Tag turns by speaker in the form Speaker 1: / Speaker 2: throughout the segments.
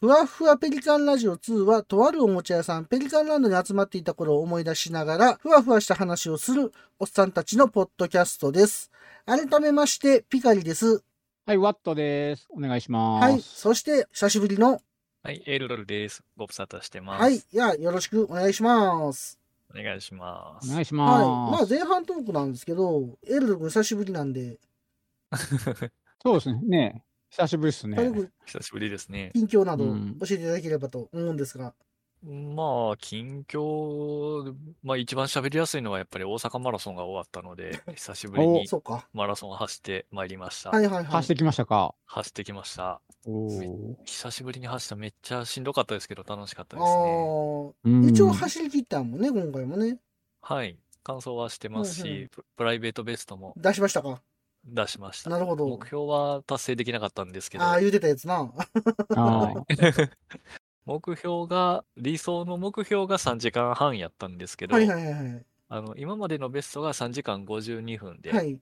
Speaker 1: ふわふわペリカンラジオ2は、とあるおもちゃ屋さん、ペリカンランドに集まっていた頃を思い出しながら、ふわふわした話をするおっさんたちのポッドキャストです。改めまして、ピカリです。
Speaker 2: はい、ワットです。お願いします。
Speaker 1: はい。そして、久しぶりの、
Speaker 3: はい、エルロルです。ご無沙汰してます。
Speaker 1: はい。いや、よろしくお願いします。
Speaker 3: お願いしま
Speaker 2: お
Speaker 3: す。
Speaker 2: 願いし
Speaker 1: はい。
Speaker 2: ます。
Speaker 1: まあ、前半トークなんですけど、エルド君久しぶりなんで、
Speaker 2: そうですね。ねえ久しぶりですね。
Speaker 1: 軽く
Speaker 3: 久しぶりですね。
Speaker 1: 近況など
Speaker 2: うん
Speaker 1: 教えていただければと思うんですが、
Speaker 3: まあ、近況、まあ一番喋りやすいのはやっぱり大阪マラソンが終わったの で、久しぶりに
Speaker 1: そうか。
Speaker 3: マラソンを走ってまいりました。
Speaker 1: はいはいは
Speaker 2: 走っ
Speaker 1: い。
Speaker 2: てきましたか。
Speaker 3: 走ってきました。
Speaker 2: お
Speaker 3: ー久しぶりに走った。めっちゃしんどかったですけど、楽しかった
Speaker 1: あ
Speaker 3: ですね。
Speaker 1: あー、一応走り切ったもんね、今回もね。
Speaker 3: はい。完走はしてます
Speaker 1: うんうん
Speaker 3: し、ププライベートベストも
Speaker 1: 出しましたか。
Speaker 3: 出しました。
Speaker 1: なるほど
Speaker 3: 目。標は達成できなかったんですけど
Speaker 1: あ、あ、言うてたや つな。
Speaker 2: はい
Speaker 3: 目標が、理想の目標が3時間半やったんですけど、
Speaker 1: はいはいはいはい。
Speaker 3: あの、今までのベストが3時間52分で、
Speaker 1: はい。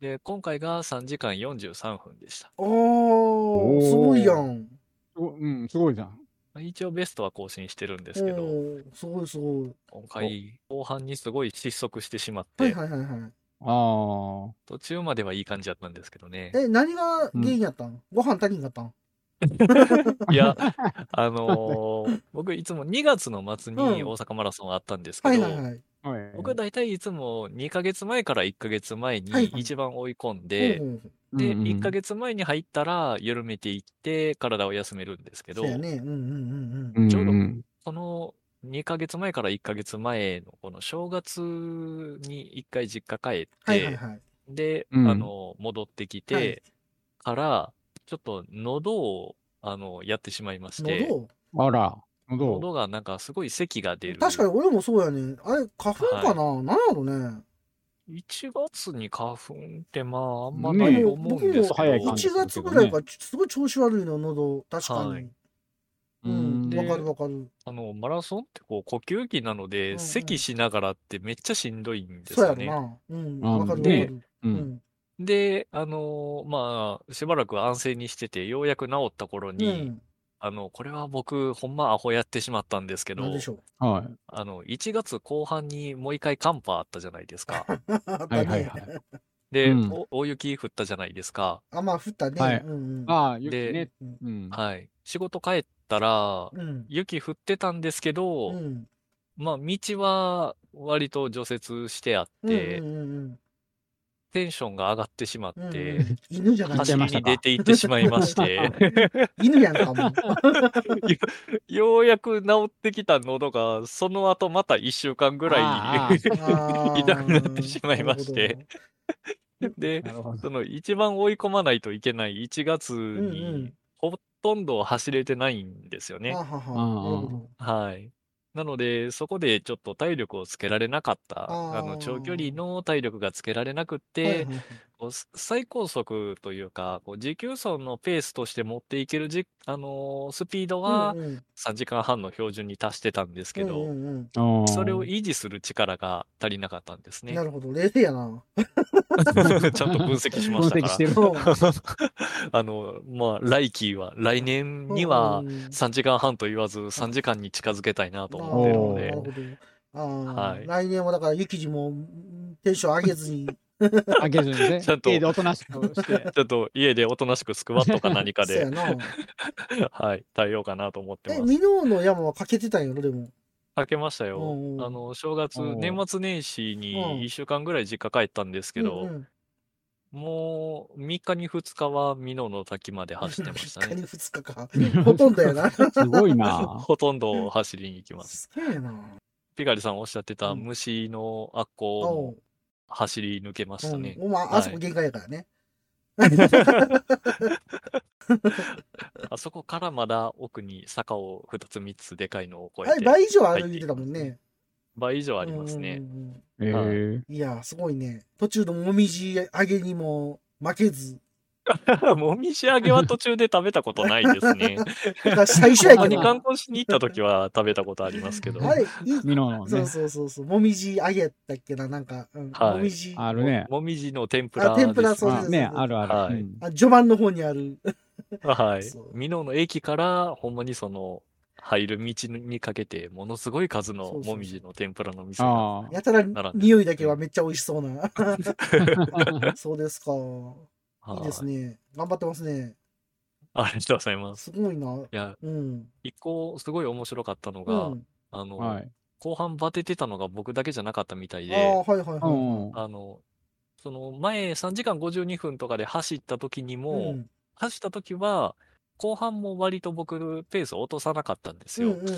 Speaker 3: で、今回が3時間43分でした。
Speaker 1: おー、すごいやん。
Speaker 2: おうん、すごいじゃん。
Speaker 3: まあ一応ベストは更新してるんですけど、
Speaker 1: おー、すごいすごい。
Speaker 3: 今回後半にすごい失速してしまっ
Speaker 1: はい
Speaker 3: て、
Speaker 1: はいはいはい。
Speaker 2: あ
Speaker 3: 途中まではいい感じだったんですけどね。
Speaker 1: え、何が原因やったんご飯足りんかったん
Speaker 2: あ。
Speaker 3: いや、 あのー僕いつも2月の末に
Speaker 1: うん
Speaker 3: 大阪マラソンあったんですけ
Speaker 1: はい
Speaker 3: ど、
Speaker 1: はいはい。
Speaker 2: はい、
Speaker 3: 僕は大体いつも2ヶ月前から1ヶ月前に
Speaker 1: はいはい
Speaker 3: 一番追い込ん
Speaker 1: う
Speaker 3: で、
Speaker 1: んうん
Speaker 3: で、
Speaker 2: うんうん
Speaker 3: 1ヶ月前に入ったら緩めていって体を休めるんですけど
Speaker 1: そう、やね。うんうんうんう。
Speaker 2: うんん
Speaker 3: ちょうど
Speaker 2: ん
Speaker 3: その2ヶ月前から1ヶ月前のこの正月に1回実家帰っ
Speaker 1: はいはい
Speaker 3: て、
Speaker 1: はい。
Speaker 3: で、あ
Speaker 2: うん
Speaker 3: の、戻ってきてから、ちょっと喉を、あの、やってしまいまして、
Speaker 1: 喉
Speaker 2: あら、どう
Speaker 3: 喉がなんかすごい咳が出る。
Speaker 1: 確かに俺もそうやね。あれ、花粉かな、なんやろね。
Speaker 3: 1月に花粉ってまあ、あんまない
Speaker 2: ねえ
Speaker 3: と思うん
Speaker 1: 僕
Speaker 3: で
Speaker 1: も
Speaker 3: すけ
Speaker 2: 早い
Speaker 3: ど
Speaker 2: 感、じ
Speaker 1: 1月ぐらいからちょすごい調子悪いの、喉。確かに。
Speaker 3: はい
Speaker 1: うん、
Speaker 3: で
Speaker 1: わかるわかる。
Speaker 3: あの、マラソンってこう、呼吸器なの
Speaker 1: うん
Speaker 3: で、
Speaker 1: うん
Speaker 3: 咳しながらってめっちゃしんどいんです
Speaker 1: そうや
Speaker 3: よ
Speaker 1: ろな。う
Speaker 3: ね。
Speaker 1: ん、
Speaker 2: あ
Speaker 1: わかるわか
Speaker 3: で
Speaker 1: る。
Speaker 2: う。
Speaker 1: うんん。
Speaker 3: で、あのーまあ、しばらく安静にしてて、ようやく治った頃
Speaker 1: う
Speaker 3: に、
Speaker 1: ん。
Speaker 3: あの、これは僕、ほんまアホやってしまったんですけ
Speaker 1: なん
Speaker 3: ど
Speaker 1: で、しょう。
Speaker 2: はい。
Speaker 3: あの、1月後半にもう一回寒波あったじゃないで すか。
Speaker 1: あっ
Speaker 2: は
Speaker 1: た
Speaker 2: いはい
Speaker 1: ね
Speaker 2: は。い。
Speaker 3: で、
Speaker 2: うん
Speaker 3: お大雪降ったじゃないですか。
Speaker 1: あ、まあ、降ったね。
Speaker 2: はい
Speaker 1: うんうん。
Speaker 2: ああ、よ
Speaker 3: で
Speaker 2: くね。
Speaker 1: うん
Speaker 2: うん。
Speaker 3: はい。仕事帰ったら、
Speaker 1: うん。
Speaker 3: 雪降ってたんですけ
Speaker 1: うん。う
Speaker 3: ど、
Speaker 1: ん
Speaker 3: まあ、道は割と除雪してあっ
Speaker 1: うん
Speaker 3: て
Speaker 1: う、ん
Speaker 3: テンションが上がってしまっ
Speaker 1: うん。
Speaker 3: て、
Speaker 1: うん犬じゃない
Speaker 2: 走り
Speaker 3: 走り
Speaker 2: ました
Speaker 3: に
Speaker 2: か
Speaker 3: 出て行ってしまいまして、
Speaker 1: 犬やんか もう。
Speaker 3: ようやく治ってきた喉が、その後また1週間ぐら
Speaker 2: あ
Speaker 1: あ
Speaker 3: い
Speaker 1: ー
Speaker 3: 痛くなってしまいまして。 で、
Speaker 2: なるほど。
Speaker 3: その一番追い込まないといけない1月
Speaker 1: うんう
Speaker 3: に
Speaker 1: ん、
Speaker 3: ほとんど走れてないんですよ
Speaker 1: なる
Speaker 3: ね
Speaker 1: ほ。ど。あは
Speaker 2: うん
Speaker 1: は。なるほど。
Speaker 3: はい。なので、そこでちょっと体力をつけられなかった、あ
Speaker 1: あー
Speaker 3: の、長距離の体力がつけられなくっ
Speaker 1: はい
Speaker 3: て
Speaker 1: は、いはい
Speaker 3: こうす最高速というか、こう持久走のペースとして持っていけるじ、あのースピードは
Speaker 1: うんうん
Speaker 3: 3時間半の標準に達してたんですけ
Speaker 1: う
Speaker 3: ど、
Speaker 1: んうん
Speaker 2: あー
Speaker 3: それを維持する力が足りなかったんです
Speaker 1: うん
Speaker 3: ね。
Speaker 1: なるほど。冷静やな。
Speaker 3: ちゃんと分析しました
Speaker 2: 分
Speaker 3: か
Speaker 2: 析
Speaker 3: ら
Speaker 2: し。てる。
Speaker 1: そう
Speaker 3: あの、まあ、来期は、来年 には
Speaker 1: うんうん
Speaker 3: 3時間半と言わず3時間に近づけたいなと
Speaker 1: まあ
Speaker 3: 思ってるの
Speaker 1: な
Speaker 3: で
Speaker 1: る、ほど。ああ、
Speaker 3: はい
Speaker 1: 来年はだから、ゆきじもうんテンション上げず に、
Speaker 2: あげずにね。
Speaker 3: ちゃんと
Speaker 2: 家でおとなしく して。
Speaker 3: ちょっと家でおとなしくスクワットか何か
Speaker 1: そうや
Speaker 3: で、
Speaker 1: な。
Speaker 3: はい、耐えようかなと思って
Speaker 1: え、
Speaker 3: ます。
Speaker 1: ミノーの山はかけてたんやろ、でも。
Speaker 3: かけましたよ。
Speaker 1: うんうん
Speaker 3: あの、正月、
Speaker 2: うん
Speaker 3: 年末年始に
Speaker 1: うん
Speaker 3: 1週間ぐらい実家帰ったんですけど、
Speaker 1: うんうん
Speaker 3: もう3日に2日は美濃の滝まで走ってました
Speaker 1: 3日
Speaker 3: ね。
Speaker 1: に2日か。 ほとんどやな。す
Speaker 2: すごいな。
Speaker 3: ほとんど走りに行きます。
Speaker 1: げえな。
Speaker 3: ピカリさんおっしゃってた
Speaker 1: うん
Speaker 3: 虫の悪行
Speaker 1: お
Speaker 3: も
Speaker 1: う
Speaker 3: 走り抜けましたね。
Speaker 1: うん、まあ、あそこ限界やからね。
Speaker 3: あそこからまだ奥に坂を2つ3つでかいのを越
Speaker 1: あれ、
Speaker 3: え て
Speaker 1: 倍以上歩いてたもんね。
Speaker 3: 倍以上あ
Speaker 1: あ
Speaker 3: りますね。
Speaker 2: ええ。
Speaker 1: いや、すごいね。途中のもみじ上げにも負けず。
Speaker 3: もみじ揚げは途中で食べたことないです ね。
Speaker 1: だから最初や
Speaker 3: 他
Speaker 1: け
Speaker 3: に
Speaker 1: ど。
Speaker 3: 観光しに行った時は食べたことありますけど。
Speaker 1: あれ、いい
Speaker 2: ミノの
Speaker 1: そ
Speaker 2: ね
Speaker 1: う。そうそうそう、もみじ揚げやったっけな、なんか、うん
Speaker 3: はい
Speaker 1: もみじ。
Speaker 2: あるね。
Speaker 3: もみじの天ぷ
Speaker 1: あ
Speaker 3: ら
Speaker 1: 天ぷら
Speaker 3: です
Speaker 1: そう
Speaker 3: ね
Speaker 1: で
Speaker 2: あ
Speaker 1: す
Speaker 2: ね、あるあ
Speaker 3: はい
Speaker 2: る。うん
Speaker 1: あ序盤の方にある。
Speaker 3: はい
Speaker 1: そう。
Speaker 3: 美濃の駅から、ほんまにその、入る道にかけて、ものすごい数
Speaker 1: そう
Speaker 3: の
Speaker 1: そうそう
Speaker 3: もみじの天ぷらの店が。
Speaker 2: あ
Speaker 1: やたら
Speaker 3: 並んで
Speaker 1: 匂いだけはめっちゃ美味しそうな。
Speaker 2: あ。
Speaker 1: そうですか。いいですね。頑張ってますね。
Speaker 3: はいありがとうございます。
Speaker 1: すごいな。
Speaker 3: いや、
Speaker 1: うん。
Speaker 3: 一個すごい面白かったの
Speaker 1: う
Speaker 3: が、
Speaker 1: ん。
Speaker 3: あの、
Speaker 2: はい。
Speaker 3: 後半バテてたのが僕だけじゃなかったみたい
Speaker 1: あ
Speaker 3: で、
Speaker 1: あ、はいはい
Speaker 2: うん
Speaker 1: は
Speaker 2: うん。
Speaker 3: あの、その前3時間52分とかで走った時に
Speaker 1: い。
Speaker 3: も、
Speaker 1: ん。
Speaker 3: 走った時は、後半も割と僕ペースを落とさなかったんです
Speaker 1: うん
Speaker 3: よ。
Speaker 1: うんう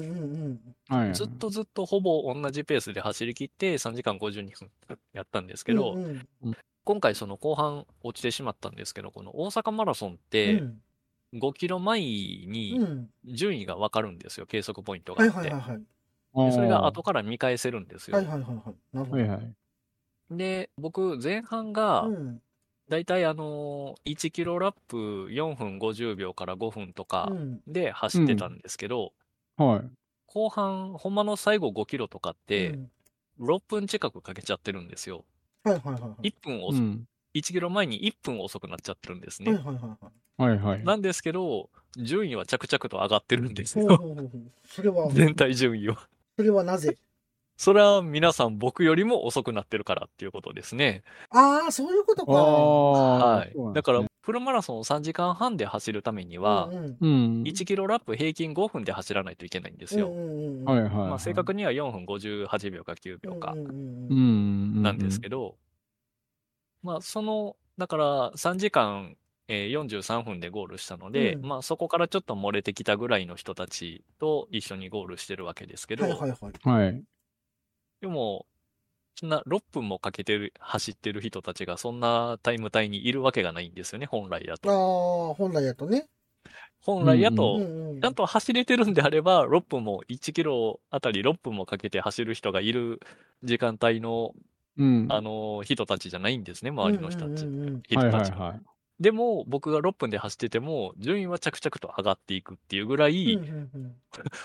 Speaker 1: ん
Speaker 2: はい。
Speaker 3: ずっとずっとほぼ同じペースで走り切って3時間52分やったんですけど、
Speaker 1: うんうん
Speaker 3: 今回その後半落ちてしまったんですけど、この大阪マラソンっ
Speaker 1: う
Speaker 3: て
Speaker 1: ん
Speaker 3: 5キロ前
Speaker 1: う
Speaker 3: に
Speaker 1: ん。
Speaker 3: 順位がわかるんですよ、計測ポイントが
Speaker 1: は
Speaker 3: あ
Speaker 1: いはい
Speaker 3: って
Speaker 1: はい。はい。
Speaker 2: あ
Speaker 3: で
Speaker 2: ー
Speaker 3: それが後から見返せるんです
Speaker 1: は
Speaker 3: よ
Speaker 1: い。はいはいはい。なるほ
Speaker 2: はいはい。
Speaker 3: で、僕前半が
Speaker 1: ど。うん。
Speaker 3: だいたいあのー、1キロラップ4分50秒から5分とか
Speaker 1: うん。
Speaker 3: で走ってたんですけど、
Speaker 2: はい。
Speaker 3: 後半、ほんまの最後5キロとかっ
Speaker 1: う
Speaker 3: て、
Speaker 1: ん
Speaker 3: 6分近くかけちゃってるんですよ。
Speaker 1: はいはいはいはい。
Speaker 3: 1分
Speaker 2: う
Speaker 3: 遅、
Speaker 2: ん。
Speaker 3: 1キロ前に1分遅くなっちゃってるんです
Speaker 1: はい
Speaker 3: ね。
Speaker 1: はいはいはい。
Speaker 2: はいはい。
Speaker 3: なんですけど、順位は着々と上がってるんです
Speaker 1: ほうほう
Speaker 3: よ。
Speaker 1: ほうほう。それ は、
Speaker 3: 全体順位は。
Speaker 1: それはなぜ
Speaker 3: それは皆さん僕よりも遅くなってるからっていうことですね。
Speaker 1: ああ、そういうこと
Speaker 2: あ
Speaker 1: か。
Speaker 2: あ。
Speaker 3: はい
Speaker 2: そうなん。で
Speaker 3: だ
Speaker 2: す
Speaker 3: から
Speaker 2: ね、
Speaker 3: フルマラソンを3時間半で走るためには
Speaker 1: う、んうん
Speaker 2: うん。
Speaker 3: 1キロラップ平均5分で走らないといけないんです
Speaker 1: う
Speaker 3: よ。
Speaker 1: んうんうん
Speaker 2: はいはい。
Speaker 3: まあ、正確には4分58秒か9秒か
Speaker 1: うんうんう
Speaker 2: うんん。
Speaker 3: なんですけ
Speaker 2: ど。
Speaker 3: ど、まあ、その、だから3時間、えー43分でゴールしたので、
Speaker 1: うん
Speaker 3: まあ、そこからちょっと漏れてきたぐらいの人たちと一緒にゴールしてるわけですけど、
Speaker 1: はいはいはい。
Speaker 2: はい。
Speaker 3: でも、そんな6分もかけてる、走ってる人たちがそんなタイム帯にいるわけがないんですよね、本来だ
Speaker 1: あ
Speaker 3: と。
Speaker 1: あ、本来やとね。
Speaker 3: 本来だ
Speaker 1: う
Speaker 3: と、
Speaker 1: んうん
Speaker 3: ちゃんと走れてるんであれば、6分も、1キロあたり6分もかけて走る人がいる時間帯の、
Speaker 2: うん。
Speaker 3: あの、人たちじゃないんですね、周りの人たち。
Speaker 1: うんうんうんうん
Speaker 3: 人
Speaker 2: はい
Speaker 3: た
Speaker 2: はい
Speaker 3: ちが
Speaker 2: はい。
Speaker 3: でも、僕が6分で走ってても、順位は着々と上がっていくっていうぐらい、
Speaker 1: うんうん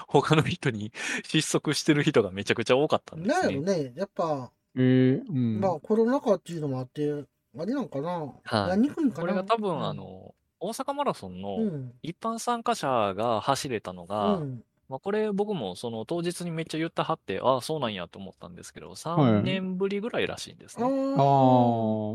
Speaker 3: 他の人に失速してる人がめちゃくちゃ多かった
Speaker 1: うんん
Speaker 3: で
Speaker 1: なん
Speaker 3: す
Speaker 1: やろ
Speaker 3: ね。
Speaker 1: ね、やっぱ、
Speaker 2: えー、うん。
Speaker 1: まあコロナ禍っていうのもあって、あれなんかな、
Speaker 3: はい
Speaker 1: やりにくいんかな。
Speaker 3: これが多分、あ
Speaker 1: うん、
Speaker 3: の、大阪マラソン
Speaker 1: う
Speaker 3: の
Speaker 1: ん、
Speaker 3: 一般参加者が走れたの
Speaker 1: う
Speaker 3: が、
Speaker 1: ん、
Speaker 3: まあ、これ僕もその当日にめっちゃ言ったはって、ああ、そうなんやと思ったんですけど、
Speaker 2: は
Speaker 3: 3
Speaker 2: い
Speaker 3: 年ぶりぐらいらしいんですね。
Speaker 2: あ
Speaker 1: あ
Speaker 3: あ
Speaker 2: ー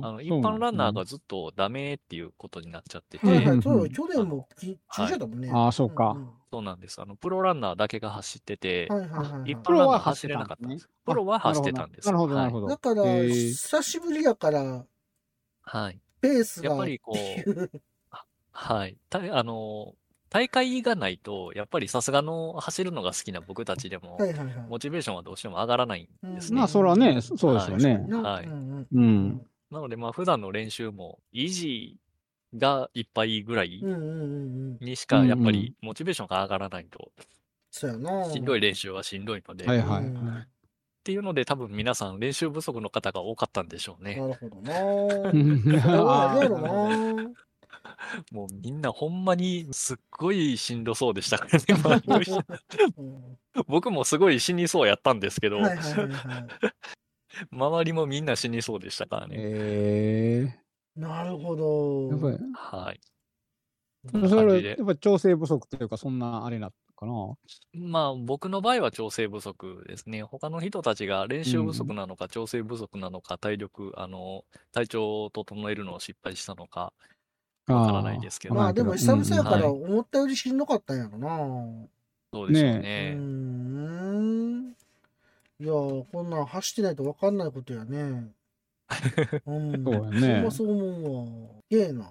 Speaker 3: の一般ラン
Speaker 2: そ
Speaker 3: ナー。
Speaker 2: うなん
Speaker 3: が
Speaker 2: で
Speaker 3: ずっとダメっていうことになっちゃって
Speaker 1: あ、はい
Speaker 3: て、
Speaker 1: は
Speaker 2: う
Speaker 1: い、
Speaker 2: ん
Speaker 1: そう
Speaker 2: う
Speaker 1: よ、
Speaker 2: ん
Speaker 1: 去年もき中止だもんね。
Speaker 2: はいあーそうか
Speaker 3: そうなんです。あの、プロランナーだけが走ってて、
Speaker 1: はいはいはいはい
Speaker 3: 一般ランナー走れなかったんです。プ
Speaker 2: プ
Speaker 3: ロ
Speaker 2: ロ
Speaker 3: は
Speaker 2: は
Speaker 3: 走
Speaker 2: 走って
Speaker 3: っ
Speaker 2: て
Speaker 3: た
Speaker 2: た
Speaker 3: ん
Speaker 2: ん
Speaker 3: で。
Speaker 2: ですすねあなるほ
Speaker 1: う
Speaker 2: ど、
Speaker 1: ん。
Speaker 2: な
Speaker 1: だ
Speaker 2: るほど。
Speaker 1: から、
Speaker 2: えー
Speaker 1: 久しぶりやから、
Speaker 3: はい。
Speaker 1: ペースが。
Speaker 3: やっぱりこう、あはい。た、あの、大会がないと、やっぱりさすがの走るのが好きな僕たちでも
Speaker 1: は、いはいはい。
Speaker 3: モチベーションはどうしても上がらないんですね
Speaker 2: まあ、。それはね、そそうですよね。
Speaker 1: な
Speaker 3: はい
Speaker 1: うんうん
Speaker 2: う
Speaker 1: うんん。
Speaker 3: なので、まあ、普段の練習も、維持がいっぱいぐらい
Speaker 1: うんうんうんうん。
Speaker 3: にしか、やっぱりモチベーションが上がらないと、
Speaker 1: そうやな。
Speaker 3: しんどい練習はしんどいので、
Speaker 2: は
Speaker 3: っ
Speaker 2: いはい。
Speaker 1: うん
Speaker 2: は
Speaker 3: ていうので、多分皆さん練習不足の方が多かったんでしょうね。
Speaker 1: なるほどな。
Speaker 2: い
Speaker 1: それは
Speaker 2: あ
Speaker 1: あれや
Speaker 2: ー
Speaker 1: ろな。
Speaker 3: もうみんなほんまにすっごいしんどそうでしたからね、 周りの人
Speaker 1: うん
Speaker 3: 僕もすごい死にそうやったんですけど、
Speaker 1: はいはいはいはい。
Speaker 3: 周りもみんな死にそうでしたからね。
Speaker 2: え
Speaker 1: なるほ
Speaker 2: ー、やっぱ
Speaker 1: ど。
Speaker 2: り
Speaker 3: はい。
Speaker 1: うん
Speaker 2: そ
Speaker 3: 感
Speaker 2: れ
Speaker 3: じで
Speaker 2: やっぱ調整不足というか、そんなあれなのかな。
Speaker 3: まあ僕の場合は調整不足ですね。他の人たちが練習不足なのか、調整不足なのか、体力、あの、体調を整えるのを失敗したのか、わからないですけど
Speaker 2: わ
Speaker 1: まあ
Speaker 2: か
Speaker 1: で
Speaker 2: ら
Speaker 1: も
Speaker 2: ないけ
Speaker 1: 久々
Speaker 2: ど
Speaker 1: やか
Speaker 3: うん
Speaker 1: ら
Speaker 3: は
Speaker 1: 思ったよりしんどかったんやろな。
Speaker 3: どうでしょう
Speaker 2: ね
Speaker 1: うーん。
Speaker 3: ね。
Speaker 1: いやーこんなん走ってないと分かんないことや ね。うん。
Speaker 2: そうやね
Speaker 1: ほんまそう思うわ。げえな。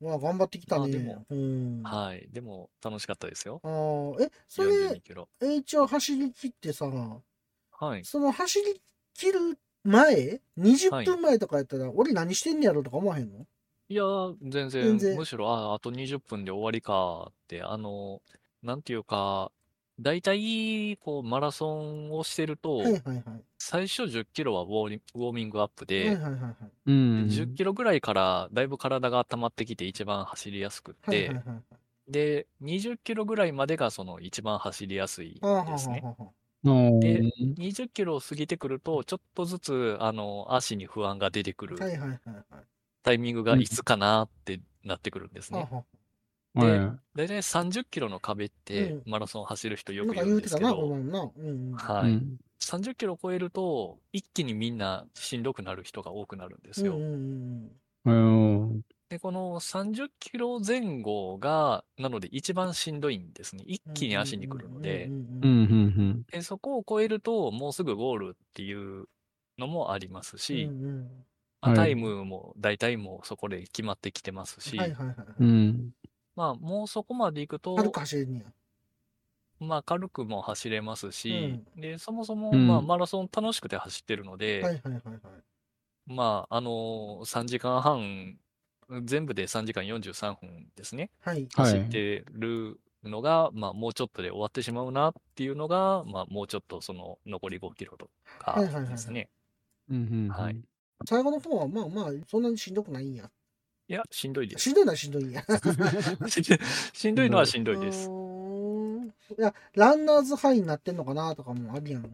Speaker 1: まあ頑張ってきた
Speaker 3: まあで
Speaker 1: ね
Speaker 3: も。
Speaker 1: うん。あ
Speaker 3: はい。でも楽しかったですよ。
Speaker 1: あー、え、そ
Speaker 3: 42
Speaker 1: れ、
Speaker 3: キロ。
Speaker 1: え一応走り切ってさ、
Speaker 3: はい。
Speaker 1: その走り切る前 ?20
Speaker 3: はい
Speaker 1: 分前とかやったら、俺何してんねやろとか思わへんの
Speaker 3: いやー、全然、
Speaker 1: 全然
Speaker 3: むしろ、あー、あと20分で終わりかって、あの、なんていうか、大体、こう、マラソンをしてると、
Speaker 1: はいはいはい。
Speaker 3: 最初10キロはウォーリンウォーミングアップ
Speaker 1: はいはい
Speaker 3: で、
Speaker 1: はいはい。
Speaker 2: う
Speaker 3: で
Speaker 2: ん。
Speaker 3: 10キロぐらいからだいぶ体が温まってきて一番走りやすくっ
Speaker 1: はいはい
Speaker 3: て
Speaker 1: は、いはい。
Speaker 3: で、20キロぐらいまでがその一番走りやすい
Speaker 1: あーはーは
Speaker 3: です
Speaker 1: ー
Speaker 3: ね。
Speaker 1: はーは
Speaker 2: の
Speaker 3: で20キロを過ぎてくると、ちょっとずつ、あの、足に不安が出てく
Speaker 1: ーはい
Speaker 3: る
Speaker 1: はいはいはい。
Speaker 3: タイミングがいつかなってなってくるんです
Speaker 1: はー
Speaker 3: ね。
Speaker 1: は
Speaker 2: うん
Speaker 3: 大体30キロの壁って
Speaker 1: う
Speaker 3: マラソン走る人よ
Speaker 1: なん
Speaker 3: く
Speaker 1: か
Speaker 3: 言
Speaker 1: 言
Speaker 3: うん
Speaker 1: う
Speaker 3: で
Speaker 1: て
Speaker 3: す
Speaker 1: た
Speaker 3: け
Speaker 1: な、
Speaker 3: ど、
Speaker 1: お前もな。うん。
Speaker 2: う
Speaker 3: はい、
Speaker 2: ん
Speaker 3: 30キロ超えると一気にみんなしんどくなる人が多くなるんです
Speaker 1: うん
Speaker 3: よ。
Speaker 1: うんうん
Speaker 2: うん
Speaker 3: で、この30キロ前後が、なので一番しんどいんですね。一気に足にくるので
Speaker 1: うん、
Speaker 2: うんう
Speaker 1: うん
Speaker 2: ん
Speaker 3: でそこを超えるともうすぐゴールっていうのもあります
Speaker 1: うんうん
Speaker 3: し、
Speaker 1: うん
Speaker 3: まあ
Speaker 2: はい
Speaker 3: タイムも大体もうそこで決まってきてますし、
Speaker 1: はいはいはい。
Speaker 2: うんうん
Speaker 3: まあもうそこまで行くと、
Speaker 1: 軽く走れんねや。
Speaker 3: まあ軽くも走れますし、で、そもそも
Speaker 2: うん
Speaker 3: まあマラソン楽しくて走ってるので、
Speaker 1: はいはいはいはい。
Speaker 3: まああの3時間半、全部で3時間43分ですね。
Speaker 1: はい。
Speaker 2: はい
Speaker 3: 走ってるのが、まあもうちょっとで終わってしまうなっていうのが、まあもうちょっとその残り5キロとか
Speaker 1: はいはいはいはい
Speaker 3: ですね。
Speaker 2: うん
Speaker 3: はい
Speaker 1: 最後の方はまあまあ、そんなにしんどくないんや。
Speaker 3: いや、しんどいです。
Speaker 1: しんどいのはしんどいん や。
Speaker 3: しんどいのはしんどいで
Speaker 1: う
Speaker 3: す。
Speaker 1: ーんいや、ランナーズハイになってんのかなとかもあるやん。
Speaker 3: う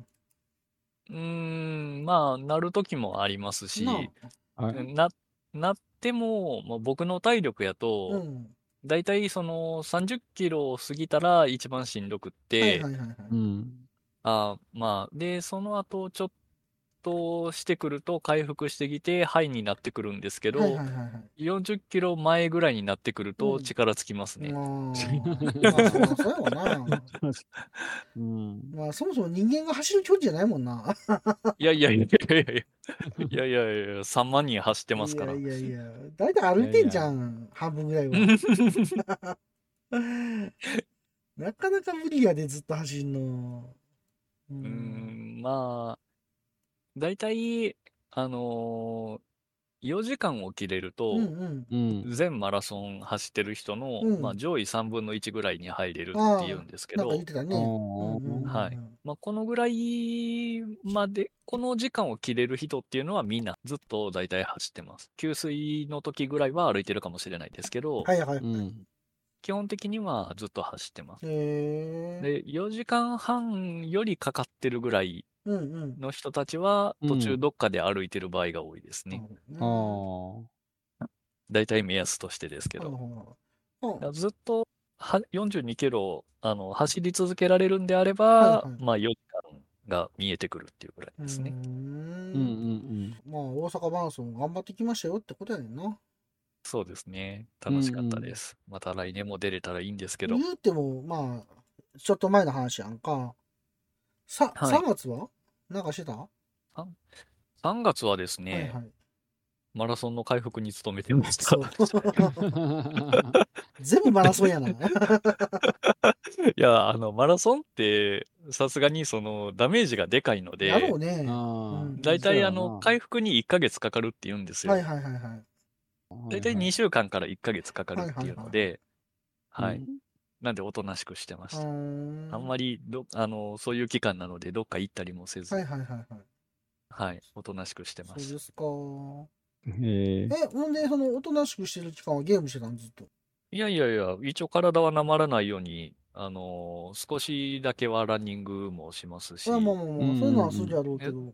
Speaker 3: ーん、まあ、なる時もありますし、
Speaker 1: なあ
Speaker 2: はい
Speaker 3: な、なっても、まあ、僕の体力や
Speaker 1: う
Speaker 3: と、
Speaker 1: ん。
Speaker 3: だいたいその30キロを過ぎたら一番しんどくっ
Speaker 1: はい
Speaker 3: て
Speaker 1: は、いはいはい。
Speaker 2: うん
Speaker 3: あーまあ、で、その後ちょっとしてくると回復してきて、ハイになってくるんですけ
Speaker 1: はいはいは、い
Speaker 3: ど
Speaker 1: はい。
Speaker 3: 40キロ前ぐらいになってくる
Speaker 1: う
Speaker 3: と
Speaker 1: ん
Speaker 3: 力つきます
Speaker 1: まあ
Speaker 3: ね。
Speaker 1: まあ、まあそうやわな。
Speaker 2: うん
Speaker 1: まあ、そもそも人間が走る距離じゃないもんな。
Speaker 3: いやいやいやいやいやいやいやいやいや、3万人走ってますから
Speaker 1: い。やいやいや、だいたい歩いてんじゃん、半分ぐらいは。なかなか無理やで、ずっと走るの。う
Speaker 3: うー。ん、まあ、だいたい、あのー、4時間を切れる
Speaker 1: うん
Speaker 3: と、
Speaker 1: うん。
Speaker 2: うん
Speaker 3: 全マラソン走ってる人の、
Speaker 1: うん
Speaker 3: まあ、上位3分の1ぐらいに入れるって言うんですけ
Speaker 1: なんか言っ
Speaker 3: ど、
Speaker 1: てた
Speaker 2: あ
Speaker 1: ね。うんうんうん
Speaker 2: ー
Speaker 3: はい。まあ、このぐらいまで、この時間を切れる人っていうのはみんなずっとだいたい走ってます。給水の時ぐらいは歩いてるかもしれないですけど、
Speaker 1: はいはい。
Speaker 2: うん
Speaker 3: 基本的にはずっと走ってます。
Speaker 1: へえ。
Speaker 3: で、4時間半よりかかってるぐらい
Speaker 1: うんうん。
Speaker 3: の人たちは、途
Speaker 2: う
Speaker 3: 中
Speaker 2: ん
Speaker 3: どっかで歩いてる場合が多いですね。
Speaker 1: なる
Speaker 2: あ
Speaker 1: ほ
Speaker 2: ー
Speaker 3: 大体目安としてですけ
Speaker 1: どね。なる
Speaker 3: ど。
Speaker 1: ほど
Speaker 3: だからずっとは42キロあの走り続けられるんであれば、
Speaker 1: はいはい
Speaker 3: まあ4時間が見えてくるっていうぐらい
Speaker 1: うん
Speaker 3: ですね。
Speaker 1: うー
Speaker 2: うんうん
Speaker 1: ん
Speaker 2: うん
Speaker 1: まあ、大阪マラソン頑張ってきましたよってことやねんな。
Speaker 3: そうですね。楽しかった
Speaker 2: うんうん
Speaker 3: です。また来年も出れたらいいんですけど、
Speaker 1: 言うても、まあ、ちょっと前の話やんか。さ、
Speaker 3: はい
Speaker 1: 3月はなんかしてたは
Speaker 3: 3月はです
Speaker 1: い
Speaker 3: ね、
Speaker 1: はい。
Speaker 3: マラソンの回復に努めてまし
Speaker 1: そ
Speaker 3: た。
Speaker 1: う。 全部マラソンやな。
Speaker 3: いや、あの、マラソンって、さすがにそのダメージが でかいの
Speaker 1: やろう
Speaker 3: で、
Speaker 1: ね。は
Speaker 2: あ
Speaker 1: うん
Speaker 2: ー
Speaker 3: だいた
Speaker 2: そう
Speaker 3: い
Speaker 2: や
Speaker 3: あ
Speaker 2: な
Speaker 3: の、回復に1ヶ月かかるって言うんです
Speaker 1: い
Speaker 3: よ。
Speaker 1: はい はいはい。
Speaker 3: だいたい2週間から1ヶ月かかる
Speaker 1: はい
Speaker 3: っ
Speaker 1: は
Speaker 3: て
Speaker 1: い
Speaker 3: いう
Speaker 1: はい
Speaker 3: ので、
Speaker 2: は
Speaker 3: はいい。なんでおとなしくしてました。あ
Speaker 1: あ
Speaker 3: んま
Speaker 1: り。
Speaker 3: りど、あの、そういう期間なので、どっか行ったりもせず、
Speaker 1: は
Speaker 3: はいい、
Speaker 1: はいはいはい。
Speaker 3: おとなしくしてま
Speaker 1: そう
Speaker 3: し
Speaker 1: ですか。
Speaker 2: うんへー
Speaker 1: え、ほんで、その、おとなしくしてる期間はゲームしてたんずっと。
Speaker 3: た。いやいやいや、一応体はなまらないように、あの、少しだけはランニングもしますし、
Speaker 1: まあまあまあまあ、
Speaker 2: うん
Speaker 1: そういうのはするやろうけど。い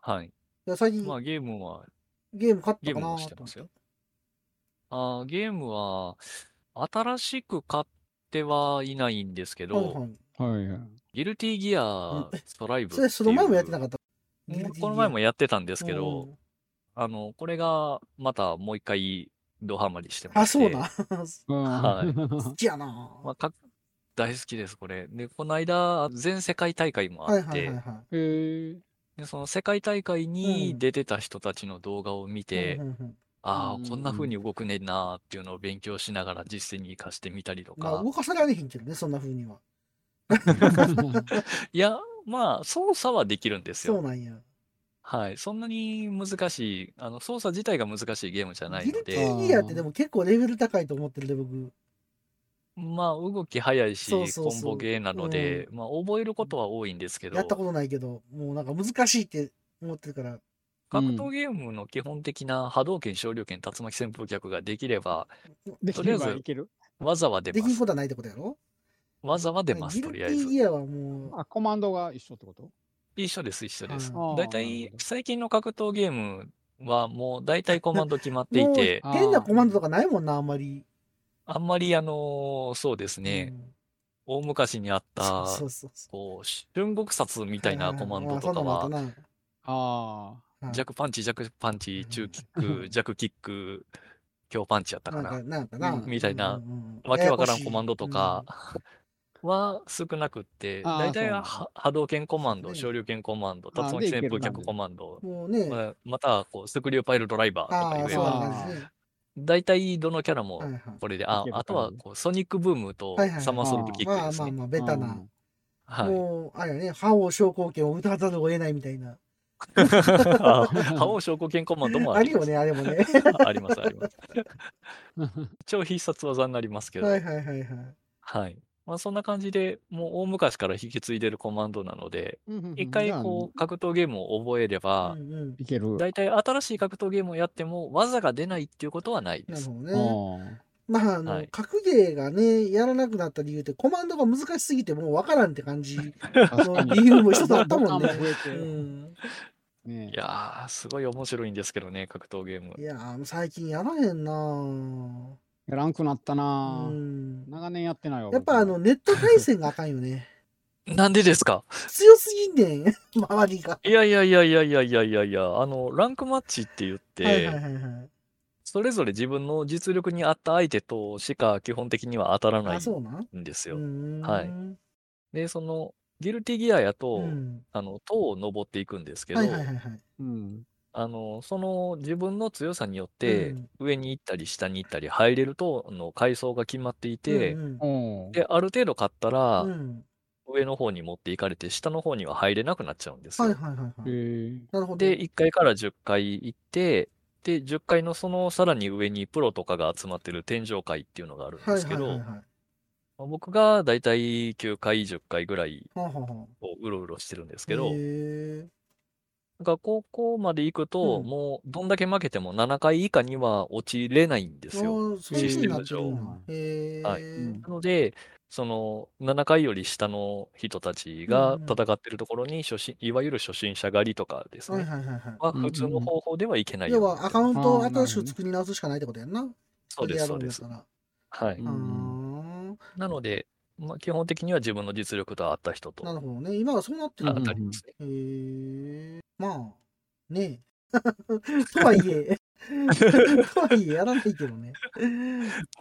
Speaker 3: はい。
Speaker 1: や、最近、
Speaker 3: まあゲームは、
Speaker 1: ゲーム買った
Speaker 3: ゲー
Speaker 1: か
Speaker 3: ム
Speaker 1: な
Speaker 3: も
Speaker 1: と
Speaker 3: し
Speaker 1: 思
Speaker 3: て
Speaker 1: っ
Speaker 3: ます
Speaker 1: て
Speaker 3: よ。。あーゲームは、新しく買ってはいないんですけ
Speaker 1: はい
Speaker 3: ど、
Speaker 1: はい。
Speaker 2: はいはい
Speaker 3: ギルティギアストライブ
Speaker 1: それ、その前もやってなか
Speaker 3: っ
Speaker 1: った。
Speaker 3: ていうこの前も
Speaker 1: やっ
Speaker 3: やってたんで
Speaker 1: た
Speaker 3: すけど、あの、これがまたもう一回ドハマりしてま
Speaker 1: あ、
Speaker 3: して、
Speaker 1: そうな。 好
Speaker 2: は
Speaker 1: きやな。
Speaker 3: まあ、か大好きです、これ。で、この間、全世界大会もあ
Speaker 1: はい
Speaker 3: っ
Speaker 1: はいはい
Speaker 3: て、
Speaker 1: は
Speaker 2: へー
Speaker 3: でその世界大会
Speaker 1: う
Speaker 3: に
Speaker 1: ん
Speaker 3: 出てた人たちの動画を見
Speaker 1: い。
Speaker 3: て
Speaker 1: うん、うんうん
Speaker 2: う
Speaker 3: ああ、
Speaker 2: ん
Speaker 3: こんな風に動くねんなーっていうのを勉強しながら実践に活かしてみたりと
Speaker 1: まあ、
Speaker 3: か、
Speaker 1: 動かされへんけどね、そんな風には。
Speaker 3: いや、まあ、操作はできるんです
Speaker 1: そう
Speaker 3: よ。
Speaker 1: なんや。
Speaker 3: はい。そんなに難しい、あの、操作自体が難しいゲームじゃない
Speaker 1: ギ
Speaker 3: の
Speaker 1: ルテ
Speaker 3: で、
Speaker 1: ィギアってでも結構レベル高いと思ってるで、僕。
Speaker 3: まあ、動き早いし、
Speaker 1: そうそう
Speaker 3: コ
Speaker 1: そう
Speaker 3: ンボゲーなので、まあ、覚えることは多いんですけ
Speaker 1: やった
Speaker 3: ど、
Speaker 1: ことないけど、もうなんか難しいって思ってるから。
Speaker 3: 格闘ゲームの基本的な波動拳、少量拳、竜巻旋風脚ができれば、
Speaker 2: で
Speaker 3: と
Speaker 2: き
Speaker 3: り
Speaker 2: れ
Speaker 3: あえず
Speaker 2: ばいける。
Speaker 3: 技は出
Speaker 1: で
Speaker 3: ま
Speaker 1: きん
Speaker 3: す
Speaker 1: こ。とはないってことやろ
Speaker 3: 技は出ます、
Speaker 1: ギ
Speaker 3: と
Speaker 1: ル
Speaker 3: り
Speaker 1: テ
Speaker 3: あえず
Speaker 1: ィ。ギアはも
Speaker 2: あ、コマンドが一緒ってこと
Speaker 3: 一緒です、一緒です。
Speaker 1: あ
Speaker 2: ー
Speaker 3: だいた
Speaker 2: ないるほ、ど
Speaker 3: 最近の格闘ゲームはもうだいたいコマンド決まっ
Speaker 1: う、
Speaker 3: てい
Speaker 1: もう
Speaker 3: て、
Speaker 1: 変なコマンドとかないもんな、あんまり。
Speaker 3: あんまりあの、そうですね、
Speaker 1: うん
Speaker 3: 大昔にあった、
Speaker 1: そうそうそう。
Speaker 3: こう、春国殺み
Speaker 1: み
Speaker 3: たいなコマンドとかは、
Speaker 1: な
Speaker 2: ああ。
Speaker 3: 弱パンチ、弱パンチ、中キッ
Speaker 1: うん
Speaker 3: ク、弱キック、強パンチやったか
Speaker 1: ん
Speaker 3: な
Speaker 1: か、。なんかな。
Speaker 3: みたいな
Speaker 1: うんうんうん
Speaker 3: わけわか
Speaker 1: や
Speaker 3: ら
Speaker 1: やこし
Speaker 3: ん
Speaker 1: い
Speaker 3: コマンドとかは少なくって、
Speaker 2: あー
Speaker 3: 大体
Speaker 2: そうなん
Speaker 3: は
Speaker 2: だ
Speaker 3: は波動拳コマンド、
Speaker 1: ね
Speaker 3: 少量拳コマンド、
Speaker 2: あー
Speaker 3: 竜巻
Speaker 2: でい
Speaker 3: 旋
Speaker 2: ける
Speaker 3: 風
Speaker 2: んだね
Speaker 3: 脚コマンド
Speaker 1: う、んもうね、
Speaker 3: まあまたこうスクリューパイルドライバーとか
Speaker 1: ああ、
Speaker 3: 言え
Speaker 1: そう
Speaker 3: ば、
Speaker 1: なんですね。
Speaker 3: 大体どのキャラ
Speaker 1: は
Speaker 3: も
Speaker 1: いはい
Speaker 3: これで、あ
Speaker 2: いける
Speaker 3: あとはこうソニックブームと
Speaker 1: はいはい
Speaker 3: サマーソルトキッ
Speaker 1: ま
Speaker 3: ク
Speaker 1: あ
Speaker 3: です
Speaker 1: まあ
Speaker 3: ね。
Speaker 1: まあ、ベタな。
Speaker 3: はい。
Speaker 1: もう、あれやね、覇王昇降拳を歌わざるを得ないみたいな。
Speaker 3: あ 覇王証拠拳コマンドも
Speaker 1: あ
Speaker 3: あ
Speaker 1: る
Speaker 3: り
Speaker 1: よ
Speaker 3: ます。
Speaker 1: ね、あれも ね。
Speaker 3: あります、あります。
Speaker 2: うん。
Speaker 3: 一応必殺技になりますけど、
Speaker 1: はいはいはいはい。
Speaker 3: はい。まあそんな感じで、もう大昔から引き継いでるコマンドなので、一回こう格闘ゲームを覚えれば
Speaker 1: う、んうん
Speaker 2: う。いける。
Speaker 3: 大体新しい格闘ゲームをやっても技が出ないっていうことはないで
Speaker 1: なる
Speaker 3: す。
Speaker 1: ほど
Speaker 2: あ
Speaker 1: ね。
Speaker 2: ー
Speaker 1: まあ、あの、
Speaker 3: はい
Speaker 1: 格ゲーがね、やらなくなった理由って、コマンドが難しすぎてもうわからんって感じ
Speaker 2: 確か
Speaker 1: の 理
Speaker 2: に。
Speaker 1: 由も一つあったもん
Speaker 2: ボタンも増
Speaker 1: ね。
Speaker 2: え
Speaker 1: う
Speaker 2: て
Speaker 1: ん、
Speaker 2: ね
Speaker 3: いやー、すごい面白いんですけどね、格闘ゲーム。
Speaker 1: いやー、最近やらへんなぁ
Speaker 2: やらんくなったな
Speaker 1: う
Speaker 2: ぁ。
Speaker 1: ん。
Speaker 2: 長年やってないわ。
Speaker 1: やっぱあの、ネット対戦があかんよね。
Speaker 3: なんでですか
Speaker 1: 強すぎん ねん、周りが。
Speaker 3: いやいやいやいやいやいやいやいや、あの、ランクマッチって言っ
Speaker 1: はいはい
Speaker 3: て、
Speaker 1: はいはい。
Speaker 3: それぞれ自分の実力に合った相手としか基本的には当たらない
Speaker 1: あ、そうなん
Speaker 3: んです
Speaker 1: う
Speaker 3: よ。
Speaker 1: ん。
Speaker 3: はいで、その、ギルティギアや
Speaker 1: う
Speaker 3: と、
Speaker 1: ん。
Speaker 3: あの、塔を登っていくんですけど
Speaker 1: は、いはいはいはい。
Speaker 2: うん。
Speaker 3: あの、その自分の強さによって、上に行ったり下に行ったり入れる塔の階層が決まっていて、
Speaker 1: うん
Speaker 2: おー
Speaker 3: で、ある程度買ったら、
Speaker 1: うんうん
Speaker 3: 上の方に持っていかれて、下の方には入れなくなっちゃうんです
Speaker 1: はい
Speaker 3: よ。
Speaker 1: はいはいはい。
Speaker 2: へえ。
Speaker 1: なるほど。
Speaker 3: で、1階から10階行って、で、10階のそのさらに上にプロとかが集まってる天井階っていうのがあるん
Speaker 1: は
Speaker 3: で
Speaker 1: い
Speaker 3: す
Speaker 1: はい
Speaker 3: け
Speaker 1: はいは
Speaker 3: ど
Speaker 1: い。、は
Speaker 3: まあ僕がだいたい9階、10階ぐらい
Speaker 1: あはあはあ。
Speaker 3: をうろうろしてるんですけど
Speaker 1: へ、え
Speaker 3: なんか高校まで行くと、
Speaker 1: うん
Speaker 3: もうどんだけ負けても7階以下には落ちれないんですよ。
Speaker 1: ああ、そういう風になってるんや
Speaker 3: は
Speaker 1: へ
Speaker 3: い
Speaker 1: え
Speaker 2: うん
Speaker 3: なので、その7階より下の人たちが
Speaker 1: うんうん
Speaker 3: 戦ってるところに初心、いわゆる初心者狩りとかです
Speaker 1: はい
Speaker 3: ね、
Speaker 1: はいはいは。
Speaker 3: は普通の方法ではいけないい
Speaker 1: 要
Speaker 3: よ
Speaker 1: はアカウント
Speaker 2: あー
Speaker 1: を
Speaker 2: なるほど
Speaker 1: 新
Speaker 2: ね
Speaker 1: しく作り直すしかないってことやんな。
Speaker 3: そうです、そうです
Speaker 1: れ。やろ
Speaker 3: は
Speaker 2: う
Speaker 3: い
Speaker 1: うん。だ
Speaker 2: ん
Speaker 1: から。
Speaker 3: なので、まあ、基本的には自分の実力と合った人と
Speaker 1: あーなるほどね。今はそうなって
Speaker 3: あ
Speaker 1: る
Speaker 3: 当
Speaker 1: ん
Speaker 3: た
Speaker 1: だ。
Speaker 3: りますね。
Speaker 1: へえまあ、ねえ。 とはいえ、 とはいえ、やらないけどね。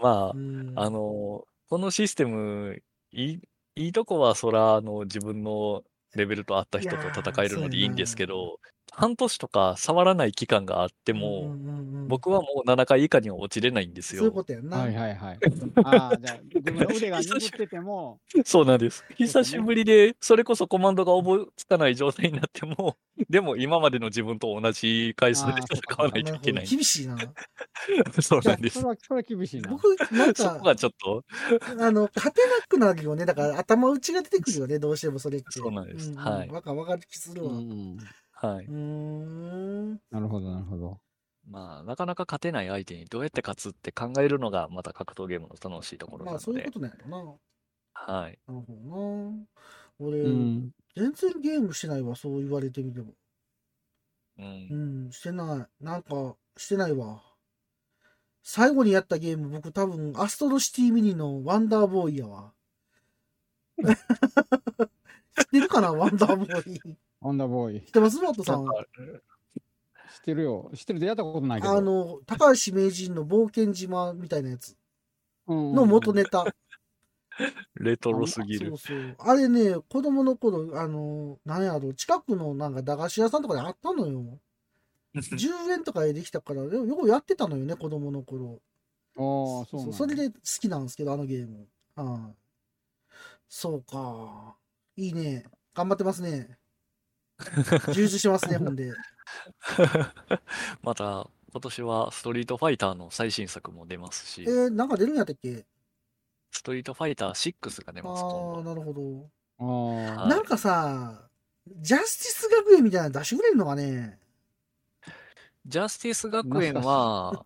Speaker 3: ま
Speaker 1: うん
Speaker 3: あ、あの、このシステム、いい、いいとこは、そら、あの、自分のレベルと合った人
Speaker 1: い
Speaker 3: と
Speaker 1: やー
Speaker 3: 戦えるのでいいんですけ
Speaker 1: そうや
Speaker 3: ど、半年とか触らない期間があって
Speaker 1: うんう
Speaker 3: も、
Speaker 1: んうんうん
Speaker 3: 僕はもう7回以下には落ちれないんです
Speaker 1: そういうこ
Speaker 3: よ。
Speaker 1: とやんな。
Speaker 2: はいはい はい。ああ、じゃあ、自分の腕が鈍ってても、
Speaker 3: そうなんです。久しぶりで、それこそコマンドが覚えつかない状態になっても、 でも今までの自分と同じ回数で
Speaker 2: あーそうか
Speaker 3: 戦わないといけ
Speaker 1: な
Speaker 3: な
Speaker 1: るほど
Speaker 3: い。
Speaker 1: 厳しいな。
Speaker 3: そう
Speaker 2: じゃ
Speaker 3: な
Speaker 2: あ
Speaker 3: んで
Speaker 2: そ
Speaker 3: す
Speaker 2: れ。は、それは厳しいな。
Speaker 1: 僕、なん
Speaker 3: そ
Speaker 1: か
Speaker 3: こ、がちょっと、
Speaker 1: あの、勝てなくなるよね。だから頭打ちが出てくるよね。どうしてもそれって。
Speaker 3: そうなんです
Speaker 1: ん
Speaker 3: はい
Speaker 1: わか、わかる気する
Speaker 2: う
Speaker 1: わ。
Speaker 2: ん
Speaker 1: う
Speaker 2: うん
Speaker 3: はい。
Speaker 1: ーん。
Speaker 2: なるほど、なるほど。
Speaker 3: まあ、なかなか勝てない相手にどうやって勝つって考えるのがまた格闘ゲームの楽しいところな
Speaker 1: まあ、そ
Speaker 3: の
Speaker 1: ういう
Speaker 3: で
Speaker 1: こ、となんやろな。な
Speaker 3: はい。
Speaker 1: るほどな。俺、
Speaker 2: うん。
Speaker 1: 全然ゲームしてないわ。そう言われてみても。
Speaker 3: う。
Speaker 1: うんん、してない。なんか、してないわ。最後にやったゲーム、僕多分、アストロシティミニのワンダーボーイや わ。知ってるかなワンダーボーイ。知っ
Speaker 2: ワンダーボーイ。
Speaker 1: てますモットさ
Speaker 3: なん
Speaker 1: ん
Speaker 3: か。、
Speaker 2: 知ってるよ。知ってるでやったことないけど。
Speaker 1: あの、高橋名人の冒険島みたいなやつ
Speaker 2: うん、
Speaker 1: の元ネタ。
Speaker 3: レトロすぎ
Speaker 1: そ
Speaker 3: る
Speaker 1: う。そう。あれね、子供の頃、あの、なんやろ、近くのなんか駄菓子屋さんとかであったの よ。10円とかでできたから、よよくやってたのよね、子供の頃。
Speaker 2: ああ、そうなん
Speaker 1: そ
Speaker 2: だ
Speaker 1: それで好きなんですけど、あのゲーム。はいそうか。いいね。頑張ってますね。 充実してますね、ほんで。
Speaker 3: また、今年はストリートファイターの最新作も出ます
Speaker 1: え
Speaker 3: し、
Speaker 1: ー、なんか出るんやったっけ
Speaker 3: ストリートファイター6が出
Speaker 1: ああ
Speaker 3: ます、今
Speaker 1: ー、
Speaker 3: 度。
Speaker 1: なるほど。
Speaker 2: あー
Speaker 3: はい
Speaker 1: なんかさ、ジャスティス学園みたいなの出してくれんのがね。
Speaker 3: ジャスティス学園は、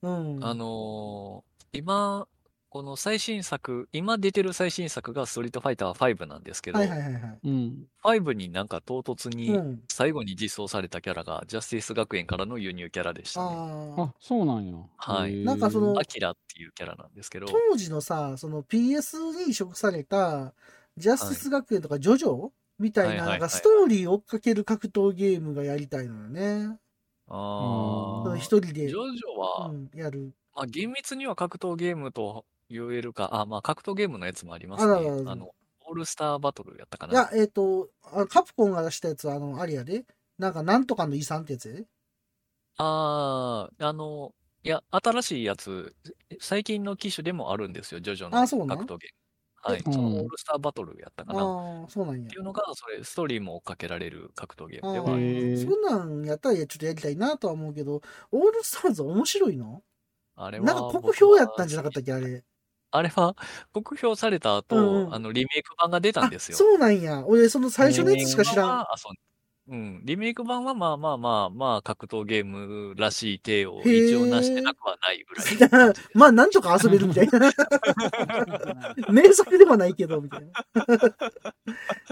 Speaker 1: うん。
Speaker 3: あのー今、この最新作、今出てる最新作がストリートファイター5なんですけど、
Speaker 1: はいはいはいはい。
Speaker 2: うん。
Speaker 3: 5になんか唐突
Speaker 1: う
Speaker 3: に
Speaker 1: ん。
Speaker 3: 最後に実装されたキャラがジャスティス学園からの輸入キャラでしたね。
Speaker 1: ああ
Speaker 2: あ、そうなんや。
Speaker 3: はい
Speaker 2: へー
Speaker 1: なんかその
Speaker 3: アキラっていうキャラなんですけど、
Speaker 1: 当時のさ、その PS に移植された、ジャスティス学園とかジョジョみたいな、
Speaker 3: はい
Speaker 1: な
Speaker 3: は
Speaker 1: ん
Speaker 3: い
Speaker 1: か
Speaker 3: はい
Speaker 1: ストーリー追っかける格闘ゲームがやりたいのよね。
Speaker 3: あ
Speaker 2: う
Speaker 1: うん
Speaker 2: ん
Speaker 3: ー
Speaker 1: 一人
Speaker 3: ジョ
Speaker 1: で
Speaker 3: ジ、ョは、
Speaker 1: うん、やる。
Speaker 3: まあ、厳密には格闘ゲームと言えるか、あ、まあ格闘ゲームのやつもあります
Speaker 1: あら
Speaker 3: ね
Speaker 1: らら。ら
Speaker 3: あの、オールスターバトルやったか
Speaker 1: い
Speaker 3: な。
Speaker 1: や、えっ、と、あカプコンが出したやつは、あの、あれやで。なんか、なんとかの遺産ってやつやで。
Speaker 3: ああ、あの、いや、新しいやつ、最近の機種でもあるんですよ、ジョジョの
Speaker 1: あそうなん
Speaker 3: 格闘ゲーム。はい、
Speaker 2: え
Speaker 3: その
Speaker 2: うん
Speaker 3: オールスターバトルやったかな。っ
Speaker 1: ああ、そうなんや
Speaker 3: てい。うのが、それ、ストーリーも追っかけられる格闘ゲー
Speaker 1: あ
Speaker 3: ムで
Speaker 1: あ
Speaker 3: はあります。
Speaker 1: ー
Speaker 2: へー
Speaker 1: そんなんやったらいやちょっとやりたいなとは思うけど、オールスターズ面白いの
Speaker 3: あれは、
Speaker 1: なんか国評やったんじゃなかったっけ、あれ。
Speaker 3: あれは、国評された後、
Speaker 1: うんうん
Speaker 3: あの、リメイク版が出たんですよ。
Speaker 1: そうなんや。俺、その最初のやつしか知らん。
Speaker 3: リメイク版はあそううん、リメイク版はまあまあまあまあ格闘ゲームらしい体を
Speaker 1: へー
Speaker 3: 一応なしてなくはないぐらいの感じです。
Speaker 1: まあ、なんとか遊べるみたい な。名作ではない けど、みたいな。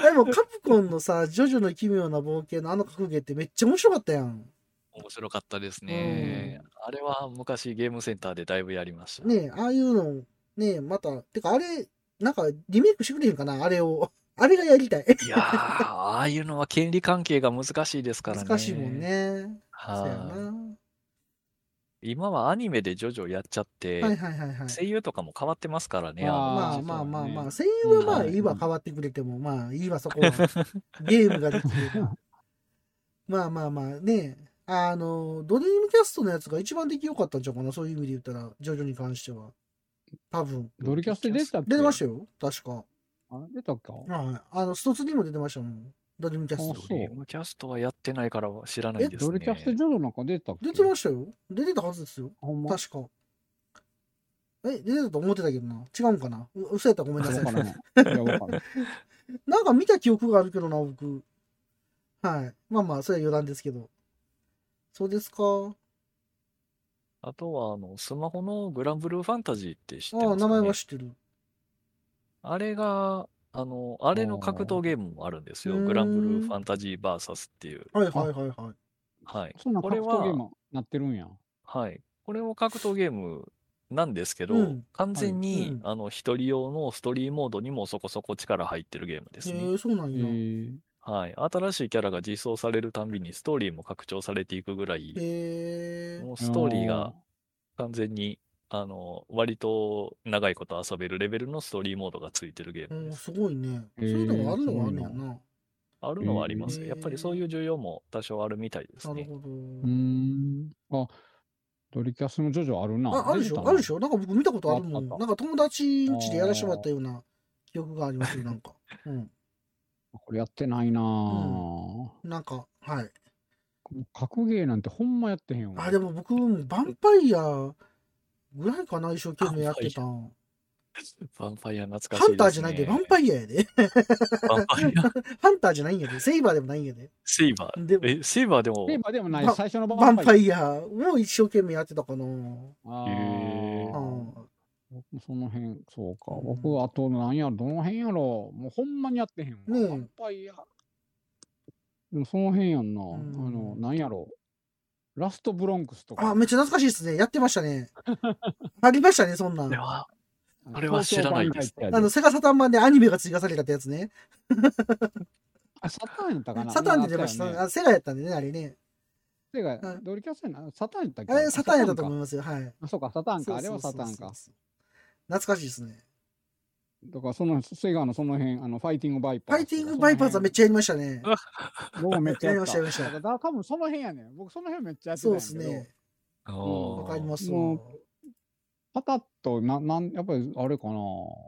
Speaker 1: でも、カプコンのさ、ジョジョの奇妙な冒険のあの格ゲーってめっちゃ面白かったやん。
Speaker 3: 面白かったですね。あれは昔ゲームセンターでだいぶやりました。
Speaker 1: ねえ、ああいうの、ねえ、また、てかあれ、なんかリメイクしてくれへんかな、あれを。あれがやりたい。
Speaker 3: いやー、ああいうのは権利関係が難しいですからね。
Speaker 1: 難しいもん。ね。そうや
Speaker 3: は
Speaker 1: な。
Speaker 3: い。今はアニメでジョジョやっちゃって、
Speaker 1: はいはいはいはい。
Speaker 3: 声優とかも変わってますからね。
Speaker 2: あー
Speaker 1: まあ
Speaker 2: そうだね
Speaker 1: まあまあまあ、声優はまあ
Speaker 3: うん
Speaker 1: いいわ、変わってくれても、まあいいわ、そ こは。ゲームができて。まあまあまあね、あの、ドリームキャストのやつが一番出来良かったんちゃうかな、そういう意味で言ったら、ジョジョに関しては。多分。
Speaker 2: ドルキャスで出たっけ
Speaker 1: 出てましたよ、確か。
Speaker 2: あ出たか。
Speaker 1: はい。あの、ストツにも出てましたもん。ドリームキャスト
Speaker 2: あそ。う
Speaker 3: ゲームキャストはやってないから知らないですね。
Speaker 2: ドルキャスジョジョなんか出たっけ
Speaker 1: 出てましたよ。出てたはずですよ。
Speaker 2: ほんま。
Speaker 1: 確か。え、出てたと思ってたけどな。違うんかな。う嘘やったらごめんな
Speaker 2: わ
Speaker 1: さい。
Speaker 2: からない。いや、わからない。
Speaker 1: なんか見た記憶があるけどな、僕。はい。まあまあ、それは余談ですけど。そうですか。
Speaker 3: あとは、あの、スマホのグランブルーファンタジーって知ってます
Speaker 1: ああ、
Speaker 3: か
Speaker 1: 名前
Speaker 3: ね
Speaker 1: は知ってる。
Speaker 3: あれが、あの、あれの格闘ゲームもあるんですよ。グランブルーファンタジーバーサスっていう。
Speaker 1: はいはいはいはい。
Speaker 3: はい。
Speaker 2: そんな
Speaker 3: こ
Speaker 2: 格
Speaker 3: れ
Speaker 2: 闘
Speaker 3: は
Speaker 2: ゲームなってるんや。
Speaker 3: はい。これも格闘ゲームなんですけど、
Speaker 1: うん
Speaker 3: 完全
Speaker 1: はい
Speaker 3: に
Speaker 1: う、ん
Speaker 3: あの、一人用のストーリーモードにもそこそこ力入ってるゲームで
Speaker 1: へ
Speaker 3: す
Speaker 1: え
Speaker 3: ね。
Speaker 1: そうなん
Speaker 2: へ
Speaker 1: や。へ
Speaker 2: え。
Speaker 3: はい。新しいキャラが実装されるたんびにストーリーも拡張されていくぐらい、
Speaker 1: え
Speaker 3: もうストーリーが完全に、あの、割と長いこと遊べるレベルのストーリーモードがついてるゲーム
Speaker 1: う
Speaker 3: で
Speaker 1: ん、
Speaker 3: す。
Speaker 1: すごいね。そ
Speaker 2: へ
Speaker 1: うい
Speaker 2: え
Speaker 1: うのがあるのはあるんやな。
Speaker 3: あるのはありますよ。やっぱ
Speaker 1: へえ
Speaker 3: りそういう需要も多少あるみたいです
Speaker 1: なる
Speaker 3: ね。
Speaker 1: ほど。
Speaker 2: うーん。あ、ドリキャスのジョジョあるな。
Speaker 1: あ、あるでし
Speaker 2: 出て
Speaker 1: ょ
Speaker 2: た
Speaker 1: あるでしょなんか僕見たことある
Speaker 2: あ
Speaker 1: も
Speaker 2: っ
Speaker 1: ん。
Speaker 2: たあ
Speaker 1: な
Speaker 2: っ
Speaker 1: んか
Speaker 2: た
Speaker 1: 友達ん家でやらしてもらったような記憶がありますよ、なんか。うん。
Speaker 2: これやってないなぁ、
Speaker 1: なんか、はい。
Speaker 2: 格ゲーなんてほんまやってへんよ。
Speaker 1: あ、でも僕、ヴァンパイアぐらいかな、一生懸命やってたん。
Speaker 3: ヴァンパイア懐か
Speaker 1: ハ
Speaker 3: しい
Speaker 1: ンターじゃないんで、ヴ
Speaker 3: です
Speaker 1: ァ
Speaker 3: ね。
Speaker 1: ンパイアやで。
Speaker 3: ヴァンパイア。
Speaker 1: ハンターじゃないんやで。セイバーでもないんやで。
Speaker 3: セイバー。
Speaker 1: で、
Speaker 3: え、セイバーでも
Speaker 2: テー、マでもない
Speaker 1: ば、
Speaker 2: 最初
Speaker 1: ヴ
Speaker 2: のバ
Speaker 1: ァン
Speaker 2: ン
Speaker 1: パ
Speaker 2: パイ
Speaker 1: イアを一生懸命やってたかな。う
Speaker 2: ア。あ
Speaker 3: へ
Speaker 2: ー
Speaker 1: ん。
Speaker 2: 僕もその辺、そうか。
Speaker 1: うん
Speaker 2: 僕、あと、なんやろ、どの辺やろ。もうほんまにやってへんわ。
Speaker 1: ねえ
Speaker 2: バンパイア。でもその辺やんな。あ
Speaker 1: ん
Speaker 2: の、なんやろ。ラストブロンクスとか。
Speaker 1: あ、めっちゃ懐かしいですね。やってました ね。ありましたね、そんな
Speaker 3: あ
Speaker 1: ん。
Speaker 3: れ
Speaker 1: あ
Speaker 3: はあれは知らないです
Speaker 2: 東京版
Speaker 1: の、
Speaker 2: が入って
Speaker 1: セガサタン版でアニメが追加されたってやつね。
Speaker 2: あ、サターンやったかな。
Speaker 1: サタンで出まし
Speaker 2: なんか
Speaker 1: た。
Speaker 2: あっ
Speaker 1: あセガやったんでね、あれね。
Speaker 2: たよねて
Speaker 1: は
Speaker 2: か
Speaker 1: い、
Speaker 2: ドリキャスやな。サターンやったっけ
Speaker 1: あれ、サタンやったと思い
Speaker 2: い
Speaker 1: ますよ。はい。
Speaker 2: あ、そうか、サターンか。あれは
Speaker 1: そう
Speaker 2: サ
Speaker 1: そうそ
Speaker 2: タ
Speaker 1: うそう
Speaker 2: ーンか。
Speaker 1: 懐かしいですね。
Speaker 2: だから、その、セガのその辺、あの、ファイティングバイ
Speaker 1: フ
Speaker 2: パー
Speaker 1: ァイ
Speaker 2: ズと
Speaker 1: ティ
Speaker 2: か。
Speaker 1: ングバイパーズはめっ
Speaker 2: ち
Speaker 1: ちゃやりましたね。
Speaker 2: ゃ。僕もめっちゃ
Speaker 1: やりま
Speaker 2: やっ。
Speaker 1: したた、やりました
Speaker 2: だ。から多分その辺やねん。僕、その辺めっちゃやってた
Speaker 1: そ
Speaker 2: ん
Speaker 1: う
Speaker 2: や
Speaker 1: で
Speaker 2: け
Speaker 1: す
Speaker 2: ど。
Speaker 1: ね。
Speaker 3: あ
Speaker 2: ん
Speaker 1: わかり
Speaker 3: ー
Speaker 1: ます
Speaker 2: もう
Speaker 1: わ。
Speaker 2: パタッと、な、なん、やっぱりあれかな。コ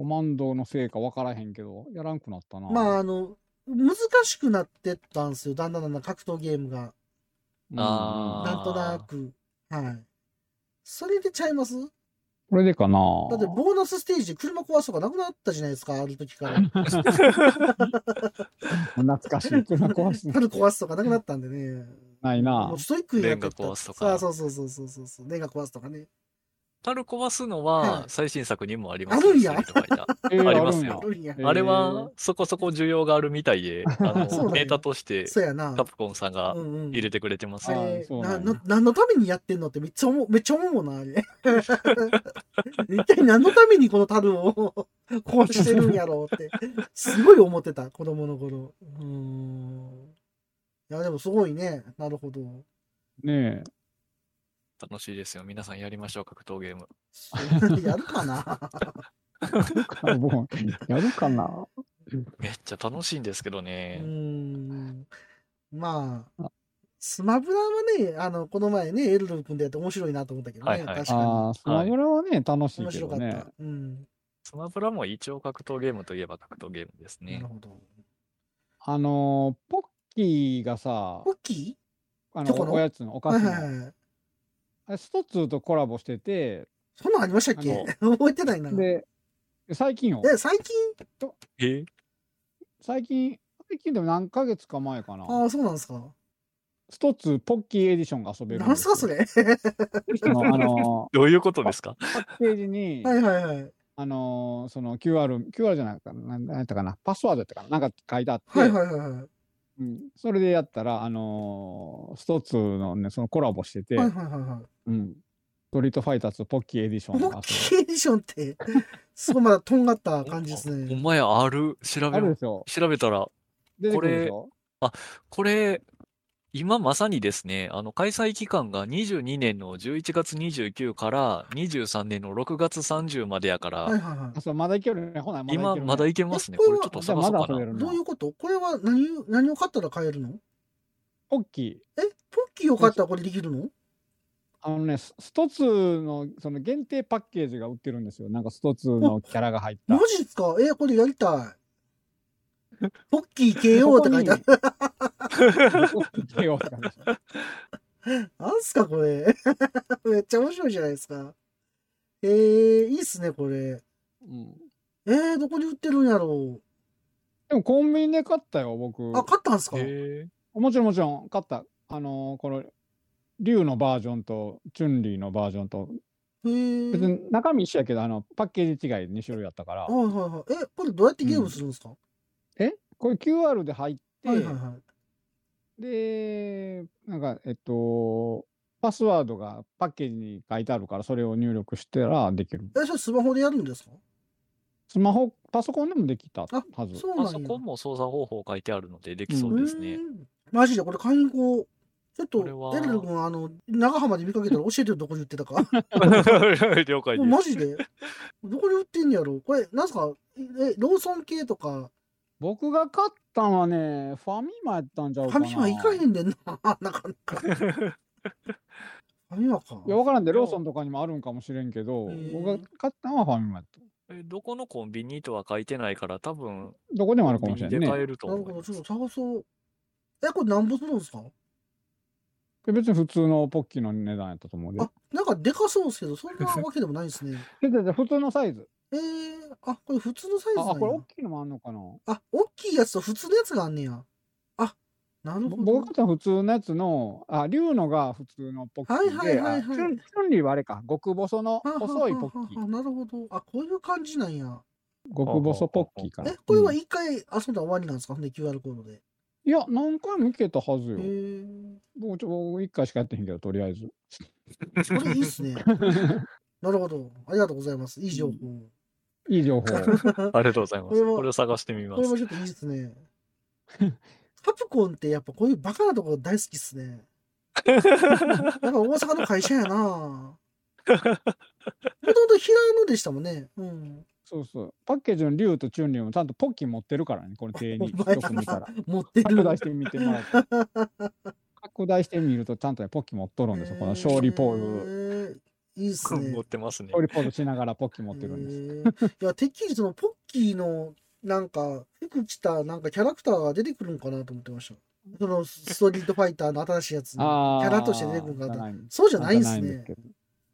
Speaker 2: マンドのせいか分からへんけど、やらんくなったな。
Speaker 1: まあ、
Speaker 2: あ、
Speaker 1: あの、難しくなってったんですよ。だんだんだんだん格闘ゲームが。
Speaker 3: あー
Speaker 1: なんとなく。はい。それでちゃいますだ
Speaker 2: これでかな。
Speaker 1: ってボーナスステージで車壊すとかなくなったじゃないですか、ある時 から。
Speaker 2: 懐かしい。こんな 壊すの
Speaker 1: 樽壊すとかなくなったんでね。
Speaker 2: ないな
Speaker 1: もう。ストイックになって
Speaker 3: レンガ壊すと
Speaker 1: さあ
Speaker 3: か
Speaker 1: そうそうそうそうそうそう。レンガ壊すとかね。
Speaker 3: ルコバスの
Speaker 1: はい
Speaker 3: は最新作にもあります
Speaker 1: あるんや
Speaker 3: ストリートファイター
Speaker 2: えー
Speaker 3: ありますよ
Speaker 1: あるんや
Speaker 2: えー
Speaker 3: あれはそこそこ需要があるみたいで、あ
Speaker 1: そうなん
Speaker 3: の
Speaker 1: や
Speaker 3: データとして
Speaker 1: そうやな。
Speaker 3: カプコンさんが
Speaker 1: うんうん
Speaker 3: 入れてくれてます
Speaker 1: あ
Speaker 3: よ。
Speaker 1: れ
Speaker 2: あ、そう
Speaker 1: な
Speaker 2: なんや
Speaker 1: な何のためにやってんのってめっちゃ思う、 めっちゃ思うもんな、あれ。一体何のためにこの樽を壊してるんやろうって、すごい思ってた、子供の頃。うーん。いや、でもすごいね。なるほど。
Speaker 2: ね
Speaker 3: 楽しいですよ。皆さんやりましょう、格闘ゲーム。
Speaker 1: やるかな
Speaker 2: え。あ もうやるかな
Speaker 3: めっちゃ楽しいんですけど
Speaker 1: う
Speaker 3: ね
Speaker 1: ー。ん。まあ、スマブラはね、あの、この前ね、エルドル君でやって面白いなと思ったけどね、
Speaker 3: はいはい
Speaker 1: 確か
Speaker 2: ああ、スマブラはね、楽し
Speaker 1: に。
Speaker 2: い
Speaker 1: 面
Speaker 2: け
Speaker 1: 白
Speaker 2: ど
Speaker 1: かった。
Speaker 2: ね。
Speaker 1: うん。
Speaker 3: スマブラも一応格闘ゲームといえば格闘ゲームです
Speaker 1: な
Speaker 3: ね
Speaker 1: る。ほど。
Speaker 2: あのー、ポッキーがさ
Speaker 1: ポ、ッキ
Speaker 2: あ
Speaker 1: チョコ
Speaker 2: の、
Speaker 1: の
Speaker 2: おやつの
Speaker 1: ー
Speaker 2: お菓
Speaker 1: は
Speaker 2: 子
Speaker 1: い
Speaker 2: の
Speaker 1: はいはい。
Speaker 2: あれスト2とコラボしてて、
Speaker 1: そんなんありましたっけ 覚えてないな。え、
Speaker 2: で、最近よ。
Speaker 1: 最近
Speaker 3: え
Speaker 2: 最近、最近でも何ヶ月か前かな。
Speaker 1: ああ、そうなんですか。
Speaker 2: スト2ポッキーエディションが遊べる
Speaker 1: なんすか、そ
Speaker 2: れ。
Speaker 1: れ。
Speaker 2: そのあの
Speaker 3: どういうことですか
Speaker 2: ー、パッケージに、
Speaker 1: はいはいはい。
Speaker 2: あのー、その QR、QR じゃなくて、なんなんやったかな、パスワードやったかな、なんか書いてあって、
Speaker 1: はいはいはいはい。
Speaker 2: うん、それでやったら、あのー、スト2のね、そのコラボしてて、
Speaker 1: はいはいはいはい。
Speaker 2: うん。ストリートファイターズポッキーエディション
Speaker 1: モ
Speaker 2: が
Speaker 1: ッキ
Speaker 2: 遊
Speaker 1: ーエディションって、すごいまだとんがった感じです
Speaker 3: ほ
Speaker 1: ね。
Speaker 3: んまや、ある。調
Speaker 2: べるある
Speaker 3: べ
Speaker 2: で、しょ。
Speaker 3: 調べたら、
Speaker 2: 出てくるでしょ。
Speaker 3: これ、今まさにですね、あの、開催期間が22年の11月29から23年の6月30までやから、
Speaker 1: はいはいは
Speaker 2: あ、そう、まだいけるね。ほな、まだいける、ね。
Speaker 3: 今まだいけます
Speaker 1: え
Speaker 3: ね。
Speaker 1: こ
Speaker 3: こ
Speaker 1: れ
Speaker 3: れ
Speaker 1: は
Speaker 3: ちょっと探そうか
Speaker 2: じゃあまだ遊べ
Speaker 3: な
Speaker 2: る。
Speaker 1: い。どういうことこれは何を何を買ったら買えるの
Speaker 2: ポッキー。
Speaker 1: えポッキーを買ったらこれできるの
Speaker 2: あのね、ススト2のその限定パッケージが売ってるんですよ。なんかスト2のキャラが入った。
Speaker 1: マジっすかえ、これやりたい。ポッキー KO って書いてある。
Speaker 2: ここに手を置いたんですよ
Speaker 1: なんすかこれ。 めっちゃ面白いじゃないですか。えー、いいっすね、これ。
Speaker 2: うん
Speaker 1: えー、どこに売ってるんやろ
Speaker 2: でもコンビニで買ったよ、僕。
Speaker 1: う。あ、買ったんすか、
Speaker 3: へ
Speaker 2: もちろんもちろん買った。あのーこの、竜のバージョンと、チュンリーのバージョンと、
Speaker 1: へ
Speaker 2: 別
Speaker 1: ー。
Speaker 2: に中身一緒やけど、あの、パッケージ違い2種類やったから
Speaker 1: はい、はいはい。え、これどうやってゲームするんですか、
Speaker 2: えこれ QR で入って、
Speaker 1: はいはいはい。
Speaker 2: で、なんか、えっと、パスワードがパッケージに書いてあるから、それを入力したらできる。
Speaker 1: え、それスマホでやるんですか
Speaker 2: スマホ、パソコンでもできたはず。
Speaker 1: そうなん
Speaker 3: あ
Speaker 1: や。
Speaker 3: そこも操作方法書いてあるのでできそうですね
Speaker 1: う。ーん。マジでこれ買いに行こう。ちょっ
Speaker 3: これ
Speaker 1: と、
Speaker 3: は
Speaker 1: エルル君、あの、長浜で見かけたら教えてよ、どこに売ってたか。
Speaker 3: 了解
Speaker 1: も
Speaker 3: で
Speaker 1: う
Speaker 3: す。
Speaker 1: マジでどこに売ってんやろこれ、なんすかえ、ローソン系とか、
Speaker 2: 僕が買ったのはね、ファミマやったんちゃ
Speaker 1: フ
Speaker 2: うか
Speaker 1: ァ
Speaker 2: な。
Speaker 1: ミマ行かへんねんな、 なかなか。ファミマか。
Speaker 2: いや、わからんで、ローソンとかにもあるんかもしれんけど
Speaker 1: へー、
Speaker 2: 僕が買ったのはファミマやった。
Speaker 3: えどこのコンビニとは書いてないから、多分
Speaker 2: どこでもあるか
Speaker 3: コン
Speaker 2: も
Speaker 3: ビ
Speaker 2: しれ
Speaker 3: ニ
Speaker 2: ん
Speaker 3: で買え
Speaker 2: ね。
Speaker 3: ると
Speaker 1: なる
Speaker 3: 思い
Speaker 1: ほど、
Speaker 3: ま
Speaker 1: ちょっ
Speaker 3: す
Speaker 1: と。探そう。え、これなんぼするんですか
Speaker 2: で別に普通のポッキーの値段やったと思うで。
Speaker 1: あ、なんかでかそうですけど、そんなわけでもないです ね。
Speaker 2: ででで普通のサイズ。
Speaker 1: えー、あ、これ普通のサイズなん
Speaker 2: あ、
Speaker 1: や
Speaker 2: あこれ大きいのもあんのかな。
Speaker 1: あ、大きいやつと普通のやつがあんねや。あ、なる
Speaker 2: ぼ
Speaker 1: ほ
Speaker 2: 僕が買
Speaker 1: ど
Speaker 2: っ。たのは普通のやつの、あ、竜のが普通のポッキー
Speaker 1: はい
Speaker 2: で、
Speaker 1: はいはいはい
Speaker 2: あチュンチュンリーはあれか、極細の
Speaker 1: はあはあ
Speaker 2: 細いポ
Speaker 1: は
Speaker 2: ッキ
Speaker 1: あはあ
Speaker 2: ー。
Speaker 1: なるほど。あ、こういう感じなんや。
Speaker 2: 極細ポッキーかな。
Speaker 1: え、これは
Speaker 2: うんい
Speaker 1: 一回遊んだら終わりなんですかほんで QR コードで。
Speaker 2: や、何回もいけたはず
Speaker 1: へ
Speaker 2: よ。
Speaker 1: ー。
Speaker 2: 僕、ちょ、僕一回しかやってへんけど、とりあえず。
Speaker 1: これいいっ すね。なるほど。ありがとうございます。いい情報。
Speaker 2: いい情 報。
Speaker 3: ありがとうございま
Speaker 1: これ
Speaker 3: す。
Speaker 1: は
Speaker 3: これを探してみま
Speaker 1: これも
Speaker 3: す。
Speaker 1: ちょっといいっすね。 カプコンってやっぱこういうバカなところ大好きっす ね。やっぱ大阪の会社やなもともと平野でしたもんね。うん。
Speaker 2: そうそう。パッケージの竜とチュンリーもちゃんとポッキー持ってるからね、これ手に。
Speaker 1: お前
Speaker 2: よく見たら。
Speaker 1: 持ってる。
Speaker 2: 拡大してみてもらって。 拡大してみると、ちゃんとねポッキー持っとるんですよ。この勝利ポーズ。
Speaker 1: ズ。いいっすね。
Speaker 3: 持ってますね
Speaker 2: 勝。利ポーズしながらポッキー持ってるんです。
Speaker 1: へえいや、てっきりそのポッキーの、なんか、服着た、なんかキャラクターが出てくるんかなと思ってました。その、ストリートファイターの新しいやつに。
Speaker 2: ああ。
Speaker 1: キャラとして出てくる方
Speaker 2: じゃない
Speaker 1: そうじゃないんです
Speaker 2: じゃ
Speaker 1: ね
Speaker 2: け。ど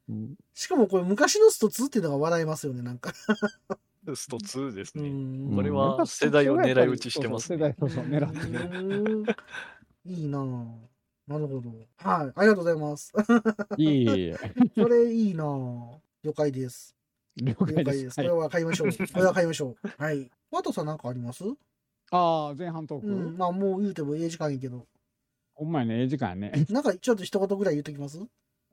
Speaker 2: うん
Speaker 1: しかもこれ昔のスト2っていうのが笑えますよね、なんか。
Speaker 3: スト2です
Speaker 1: う
Speaker 3: ね。
Speaker 1: ん
Speaker 3: これ
Speaker 2: うんやっぱ
Speaker 3: は世代を狙い撃ちしてますね。
Speaker 2: そうそう世代そう そう狙ってる。
Speaker 1: うんいいなぁ。 なるほど。はい、ありがとうございます。
Speaker 2: いい。
Speaker 1: それいいなぁ。了解です。
Speaker 2: 了
Speaker 1: 了解
Speaker 2: 解
Speaker 1: で。
Speaker 2: ですす。
Speaker 1: これ
Speaker 2: はい、
Speaker 1: は買いまし ょう。これは買いましょう。はい。ワトさんなんかあります
Speaker 2: ああ、前半トーク。
Speaker 1: うん。まあもう言うてもええ時間いいけど。
Speaker 2: ほんまやね、ええ時間やね。
Speaker 1: なんかちょっと一言ぐらい言っときます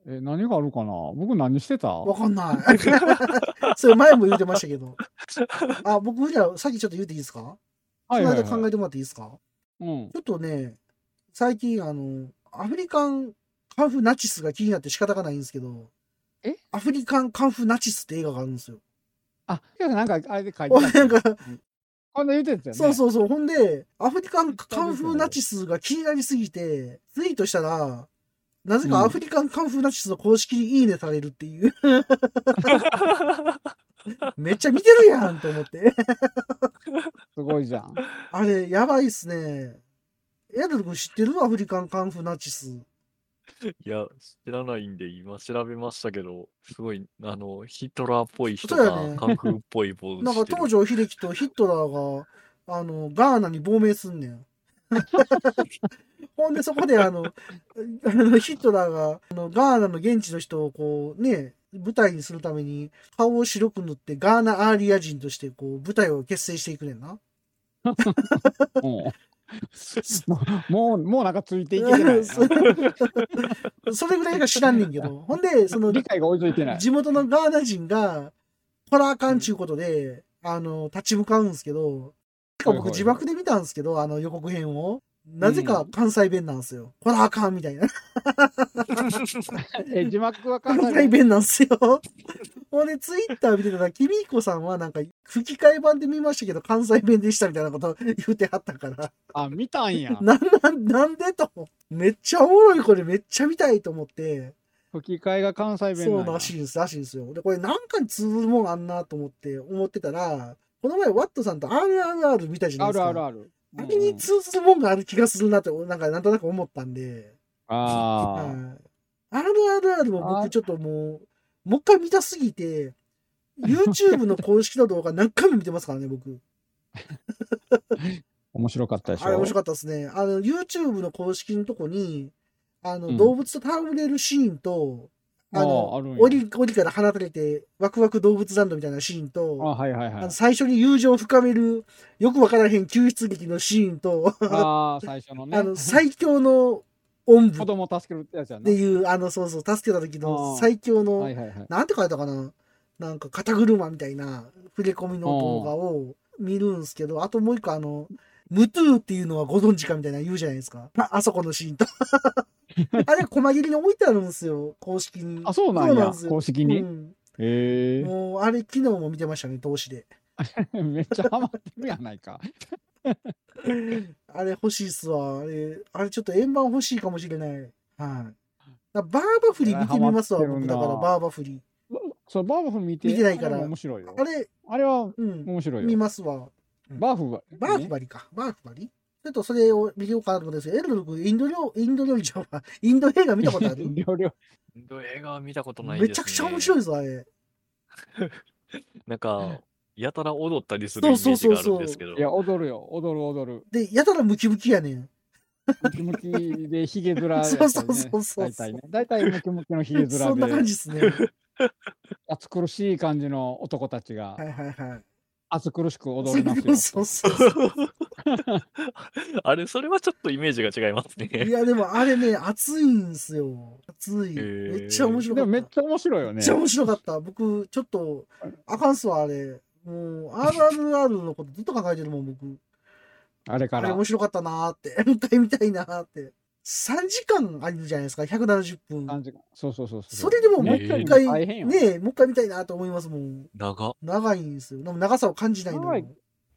Speaker 2: え、何があるかな僕何してた
Speaker 1: わかんない。 それ前も言うてましたけ ど。あ、僕じゃあさっきちょっと言うていいですか
Speaker 2: はいはい、
Speaker 1: その間考
Speaker 2: はい。
Speaker 1: えてもらっていいですか
Speaker 2: うん
Speaker 1: ち。ょっとね、最近あの、アフリカンカンフーナチスが気になって仕方がないんですけど、
Speaker 2: え
Speaker 1: アフリカンカンフーナチスって映画があるんですよ。
Speaker 2: あ、いやなんかあれで書い
Speaker 1: お
Speaker 2: て た。
Speaker 1: なんか、
Speaker 2: こんな言うてたよね。
Speaker 1: そうそうそう。ほんで、アフリカンカンフーナチスが気になりすぎて、ツイートしたら、なぜかアフリカンカンフーナチスの公式にいいねされるって いう。めっちゃ見てるやんと思って。
Speaker 2: すごいじゃん。
Speaker 1: あれ、やばいっすね。エアドル君知ってるアフリカンカンフーナチス。
Speaker 3: いや、知らないんで、今調べましたけど、すごい、あの、ヒトラーっぽい人
Speaker 1: そう
Speaker 3: が、
Speaker 1: やね
Speaker 3: カンフーっぽいポーズ
Speaker 1: なんか
Speaker 3: してる
Speaker 1: 東條英機とヒットラーが、あの、ガーナに亡命すんねん。ほんでそこであの、 あのヒットラーがあのガーナの現地の人をこうね、舞台にするために顔を白く塗ってガーナアーリア人としてこう舞台を結成していくねんな。
Speaker 2: もう、 もう、もうなんかついていけてないな。
Speaker 1: そ それぐらいが知らんねんけど。ほんで、その
Speaker 2: 理解が追いついてない。
Speaker 1: 地元のガーナ人が、こらあかんちゅうことで、あの、立ち向かうんすけど、しかも
Speaker 2: はいは
Speaker 1: 僕
Speaker 2: い
Speaker 1: 字幕で見たんですけど、あの予告編を。なぜか関西弁なんですよ。こらあかんみたい な。
Speaker 2: え、字幕は考
Speaker 1: 関
Speaker 2: え
Speaker 1: 西弁なんですよ。 俺、ツイッター見てたら、きみひこさんはなんか、吹き替え版で見ましたけど、関西弁でしたみたいなこと言うてはったから、
Speaker 2: あ、見たんや。
Speaker 1: なんなん、なんでと。めっちゃおもろい、これめっちゃ見たいと思って、
Speaker 2: 吹き替えが関西弁
Speaker 1: そ
Speaker 2: な
Speaker 1: うん
Speaker 2: や
Speaker 1: らしいんです、らしいんですよ。で、これなんかに通ずるもんあんなと思って、思ってたら、この前、ワットさんと RRR 見たじゃない
Speaker 2: あ
Speaker 1: です
Speaker 2: る
Speaker 1: か。
Speaker 2: あるある。
Speaker 1: あれに通ずるもんがある気がするなと、なんか、なんとなく思ったんで、
Speaker 2: ああ。
Speaker 1: はい RRR も
Speaker 2: あ
Speaker 1: 僕
Speaker 2: ー
Speaker 1: ちょっともう、もう一回見たすぎて、YouTube の公式の動画何回も見てますからね、僕。
Speaker 2: 面白かったでしょ。
Speaker 1: あれ面白かったですね。あの、YouTube の公式のとこに、あの、
Speaker 2: うん
Speaker 1: 動物と戯れるシーンと、あの
Speaker 2: あーあるんや
Speaker 1: 檻、檻から放たれて、ワクワク動物ランドみたいなシーンと、
Speaker 2: あ、はいはい
Speaker 1: あ
Speaker 2: はい
Speaker 1: の。最初に友情を深める、よくわからへん救出劇のシーンと、
Speaker 2: ああ、最初のね。
Speaker 1: あの、最強のおんぶ
Speaker 2: 子
Speaker 1: っ
Speaker 2: 供を助けるってやつや
Speaker 1: て
Speaker 2: な。
Speaker 1: いう、あの、そうそう、助けた時
Speaker 2: あ
Speaker 1: の
Speaker 2: ー
Speaker 1: 最強の、
Speaker 2: はいはいはい。
Speaker 1: なんて書いたかななんか肩車みたいな触れ込みの動画を見るんすけど、あともう一個あの、ムトゥーっていうのはご存知かみたいな言うじゃないですか。 ああそこのシ ーンと。あれ、細切りに置いてあるんですよ、公式に。
Speaker 2: あ、そうなんや
Speaker 1: です。よ
Speaker 2: 公式
Speaker 1: う
Speaker 2: に。
Speaker 1: ん
Speaker 2: へ
Speaker 1: もう、あれ、昨日も見てましたね、投資で。
Speaker 2: え。 めっちゃハマってるやないか。
Speaker 1: あれ欲しいっすわ。あれ、あれちょっと円盤欲しいかもしれない。はい。だバーバフリ見てみますわ、
Speaker 2: いやハマっ
Speaker 1: 僕
Speaker 2: てる
Speaker 1: だ
Speaker 2: な
Speaker 1: から、バーバフリ。
Speaker 2: そう、バーフ見て。
Speaker 1: 見てないから
Speaker 2: あれも面白いよ
Speaker 1: あ。れ、
Speaker 2: あれは
Speaker 1: うん、
Speaker 2: 面白い
Speaker 1: 見
Speaker 2: よ。
Speaker 1: ますわ。
Speaker 2: バーフは。
Speaker 1: バーフ
Speaker 2: ね
Speaker 1: バリか。バーフバリちょっとそれを見ようかなと思うんですけど、エルド君、インド料インド料理じゃんわ インド映画見たことあ る
Speaker 2: 料理は
Speaker 3: インド映画は見たことないです、ね。
Speaker 1: めちゃくちゃ面白いぞ、あれ。
Speaker 3: なんか、やたら踊ったりするイメージがあるんですけど。
Speaker 2: いや、踊るよ。踊る踊 る。
Speaker 1: で、やたらムキムキやねん。
Speaker 2: ムキムキでヒゲ面やったり
Speaker 1: そうそ
Speaker 2: ね。
Speaker 1: うそうそう
Speaker 2: 大体ね。大体ムキムキのヒゲ面で。
Speaker 1: そんな感じ ですね。は
Speaker 2: 暑苦しい感じの男たちが
Speaker 1: いはいはい。
Speaker 2: 暑苦しく踊ります
Speaker 1: そう
Speaker 2: よ。
Speaker 1: そうそう。
Speaker 3: あれ、それはちょっとイメージが違います
Speaker 1: い
Speaker 3: ね。
Speaker 1: や、でもあれね、熱いんすよ。熱い。
Speaker 3: へー
Speaker 1: めっちゃ面白
Speaker 2: で
Speaker 1: か
Speaker 2: も
Speaker 1: った。
Speaker 2: めっちゃ面白いよ
Speaker 1: め
Speaker 2: ね
Speaker 1: っち。ゃ面白かった。僕、ちょっと、あかんすわ、あれ。もう、RRR のことずっと考えてるもん、僕。
Speaker 2: あれか
Speaker 1: あれ
Speaker 2: ら
Speaker 1: 面。白かったなーって。 もう一回見たいなーって。3時間あるじゃないですか、170分。
Speaker 2: 感じがそうそうそうう。
Speaker 1: それでも
Speaker 3: もう
Speaker 2: ね
Speaker 3: 一回
Speaker 1: もう一回、
Speaker 2: 大変
Speaker 1: ね
Speaker 2: よ。
Speaker 1: え、もう一回見たいなと思いますもん。
Speaker 3: 長っ。
Speaker 1: 長いんですよ。でも長さを感じないの。
Speaker 2: 長い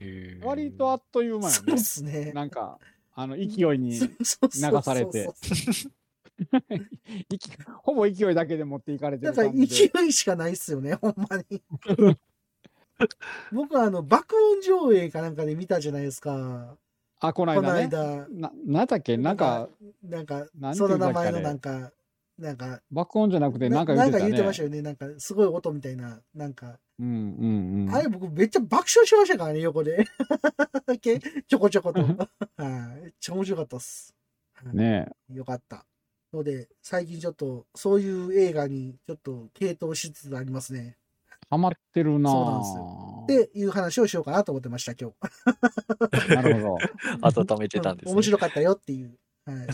Speaker 3: へー
Speaker 2: 割とあっという間よ
Speaker 1: そう
Speaker 2: ね
Speaker 1: っ。すね。
Speaker 2: なんか、あの、勢いに、
Speaker 1: そうそうそうそう
Speaker 2: 流されて。いきほぼ勢いだけで持っていかれて
Speaker 1: な
Speaker 2: る
Speaker 1: んか
Speaker 2: 感じ
Speaker 1: 勢
Speaker 2: で。
Speaker 1: いしかないっすよね、ほ んまに。僕はあの、爆音上映かなんかで見たじゃないですか。
Speaker 2: あ、こない
Speaker 1: この
Speaker 2: だね。
Speaker 1: 間、
Speaker 2: な、なんだっけなんか、
Speaker 1: なんか、
Speaker 2: なんてい
Speaker 1: そうの
Speaker 2: ん
Speaker 1: 名
Speaker 2: だっけあ
Speaker 1: 前の
Speaker 2: れ
Speaker 1: なんか、なんか、
Speaker 2: 爆音じゃなくて、なんか言
Speaker 1: な
Speaker 2: っ
Speaker 1: ん
Speaker 2: て
Speaker 1: か
Speaker 2: た
Speaker 1: 言ってました
Speaker 2: ね。
Speaker 1: よね。なんか、すごい音みたいな、なんか。
Speaker 2: うんうんうん。
Speaker 1: あれ僕めっちゃ爆笑しましたからね、横で。 けちょこちょこと。はい。めっちゃ面白かったっす。はい
Speaker 2: ねえ
Speaker 1: よかった。ので、最近ちょっと、そういう映画にちょっと傾倒しつつありますね。
Speaker 2: ハマってるなぁ
Speaker 1: そうなんですっていう話をしようかなと思ってました、今日。
Speaker 2: なるほど。
Speaker 3: 温めてたんです、ね。
Speaker 1: 面白かったよっていう。はい。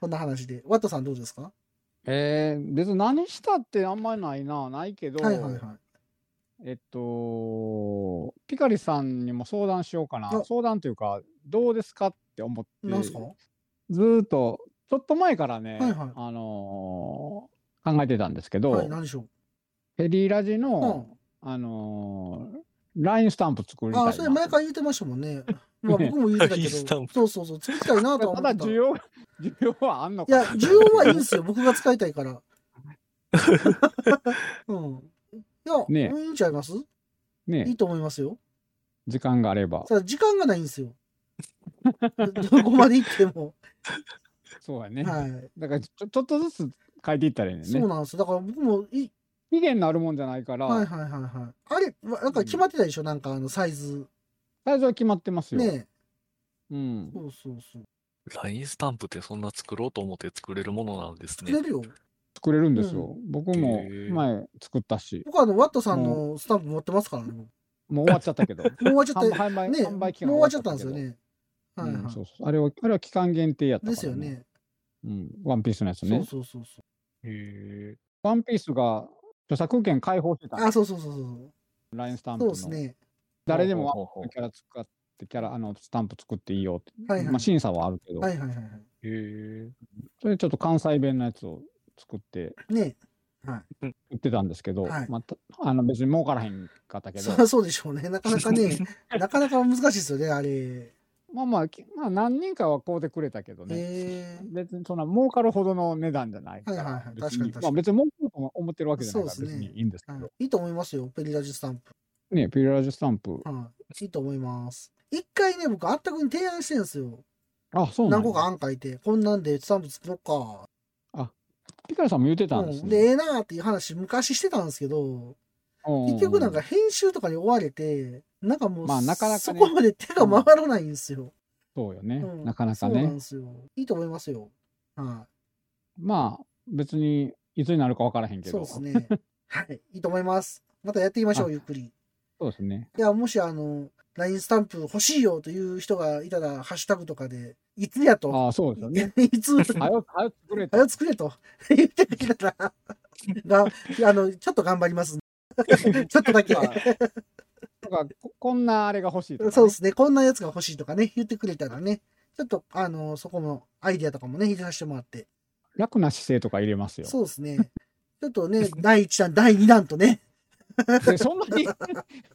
Speaker 1: そんな話で。ワットさんどうですか
Speaker 2: えー、別に何したってあんまりないなないけど、
Speaker 1: はいはいはい。
Speaker 2: えっと、ピカリさんにも相談しようかな
Speaker 1: あ。
Speaker 2: 相談というか、どうですかって思って、
Speaker 1: なんすか
Speaker 2: ずーっと、ちょっと前からね、
Speaker 1: はいはい
Speaker 2: あのー考えてたんですけど、
Speaker 1: はい、何でしょ
Speaker 2: ペリーラジ
Speaker 1: う。うん
Speaker 2: の、。あのーラインスタンプ作りたい
Speaker 1: あ
Speaker 2: な
Speaker 1: あ、それ前から言ってましたもんね。まあ僕も言ってたけ
Speaker 3: インスタン
Speaker 1: ど、そうそうそう、作りたいなとは
Speaker 2: た
Speaker 1: 思
Speaker 2: だ
Speaker 1: ってた。
Speaker 2: 需
Speaker 1: い
Speaker 2: 要が、需要はあんのか
Speaker 1: や、需要はいいんですよ。僕が使いたい から。うん。いや、
Speaker 2: ね
Speaker 1: いいんちゃいますい
Speaker 2: ね
Speaker 1: いと思いますよ。
Speaker 2: 時間があれば。
Speaker 1: ただ時間がないんです よ。どこまで行っても。
Speaker 2: そうやね。
Speaker 1: はい。
Speaker 2: だからちょ、ちょっとずつ変えていったらいいねん
Speaker 1: そう
Speaker 2: ね。
Speaker 1: なんですよだから僕もい、
Speaker 2: 期限のあるもんじゃないから、
Speaker 1: はいはいはいはい。あれ、わなんか決まってたでしょなんかあのサイズ。
Speaker 2: 最初は決まってますよ。
Speaker 1: ね
Speaker 2: うん。
Speaker 1: そうそうそう。
Speaker 3: ラインスタンプってそんな作ろうと思って作れるものなんです
Speaker 1: 作
Speaker 3: ね
Speaker 1: れ。るよ。
Speaker 2: 作れるんですよ。僕も
Speaker 3: へー
Speaker 2: 前作ったし、
Speaker 1: 僕はあの、ワットさんのスタンプ持ってますからね。も
Speaker 2: もう終わっちゃったけど。
Speaker 1: う終わ っちゃって
Speaker 2: 販、販売
Speaker 1: ね、
Speaker 2: 販売期間
Speaker 1: もう終わっちゃったんですよね。
Speaker 2: け
Speaker 1: はい
Speaker 2: ど。
Speaker 1: はい。
Speaker 2: うん、そうそう。あれは、あれは期間限定やったから、
Speaker 1: ですよね。
Speaker 2: うん。ワンピースのやつ
Speaker 1: そ
Speaker 2: ね
Speaker 1: う。そうそうそう。
Speaker 3: へえ。
Speaker 2: ワンピースが著作権解放してた
Speaker 1: あ、そうそうそうそう。
Speaker 2: ラインスタンプ
Speaker 1: そう
Speaker 2: の。
Speaker 1: ですね。
Speaker 2: 誰でもワン
Speaker 3: ほうほうほう
Speaker 2: キャラ使って、キャラ、あの、スタンプ作っていいよって。
Speaker 1: はいはい
Speaker 2: まあ、審査はあるけど、
Speaker 1: はいはいはいは
Speaker 3: へえ。
Speaker 2: それちょっと関西弁のやつを作って、
Speaker 1: い。ね
Speaker 2: 売ってたんですけど、
Speaker 1: はい
Speaker 2: まあた、あの、別に儲からへんかったけど
Speaker 1: そり、ゃそうでしょうね。なかなか ね、なかなか難しいですよね、あれ。へ
Speaker 2: まあまあ、きまあ、何人かは買うてくれたけどね。
Speaker 1: え。
Speaker 2: 別にそんな儲かるほどの値段じゃないから。
Speaker 1: はいはいはい
Speaker 2: 別
Speaker 1: 確かに確かに
Speaker 2: まあ別に儲かると思ってるわけじゃないから
Speaker 1: そうです
Speaker 2: 別
Speaker 1: ね
Speaker 2: にいいんですけ
Speaker 1: は
Speaker 2: ど。
Speaker 1: いいいと思いますよ、ペリラジスタンプ。
Speaker 2: ねピュラージュスタンプ。
Speaker 1: はい。いいと思います。一回ね、僕、あったくに提案してるんですよ。
Speaker 2: あ、そうな
Speaker 1: 何
Speaker 2: ん
Speaker 1: 個か
Speaker 2: だ。
Speaker 1: 案書いて、こんなんでスタンプ作ろっか。
Speaker 2: ピカラさんも言ってたん
Speaker 1: う
Speaker 2: です
Speaker 1: ん、
Speaker 2: ね
Speaker 1: で、ええなーっていう話、昔してたんですけど、
Speaker 2: うん
Speaker 1: 結局なんか、編集とかに追われて、なんかもう、
Speaker 2: まあなかなかね
Speaker 1: そこまで手が回らないんですよ。
Speaker 2: そうよね
Speaker 1: う。ん
Speaker 2: なかなか
Speaker 1: そうなん
Speaker 2: ね
Speaker 1: で。すよ。いいと思いますよ。はい。
Speaker 2: まあ、別にいつになるか分からへんけ
Speaker 1: そう
Speaker 2: ど。
Speaker 1: です ね。はい。いいと思います。またやっていきましょう、
Speaker 2: あ
Speaker 1: ゆっくり。
Speaker 2: そうですね。
Speaker 1: いや、もし、あの、LINE スタンプ欲しいよという人がいたら、ハッシュタグとかで、いつやと、
Speaker 2: ああ、そうです よね。
Speaker 1: いつ、
Speaker 2: は
Speaker 1: は
Speaker 2: よ、はよ作れと。
Speaker 1: よ作れと言ってくれたら、が、あの、ちょっと頑張ります。 ちょっとだけ
Speaker 2: ま。あとかここんなあれが欲しいとかね。
Speaker 1: そうですね。こんなやつが欲しいとかね、言ってくれたらね、ちょっと、あの、そこのアイディアとかもね、入れさせてもらって。
Speaker 2: 楽な姿勢とか入れますよ。
Speaker 1: そうですね。ちょっとね、第1弾、第2弾とね、
Speaker 2: でそんなに、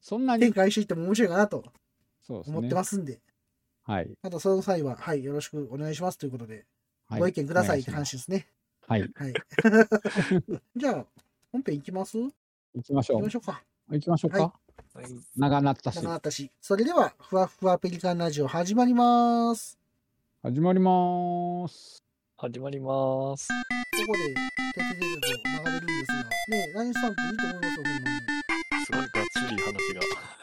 Speaker 2: そんな
Speaker 1: 展
Speaker 2: に、
Speaker 1: 開していっても面白いかなと
Speaker 2: そうです
Speaker 1: 思っ
Speaker 2: ね
Speaker 1: て。ますんで。
Speaker 2: はい。
Speaker 1: またその際は、はい、よろしくお願いしますということで、
Speaker 2: はい
Speaker 1: ご意見くださいって
Speaker 2: お願し
Speaker 1: 話ですね。
Speaker 2: ますはい。
Speaker 1: はい。 じゃあ、本編いきます行
Speaker 2: 行きましょ
Speaker 1: きま
Speaker 2: う
Speaker 1: し。ょうか。
Speaker 2: 行きましょう
Speaker 1: は
Speaker 2: か。長なったし
Speaker 1: 長。かったし。それでは、ふわふわペリカンラジオ始まります。
Speaker 2: 始まります。
Speaker 3: 始まります。
Speaker 1: ここで、てててててと流れるんですが、ね、ラインスタンプいいと思いますよ、ほんまに。
Speaker 3: すごいガッツリ話が。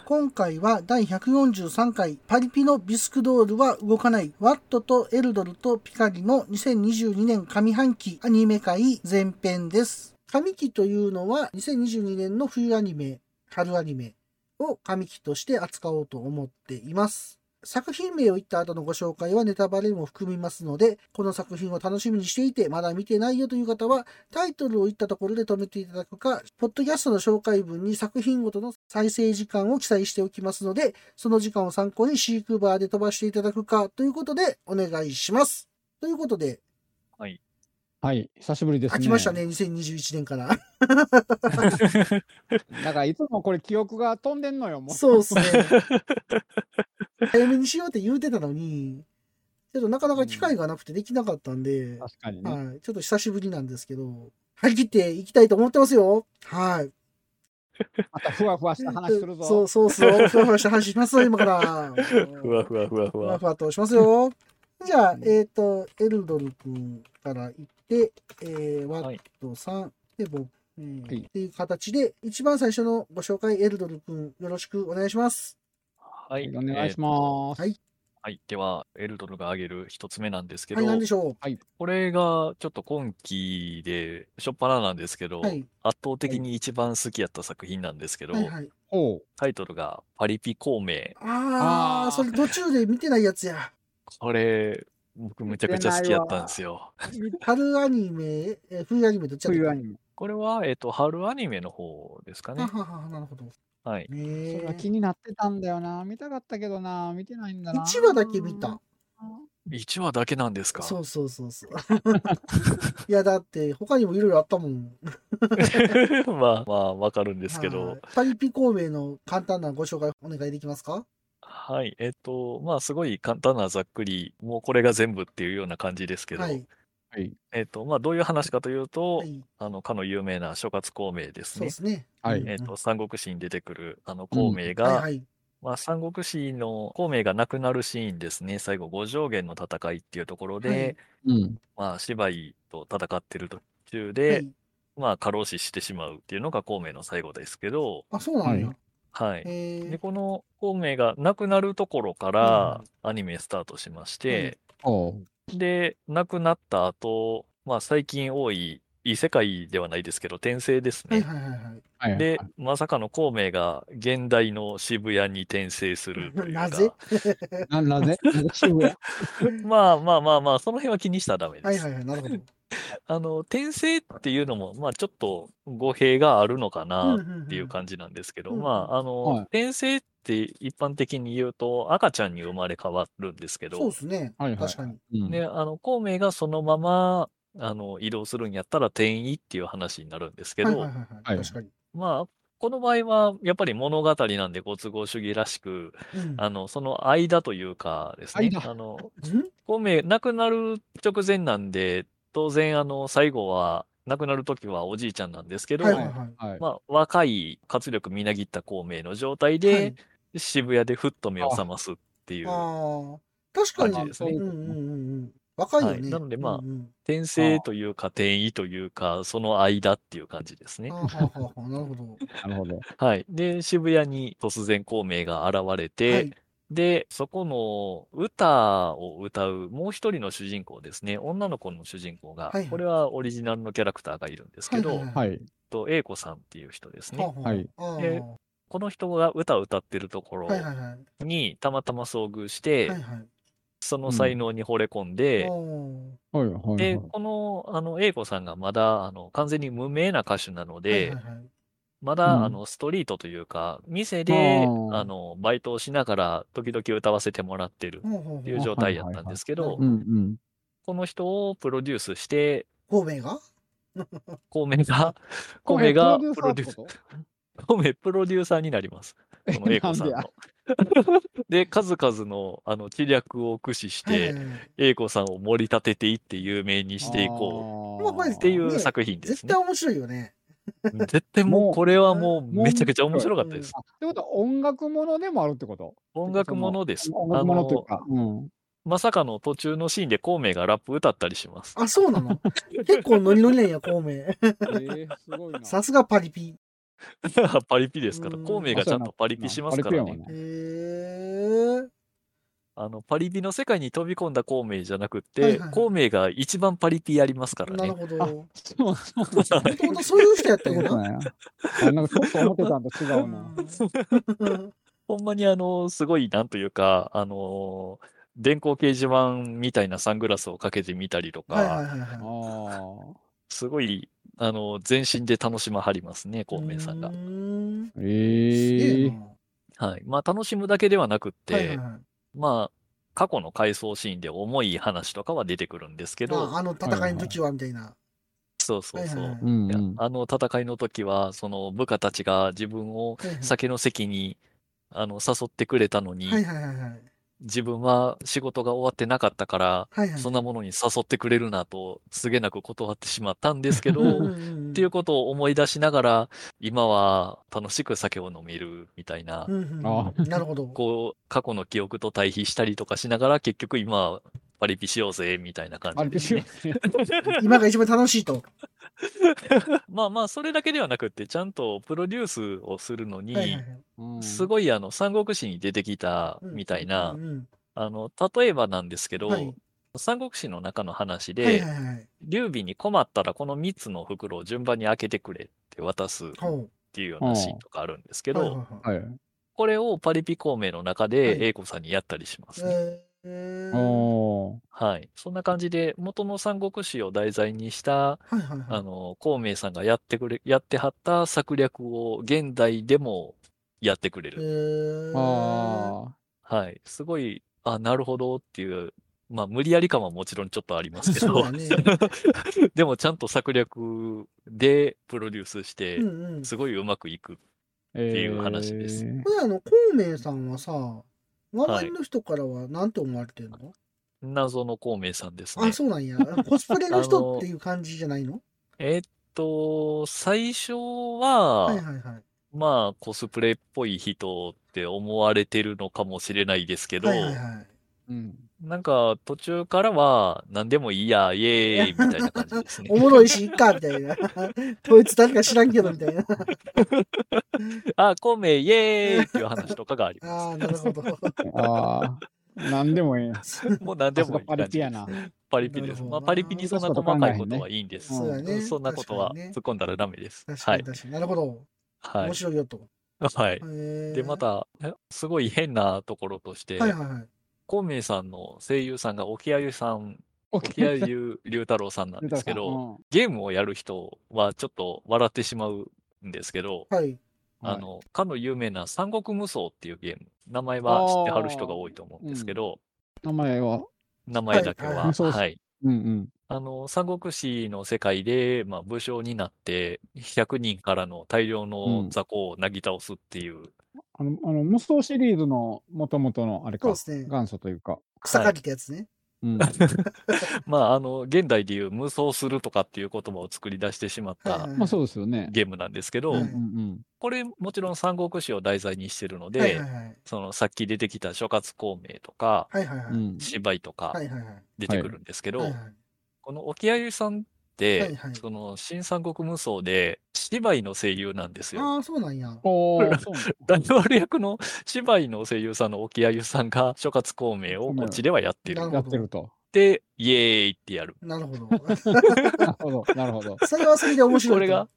Speaker 1: 今回は第143回パリピのビスクドールは動かないワットとエルドルとピカリの2022年上半期アニメ界前編です。上期というのは2022年の冬アニメ、春アニメを上期として扱おうと思っています。作品名を言った後のご紹介はネタバレも含みますので、この作品を楽しみにしていて、まだ見てないよという方は、タイトルを言ったところで止めていただくか、ポッドキャストの紹介文に作品ごとの再生時間を記載しておきますので、その時間を参考にシークバーで飛ばしていただくかということでお願いします。ということで、
Speaker 2: はい。久しぶりですね。
Speaker 1: 飽きましたね、。2021年 から。
Speaker 2: だからいつもこれ記憶が飛んでんのよ、もう。
Speaker 1: そうっすね。 早めにしようって言うてたのに、ちょっとなかなか機会がなくてできなかったんで、
Speaker 2: 確かにね。
Speaker 1: はい、ちょっと久しぶりなんですけど、張り切っていきたいと思ってますよ。はい。
Speaker 2: またふわふわした話するぞ。
Speaker 1: そうそう そう。ふわふわした話しますよ、今から。
Speaker 3: ふわふわふわふ
Speaker 1: ふわ
Speaker 3: わ。
Speaker 1: ふわとしますよ。じゃあ、えっ、と、エルドル君から行って、えー、ワットさん、で、僕、えー
Speaker 2: はい
Speaker 1: っていう形で、一番最初のご紹介、エルドル君、よろしくお願いします。
Speaker 3: は
Speaker 2: はい
Speaker 3: い。
Speaker 2: お願いします。
Speaker 1: はい
Speaker 3: はい。では、エルドルが挙げる一つ目なんですけ
Speaker 1: は
Speaker 3: ど、
Speaker 1: い、何でしょ
Speaker 3: これがちょっと今期で、しょっぱななんですけど、
Speaker 1: う。はい。
Speaker 3: 圧倒的に一番好きやった作品なんですけど、
Speaker 1: はいはい。
Speaker 2: ほ
Speaker 3: タイトルがパリピ孔明。
Speaker 1: ああ、
Speaker 2: あー
Speaker 1: それ途中で見てないやつや。
Speaker 3: これ、僕めちゃくちゃ好きやったんですよ。
Speaker 1: 春アニメ、えー冬アニメどっち
Speaker 2: う。
Speaker 1: やった
Speaker 2: 冬アニメ。
Speaker 3: これは、えっと、春アニメの方ですかね。
Speaker 1: ははははなるほど。
Speaker 3: はい。
Speaker 2: そ
Speaker 1: え
Speaker 2: れは気になってたんだよな。見たかったけどな。見てないんだな。
Speaker 1: 1話だけ見た。。
Speaker 3: 1話だけなんですか
Speaker 1: そうそうそうそう。いや、だって、他にもいろいろあったもん。
Speaker 3: まあまあわかるんですけ
Speaker 1: は
Speaker 3: ど
Speaker 1: い、パリピ孔明の簡単なご紹介お願いできますか
Speaker 3: はい、えっと、まあすごい簡単なざっくり、もうこれが全部っていうような感じですけど、
Speaker 1: はい。
Speaker 2: はい。
Speaker 3: えっと、まあどういう話かというと、
Speaker 1: はい。
Speaker 3: あの、かの有名な諸葛孔明で
Speaker 1: そ
Speaker 3: す
Speaker 1: う
Speaker 3: ね
Speaker 1: で。すね。
Speaker 2: はい
Speaker 1: うん
Speaker 3: えっと、三国志に出てくる、あの、孔明
Speaker 1: はい
Speaker 3: が、
Speaker 1: はい。
Speaker 3: まあ、三国志の孔明が亡くなるシーンですね。最後、五条原の戦いっていうところで、
Speaker 2: うん。
Speaker 3: まあ、芝居と戦ってる途中
Speaker 1: は
Speaker 3: で、
Speaker 1: い。
Speaker 3: まあ、過労死してしまうっていうのが孔明の最後ですけど、
Speaker 1: あ、そうなんだ。
Speaker 2: はい
Speaker 3: はい。
Speaker 1: え
Speaker 3: で、
Speaker 1: ー、
Speaker 3: この孔明が亡くなるところからアニメスタートしまして、
Speaker 2: ほう。
Speaker 3: で、亡くなった後、まあ、最近多い、異世界ではないですけど、転生です
Speaker 1: はい
Speaker 3: ね。
Speaker 1: はいはいはい。
Speaker 2: はいはい。
Speaker 3: で、まさかの孔明が現代の渋谷に転生するとい う
Speaker 1: な
Speaker 3: か、
Speaker 1: ぜ
Speaker 2: なな ぜ 渋谷
Speaker 3: まあまあまあまあ、その辺は気にしたらダメで
Speaker 1: はい
Speaker 3: す。
Speaker 1: はいはい、なるほど。
Speaker 3: あの、転生っていうのも、まあちょっと語弊があるのかなっ
Speaker 1: って
Speaker 3: いう感じなんですけど、
Speaker 1: うんうん
Speaker 3: まああの、
Speaker 2: はい
Speaker 3: 転生って一般的に言うと赤ちゃんに生まれ変わるんですけ
Speaker 1: そう
Speaker 3: ど
Speaker 1: で、すね。
Speaker 2: はいはいはい
Speaker 1: 確かに。
Speaker 2: うん
Speaker 3: で、あの、孔明がそのまま、あの、移動するんやったら転移っていう話になるんですけ
Speaker 1: はい
Speaker 3: ど、
Speaker 1: はいはいはい。確かに。
Speaker 3: まあ、この場合は、やっぱり物語なんでご都合主義らしく、
Speaker 1: うん
Speaker 3: あの、その間というかですね、
Speaker 2: 間
Speaker 3: あの、
Speaker 1: うん
Speaker 3: 孔明、亡くなる直前なんで、当然、あの、最後は、亡くなる時はおじいちゃんなんですけど、
Speaker 1: はいはいはい。
Speaker 2: はい。
Speaker 3: まあ、若い活力みなぎった孔明の状態で、
Speaker 1: はい
Speaker 3: 渋谷でふっと目を覚ますっていう、
Speaker 1: ああ、確か
Speaker 3: 感じ
Speaker 1: に。
Speaker 3: ですね
Speaker 1: うんうんうんうん。若いよ
Speaker 3: は
Speaker 1: ね。
Speaker 3: いなのでまあ
Speaker 1: うんうん
Speaker 3: 転生というか転移というか、その間っていう感じですね
Speaker 1: あ。ーはあはあはあなるほど。
Speaker 2: なるほど。
Speaker 3: はい。で、渋谷に突然孔明が現れて、
Speaker 1: はい。
Speaker 3: で、そこの歌を歌うもう一人の主人公ですね。女の子の主人公が、
Speaker 1: はいはい
Speaker 3: これはオリジナルのキャラクターがいるんですけど、
Speaker 1: はいはいはい
Speaker 2: はい。
Speaker 3: と、英子さんっていう人ですね。
Speaker 2: はい
Speaker 1: はあはあ
Speaker 3: でこの人が歌を歌ってるところ
Speaker 1: あーはいはいはい。
Speaker 3: にたまたま遭遇して、
Speaker 1: はいはい。
Speaker 3: その才能に惚れ込んで、
Speaker 1: お
Speaker 2: はいはい。
Speaker 3: で、この、あの、英子さんがまだ、あの、完全に無名な歌手な
Speaker 1: ー
Speaker 3: の
Speaker 1: はい
Speaker 3: で、
Speaker 1: はいはい
Speaker 3: まだ、
Speaker 2: うん
Speaker 3: あの、ストリートというか、店で、
Speaker 2: あー
Speaker 3: あの、バイトをしながら、時々歌わせてもらってる
Speaker 1: ほうほう
Speaker 3: っていう
Speaker 1: ほう
Speaker 3: 状態やったんですけ
Speaker 1: はいは
Speaker 3: ど
Speaker 1: い
Speaker 2: うん、うん。
Speaker 3: この人をプロデュースして、
Speaker 1: 孔明が
Speaker 3: 孔明 が、孔明がプロデュー
Speaker 2: ス
Speaker 3: ス、孔明プロデューサーになります。この英子さん
Speaker 2: なん
Speaker 3: の。 で、数々の、あの、知略を駆使し
Speaker 1: はいはいは
Speaker 3: て、
Speaker 1: い
Speaker 3: 英子さんを盛り立てていって有名にしていこ
Speaker 2: こ
Speaker 1: まあこれ
Speaker 3: うってい
Speaker 1: ね
Speaker 3: う作品です
Speaker 1: 絶
Speaker 3: ね
Speaker 1: 対。面白いよね。
Speaker 3: 絶対も
Speaker 2: も
Speaker 3: う
Speaker 2: う
Speaker 3: これはもう
Speaker 2: もう
Speaker 3: めちゃくちゃ面白かったです。
Speaker 2: あってことは音楽ものでもあるってこと
Speaker 3: 音楽ものです。
Speaker 2: 音
Speaker 3: あ
Speaker 2: 楽ものという
Speaker 3: の、
Speaker 2: か。うん。
Speaker 3: まさかの途中のシーンで孔明がラップ歌ったりします。
Speaker 1: あ、そうなの 結構ノリノリなんや、孔明。
Speaker 2: えーすごいな。
Speaker 1: さすがパリピ。
Speaker 3: パリピですから、
Speaker 1: うん
Speaker 3: 孔明がちゃんとパリピしますからね。
Speaker 1: へえ。
Speaker 3: あの、パリピの世界に飛び込んだ孔明じゃなくって、
Speaker 1: はいはい
Speaker 3: 孔明が一番パリピやりますから
Speaker 1: なる
Speaker 3: ね。
Speaker 1: ほ
Speaker 2: あ
Speaker 1: ど。
Speaker 2: そうそうそう。
Speaker 1: もともとそういう人やった
Speaker 2: そう
Speaker 1: よ
Speaker 2: いうこと
Speaker 1: な。
Speaker 2: なんや。あなんかちょっと思ってたんと違うな。
Speaker 1: うん
Speaker 3: ほんまにあの、すごい、なんというか、あのー電光掲示板みたいなサングラスをかけてみたりとか、
Speaker 1: はいはいはいはい。
Speaker 2: ああ。
Speaker 3: すごい、あの、全身で楽しまはりますね、孔明さんが
Speaker 1: う。ーん。すげ
Speaker 2: え
Speaker 1: え
Speaker 2: え。
Speaker 1: な
Speaker 3: はい。まあ、楽しむだけではなくって、
Speaker 1: はいはいはい
Speaker 3: まあ、過去の回想シーンで重い話とかは出てくるんですけ
Speaker 1: ま
Speaker 3: ど、
Speaker 1: あ、あの戦いの時はみたいな。
Speaker 3: そうそうそう。
Speaker 1: はいはいは
Speaker 2: う
Speaker 1: い
Speaker 2: ん
Speaker 3: いうや
Speaker 2: ん。
Speaker 3: あの戦いの時は、その部下たちが自分を
Speaker 1: はいはい
Speaker 3: 酒の席にあの誘ってくれたのに、
Speaker 1: はいはいはいはい。
Speaker 3: 自分は仕事が終わってなかったから、
Speaker 1: はいはい。
Speaker 3: そんなものに誘ってくれるなと、すげなく断ってしまったんですけど、
Speaker 1: うんうん
Speaker 3: っ
Speaker 1: うん
Speaker 3: ていうことを思い出しながら、今は楽しく酒を飲めるみたいな
Speaker 1: う、んうん
Speaker 2: あ
Speaker 1: なるほど。
Speaker 3: こう、過去の記憶と対比したりとかしながら、結局今はパリピしようぜ、みたいな感
Speaker 2: あ
Speaker 3: じ
Speaker 2: れ
Speaker 3: で
Speaker 2: ですす
Speaker 3: ね
Speaker 2: よ。。
Speaker 1: 今が一番楽しいと。
Speaker 3: まあまあ、それだけではなくって、ちゃんとプロデュースをするのに、
Speaker 1: はいはいはい
Speaker 2: うん
Speaker 3: すごいあの三国志に出てきたみたいな、
Speaker 1: うんうん
Speaker 3: あの、例えばなんですけど、
Speaker 1: はい
Speaker 3: 三国志の中の話で、
Speaker 1: はいはいはい。
Speaker 3: 劉備に困ったらこの3つの袋を順番に開けてくれって渡すっ
Speaker 1: ほ
Speaker 3: ていうようなシーンとかあるんですけ
Speaker 1: う。
Speaker 3: ど、
Speaker 1: はいはいはい
Speaker 2: はい。
Speaker 3: これをパリピ孔明の中
Speaker 1: はい
Speaker 3: で英子さんにやったりしますね。
Speaker 1: えー
Speaker 2: お
Speaker 3: はい。そんな感じで、元の三国志を題材にした、
Speaker 1: はいはいは
Speaker 3: あ
Speaker 1: い。
Speaker 3: の、孔明さんがやってくれ、やってはった策略を現代でもやってくれ
Speaker 1: え
Speaker 3: る。
Speaker 1: ー
Speaker 2: ー。あ
Speaker 3: はい。すごい、あ、なるほどっていう、まあ、無理やり感はもちろんちょっとありますけ
Speaker 1: そう
Speaker 3: ど
Speaker 1: だ、ね。
Speaker 3: でもちゃんと策略でプロデュースして
Speaker 1: う、んうん。
Speaker 3: すごいうまくいく。
Speaker 2: ー。えー、
Speaker 3: いう話です
Speaker 1: これあの、孔明さんはさ、周りの人からはなんて思われてるの、
Speaker 3: 謎の孔明さんです
Speaker 1: あ、
Speaker 3: ね。
Speaker 1: そうなんや。コスプレの人っていう感じじゃない の
Speaker 3: えーっと、最初
Speaker 1: はい
Speaker 3: は、
Speaker 1: はいはい。
Speaker 3: まあ、コスプレっぽい人って思われてるのかもしれないですけど
Speaker 1: は、いはいはい。
Speaker 2: うん。
Speaker 3: なんか途中からは何でもいいや、イエーイみたいな感じですね
Speaker 1: お。もろいし、いっか、みたいな。 こいつ誰か知らんけど、みたいな。
Speaker 3: あ、孔明イエーイっていう話とかがあり
Speaker 1: あ
Speaker 3: ま
Speaker 1: あ、なるほ ど。
Speaker 2: ああ。なんでもいい。
Speaker 3: す。もう何でもいい
Speaker 2: パリ
Speaker 3: 感
Speaker 2: ピ
Speaker 3: じ
Speaker 2: や
Speaker 3: です。
Speaker 2: な。
Speaker 3: パリピです。まあ、パリピにそんな細かいことはいいんです。
Speaker 1: そうだね。
Speaker 3: そんなことは
Speaker 1: 確かにね
Speaker 3: 突っ込んだらダメです。
Speaker 1: 確
Speaker 3: は
Speaker 1: かに
Speaker 3: い。
Speaker 1: 確かに。なるほど。
Speaker 3: はい
Speaker 1: 面。白いよと。
Speaker 3: はい。
Speaker 1: で
Speaker 3: で、ま。た、えすごい変なところとして
Speaker 1: は、いはいはい。
Speaker 3: 孔明さんの声優さんが沖合さん、
Speaker 2: お
Speaker 3: 沖合龍太郎さんなんですけど、ゲームをやる人はちょっと笑ってしまうんですけど、
Speaker 1: はい。
Speaker 3: あ、の、かの有名な三国無双っていうゲーム、名前は知ってはる人が多いと思うんですけど、
Speaker 2: 名前は。
Speaker 3: 名前だけ
Speaker 1: はい
Speaker 2: は
Speaker 3: は、
Speaker 2: いそうそう
Speaker 3: はい。
Speaker 2: うんうん。
Speaker 3: あの、三国志の世界で、まあ、武将になって、100人からの大量
Speaker 2: う
Speaker 3: の
Speaker 2: ん
Speaker 3: 雑魚をなぎ倒すっていう、
Speaker 2: あの、あの、無双シリーズの元々のあれ
Speaker 1: そう
Speaker 2: か
Speaker 1: で、すね。
Speaker 2: 元祖というか。
Speaker 1: 草刈りってやつね。
Speaker 2: うん。
Speaker 3: まあ、あの、現代でいう無双するとかっていう言葉を作り出してしまっ
Speaker 1: はいは
Speaker 3: た
Speaker 1: い
Speaker 2: まあそうですよね。
Speaker 3: ゲームなんですけ
Speaker 2: うんう
Speaker 3: ど
Speaker 1: はい、
Speaker 2: ん
Speaker 3: これもちろん三国志を題材にしてるの
Speaker 1: はい
Speaker 3: で
Speaker 1: はい、はい。
Speaker 3: そのさっき出てきた諸葛孔明とか、
Speaker 1: はいはいは
Speaker 2: う
Speaker 1: い。
Speaker 2: ん。うん。
Speaker 3: 芝居とか
Speaker 1: はいはいはい。
Speaker 3: 出てくるんですけど
Speaker 1: はい、はい
Speaker 3: この沖合さんっ
Speaker 1: は
Speaker 3: て
Speaker 1: いはい、
Speaker 3: その新三国無双で芝居の声優なんですよ。
Speaker 1: ああ、そうなんや。
Speaker 2: おー、そう
Speaker 3: ダニワル役の芝居の声優さんの沖合さんが諸葛孔明をこっちではやってる
Speaker 1: な
Speaker 2: な
Speaker 1: る
Speaker 2: ん
Speaker 1: ほど
Speaker 2: だやってると。
Speaker 3: で、イエーイってやる。
Speaker 1: なるほど。
Speaker 2: なるほど、なるほど。
Speaker 1: それはそれで面白いと。
Speaker 3: これが、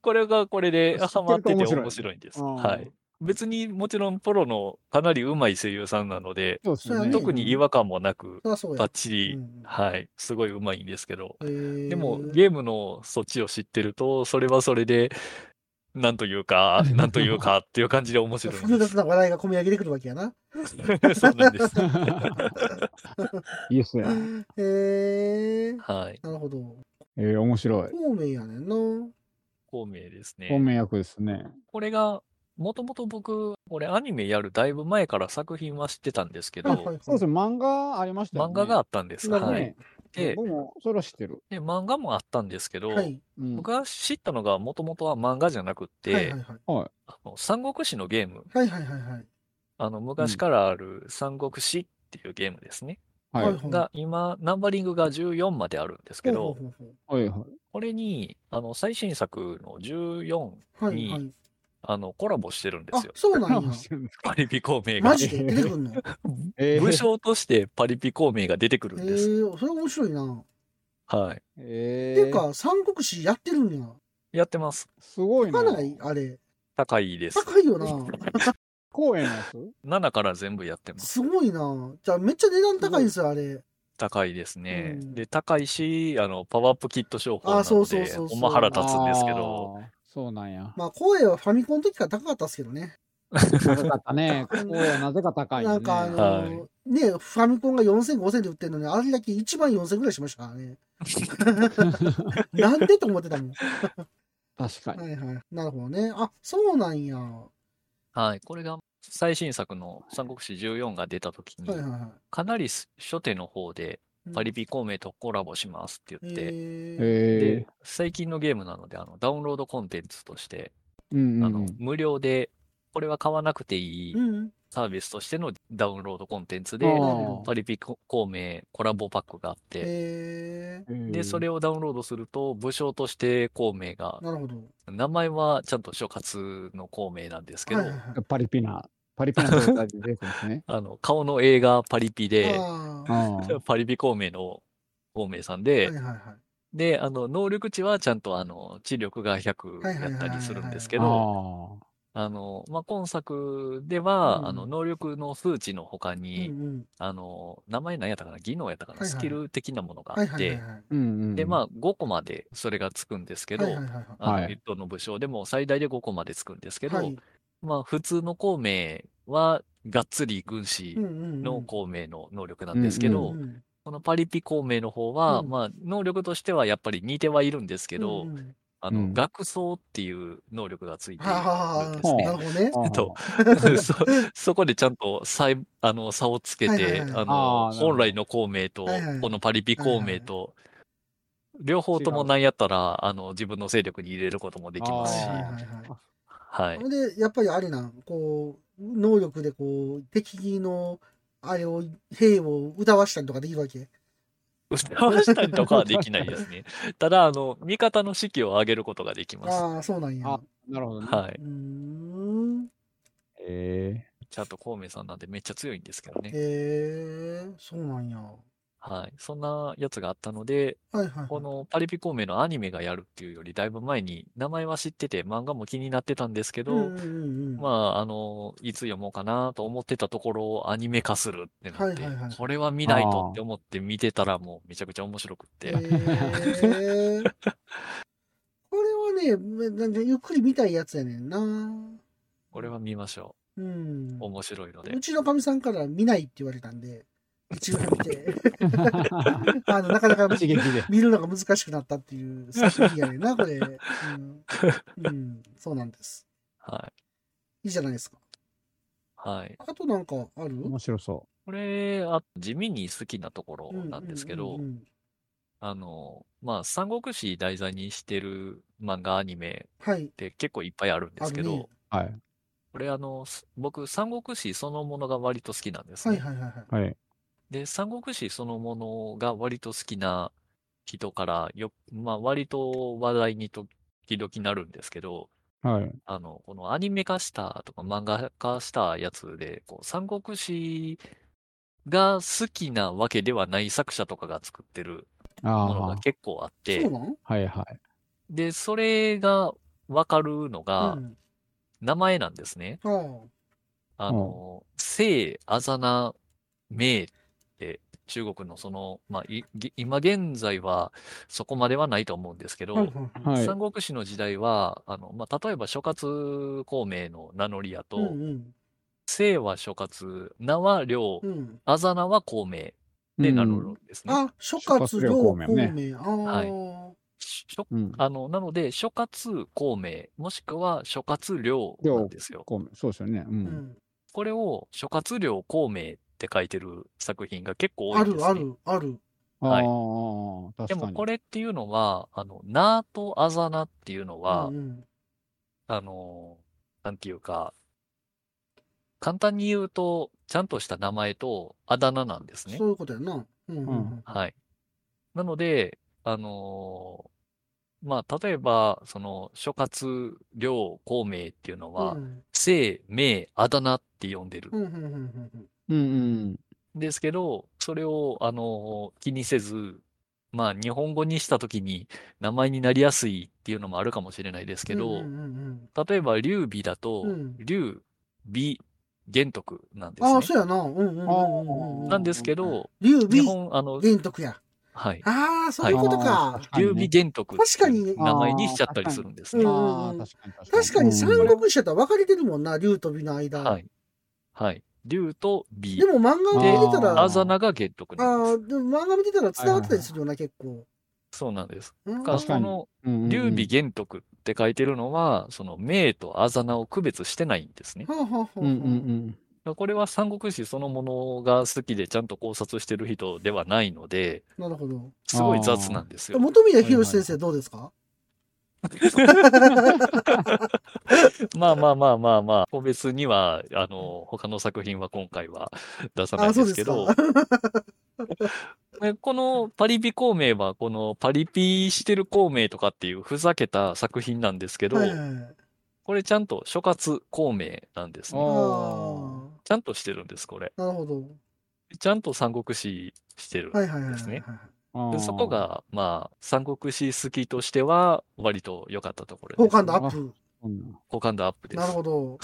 Speaker 3: これがこれで
Speaker 2: 知ってると
Speaker 3: ハマってて
Speaker 2: 面白い
Speaker 3: 面白いんです。
Speaker 2: うん
Speaker 3: はい。別にもちろんプロのかなり上手い声優さんなので、
Speaker 2: そうですよ
Speaker 1: うん
Speaker 2: ね。
Speaker 3: 特に違和感もなく、
Speaker 1: そりゃそうや
Speaker 3: バッ。チリ、はい、すごい上手いんですけど、
Speaker 1: で
Speaker 3: でも、ゲームのそっちを知ってると、それはそれで、なんとい うか、なんというかっていう感じで面白い
Speaker 1: 複
Speaker 3: んで
Speaker 1: 雑な話題が込み上げてくるわけやな。
Speaker 3: す。 そうなん です。
Speaker 2: イエスや。
Speaker 1: へえ。
Speaker 3: はい。
Speaker 1: なるほど。
Speaker 2: えー、面白い。
Speaker 1: 孔明やねんな。
Speaker 3: 孔明ですね。
Speaker 2: 本命役ですね。
Speaker 3: これが、もともと僕、これアニメやるだいぶ前から作品は知ってたんですけど、
Speaker 1: はいはい
Speaker 2: そうですね、漫画ありましたよ
Speaker 3: 漫
Speaker 2: ね。
Speaker 3: 画があったんです。
Speaker 1: なるほど
Speaker 3: は
Speaker 1: ね
Speaker 3: い。
Speaker 2: え
Speaker 3: で
Speaker 2: 僕もそれは知ってる。
Speaker 3: で、漫画もあったんですけど、
Speaker 1: はい。
Speaker 2: うん。
Speaker 3: 僕が知ったのがもともとは漫画じゃなくって、
Speaker 1: はいはいはい。
Speaker 3: あの三国志のゲーム、
Speaker 1: はいはいはいはい。
Speaker 3: あの昔からある三国志っていうゲームですね。
Speaker 2: は
Speaker 1: は
Speaker 2: い。
Speaker 1: い
Speaker 3: が今、ナンバリングが14まであるんですけ
Speaker 1: ほうほ、
Speaker 3: ど
Speaker 1: うほう
Speaker 2: はいは
Speaker 3: これに、あの、最新作の14、
Speaker 1: ほうはい
Speaker 3: いい
Speaker 1: はい。
Speaker 3: あの、コラボしてるんで
Speaker 1: あ
Speaker 3: すよ、。
Speaker 1: そう なんや。
Speaker 2: い。
Speaker 3: パリピ孔明が
Speaker 1: マ。ジで出てくるの
Speaker 2: え
Speaker 3: 武将としてパリピ孔明が出てくる
Speaker 1: え
Speaker 3: んです。
Speaker 1: ー、それ面白いな。
Speaker 3: はい。
Speaker 2: え
Speaker 1: て
Speaker 2: ー
Speaker 1: いうか、三国志やってるんや。
Speaker 3: やってます。
Speaker 2: すごいな
Speaker 1: か。ないあれ。
Speaker 3: 高いです。
Speaker 1: 高い よな。
Speaker 2: 公演のやつ
Speaker 3: 7から全部やってます。
Speaker 1: すごいな。じゃあ、めっちゃ値段高いんですよ、あれ。
Speaker 3: 高いですね。
Speaker 1: うん
Speaker 3: で、高いし、あの、パワーアップキット商法な
Speaker 1: あそ
Speaker 3: の
Speaker 1: うそう
Speaker 3: で、
Speaker 1: そうそう
Speaker 3: ほんま腹立つんですけど、
Speaker 2: あー。そうなんや。
Speaker 1: まあ、光栄はファミコンの時から高かったですけどね。
Speaker 2: 高かっ たね。ここはなぜか高いよね。
Speaker 1: なんか、あの
Speaker 3: はい
Speaker 1: ね、ファミコンが4000、5000で売ってるのに、あれだけ1万4000ぐらいしましたから ね。なんでと思ってたもん。
Speaker 2: 確かに。
Speaker 1: はいはい。なるほどね。あ、そうなんや。は
Speaker 3: はい。これが最新作の三国志14が出た時
Speaker 1: い
Speaker 3: に
Speaker 1: はい、は
Speaker 3: かなりす初手の方で、
Speaker 1: い。
Speaker 3: パリピ孔明とコラボしますって言って、
Speaker 1: え
Speaker 2: え
Speaker 3: で、最近のゲームなので、あの、ダウンロードコンテンツとして、
Speaker 2: ー。うん
Speaker 3: あ
Speaker 2: うんう
Speaker 3: の
Speaker 2: ん。、
Speaker 3: 無料で、これは買わなくていい
Speaker 1: ー、うん。
Speaker 3: サービスとしてのダウンロードコンテンツ
Speaker 2: あ
Speaker 3: で、
Speaker 2: ー
Speaker 3: パリピ孔明コラボパックがあって、
Speaker 1: え
Speaker 3: で、それをダウンロードすると、武将として孔明が
Speaker 1: ー、、なるほど。
Speaker 3: 名前はちゃんと諸葛の孔明なんですけど
Speaker 1: はい、はいはい
Speaker 2: パリピな、パリピな状態で出てくるんです
Speaker 3: 。
Speaker 2: ね
Speaker 3: あの、顔の映画パリピで、
Speaker 1: ああ。は
Speaker 2: あー
Speaker 3: パリピ孔明の孔明さん
Speaker 1: い
Speaker 3: で
Speaker 1: はい、はい。
Speaker 3: で、あの、能力値はちゃんと、あの、知力が100
Speaker 1: はいはいはいはい
Speaker 3: やったりするんですけ
Speaker 2: あ
Speaker 3: ど、
Speaker 2: ー。
Speaker 3: あの、まあ、今作で
Speaker 1: うん
Speaker 3: は、あの、能力の数値の他に
Speaker 1: う、んうん。
Speaker 3: あの、名前何やったかな、技能やったか
Speaker 1: は
Speaker 3: な、
Speaker 1: いはい
Speaker 3: スキル的なものがあ
Speaker 1: はい
Speaker 3: っ
Speaker 1: はいはい
Speaker 3: て
Speaker 1: は、い。
Speaker 2: うんうん。
Speaker 3: で、まあ、5個までそれがつくんですけど
Speaker 1: はい、はいはいはい
Speaker 3: あ
Speaker 2: は
Speaker 3: の、
Speaker 2: い
Speaker 3: 一等の武将でも最大で5個までつくんですけ
Speaker 1: は
Speaker 3: ど
Speaker 1: い、
Speaker 3: まあ、普通の孔明は、がっつり軍師
Speaker 1: うんうんうん
Speaker 3: の孔明の能力なんですけ
Speaker 1: う
Speaker 3: ど、
Speaker 1: んうん
Speaker 3: このパリピ孔明の方は、
Speaker 1: うん
Speaker 3: まあ、能力としてはやっぱり似てはいるんですけど、
Speaker 1: うんうん
Speaker 3: あ
Speaker 2: う
Speaker 3: の、
Speaker 2: ん
Speaker 3: 学装っていう能力がついてい
Speaker 1: はあはあ
Speaker 3: るん
Speaker 1: は
Speaker 3: で
Speaker 1: あ
Speaker 3: す
Speaker 1: なる
Speaker 3: ね。
Speaker 1: ほどね。
Speaker 2: あー、
Speaker 3: と そ、そこでちゃんと差いあの差をつけ
Speaker 1: はいはい
Speaker 3: て、
Speaker 1: はい
Speaker 3: あ
Speaker 2: あ
Speaker 3: の、
Speaker 2: ーなるほど
Speaker 3: 本来の孔明と、
Speaker 1: はいはい
Speaker 3: このパリピ孔明と、両方とも
Speaker 2: 違う
Speaker 3: なんやったら、あの、自分の勢力に入れることもできま
Speaker 2: あ
Speaker 3: す
Speaker 1: はい
Speaker 3: し、
Speaker 1: はい
Speaker 2: ー
Speaker 1: はいはい。
Speaker 3: はい
Speaker 1: ほ。んで、やっぱりあれなん、こう、能力でこう、敵の、あれを、兵を歌わしたりとかできるわけ。
Speaker 3: 歌わしたりとかはできないで すね。ただ、あの、味方の士気を上げることができます。
Speaker 1: ああ、そうなんや。
Speaker 2: あなるほどね。
Speaker 3: は
Speaker 1: う
Speaker 3: い。
Speaker 1: ーん。
Speaker 2: え
Speaker 3: ちゃんと孔明さんなんでめっちゃ強いんですけどね
Speaker 1: へ。えそうなんや。は
Speaker 3: はい。そんなやつがあったので、
Speaker 1: いはい
Speaker 3: こ
Speaker 1: はい。
Speaker 3: のパリピ孔明のアニメがやるっていうよりだいぶ前に名前は知ってて漫画も気になってたんですけど、
Speaker 1: うんうんうんうん
Speaker 3: まあ、あの、いつ読もうかなと思ってたところをアニメ化するってなって、
Speaker 1: はいはいはい
Speaker 3: これは見ないとって思って見てたらもうめちゃくちゃ面白くって、
Speaker 1: へ えこれはねめなんか、ゆっくり見たいやつやねんな。
Speaker 3: これは見ましょ
Speaker 1: うん
Speaker 3: う。。面白いので
Speaker 1: う。ちのかみさんから見ないって言われたんで、一応見て、
Speaker 2: え 刺
Speaker 1: あのなかなか
Speaker 2: 激で。
Speaker 1: 見るのが難しくなったっていう作品やねんな、これ。うん、うん、そうなんです。
Speaker 3: は
Speaker 1: い
Speaker 3: い。
Speaker 1: いじゃないですか。
Speaker 3: はい。
Speaker 1: あとなんかある
Speaker 2: 面白そ
Speaker 3: これ、あ地味に好きなところなんですけど、
Speaker 1: うんうん
Speaker 3: あの、まあ、三国志題材にしてる漫画アニメ
Speaker 1: はい
Speaker 3: っ。て結構いっぱいあるんですけ
Speaker 1: ある
Speaker 3: ど
Speaker 1: ね、
Speaker 2: う。はい。
Speaker 3: これあの、す僕、三国志そのものが割と好きなんです
Speaker 1: はい
Speaker 3: ね。
Speaker 1: はいはいはい。
Speaker 2: はい。
Speaker 3: で、三国志そのものが割と好きな人からよ、まあ、割と話題に時々なるんですけど、
Speaker 2: はい。
Speaker 3: あの、このアニメ化したとか漫画化したやつで、こう、三国志が好きなわけではない作者とかが作ってるもの
Speaker 2: あ
Speaker 3: が結構あっ
Speaker 1: そう
Speaker 3: て、
Speaker 1: なん
Speaker 2: あ。はいはい。
Speaker 3: で、それがわかるのが
Speaker 1: うん、
Speaker 3: 名前なんですね。
Speaker 1: ああ。
Speaker 3: あの、姓、あざな、名って中国のその、まあ、いぎ今現在はそこまではないと思うんですけ
Speaker 1: はい
Speaker 3: ど、
Speaker 1: はいはい。
Speaker 2: はい。
Speaker 3: 三国志の時代は、あの、まあ、例えば諸葛孔明の名乗りや
Speaker 1: う
Speaker 3: と、
Speaker 1: んうん
Speaker 3: 姓は諸葛、名は領
Speaker 1: う、ん。
Speaker 3: あざなは孔明で名乗るんですね。
Speaker 1: あ、諸葛亮孔明。
Speaker 2: 諸葛
Speaker 1: ああ、
Speaker 3: はい
Speaker 1: は
Speaker 3: し諸
Speaker 2: うん。うん。
Speaker 3: あの、なので、諸葛孔明、もしくは諸葛亮なんですよ。
Speaker 2: こうそうですよね。う。
Speaker 1: いうんん、
Speaker 3: これを諸葛亮孔明って書いてる作品が結構多い
Speaker 1: あ
Speaker 3: んです
Speaker 1: る
Speaker 3: ね。
Speaker 1: あるある。
Speaker 3: はい
Speaker 2: ああ、
Speaker 3: で
Speaker 2: 確か
Speaker 3: も
Speaker 2: に。
Speaker 3: これっていうのは、あの、なとあざなっていうのは、
Speaker 1: うんうん
Speaker 3: あの、なんていうか、簡単に言うと、ちゃんとした名前とあだ名なんですね
Speaker 1: そ。ういうことやな。うんうんうん
Speaker 3: はい。なので、あのまあ、例えば、その、諸葛亮孔明っていうのは、
Speaker 1: うん
Speaker 3: 姓、名、あだ名って呼んでる
Speaker 1: うんうんうんうん
Speaker 2: うんうん。
Speaker 3: んですけど、それを、あの気にせず、まあ、日本語にしたときに名前になりやすいっていうのもあるかもしれないですけど
Speaker 1: うんう、んうん
Speaker 3: 例えば、劉備だと
Speaker 1: う、ん
Speaker 3: 劉、備、玄徳なんです
Speaker 1: あ
Speaker 3: ね
Speaker 1: あ、。そうやな。うんうんうんうんうん。
Speaker 3: なんですけど、
Speaker 1: 劉備
Speaker 3: 日本、あの、
Speaker 1: 玄徳や。
Speaker 3: はい。
Speaker 1: ああ、そういうことか。
Speaker 2: あー
Speaker 3: 劉備玄徳って
Speaker 1: 確か
Speaker 3: い
Speaker 1: に
Speaker 3: う名前にしちゃったりするんです
Speaker 1: うん
Speaker 3: ね。
Speaker 2: ああ、確かに。
Speaker 1: 確かに
Speaker 2: 三
Speaker 1: 三
Speaker 2: 国
Speaker 1: 国志やったら分かれてるもんな、竜と美の間。
Speaker 3: はい。はい。竜と美
Speaker 1: で。も漫画見てたら、
Speaker 3: あ
Speaker 1: あ
Speaker 3: ざなが玄徳なん
Speaker 1: あ
Speaker 3: で
Speaker 1: ー、でも漫画見てたら繋がってたりするよな、結構。
Speaker 3: す。そうなんです。
Speaker 1: うん
Speaker 3: だ
Speaker 2: 確か
Speaker 3: そ
Speaker 2: に
Speaker 3: の、
Speaker 2: 志
Speaker 3: 劉備玄徳って書いてるのは、その、名とあざなを区別してないんですね。だか
Speaker 1: はあはあはあ
Speaker 2: うんうん
Speaker 3: らこれは三国志そのものが好きでちゃんと考察してる人ではないので、
Speaker 1: なるほど。
Speaker 3: すごい雑なんですよ。
Speaker 1: 元宮宏先生どうですか、
Speaker 3: まあまあまあまあまあ、個別には、あの、他の作品は今回は出さないですけど
Speaker 1: あ、
Speaker 3: でこのパリピ孔明は、このパリピしてる孔明とかっていうふざけた作品なんですけど、
Speaker 1: はいはいはい
Speaker 3: ここれちゃんと諸葛孔明なんです
Speaker 1: あ
Speaker 3: ね
Speaker 2: あ。
Speaker 1: ー
Speaker 3: ちゃんとしてるんです、これ。
Speaker 1: なるほど。
Speaker 3: ちゃんと三国志してる。
Speaker 1: はいはいはい、はい。
Speaker 3: ですね
Speaker 2: あ
Speaker 3: で
Speaker 2: ー
Speaker 3: そこ。が、まあ、三国志好きとしては、割と良かったところ
Speaker 1: 好
Speaker 3: です。
Speaker 1: 感度アップ。
Speaker 2: うん
Speaker 3: 好感度アップです。
Speaker 1: なるほど。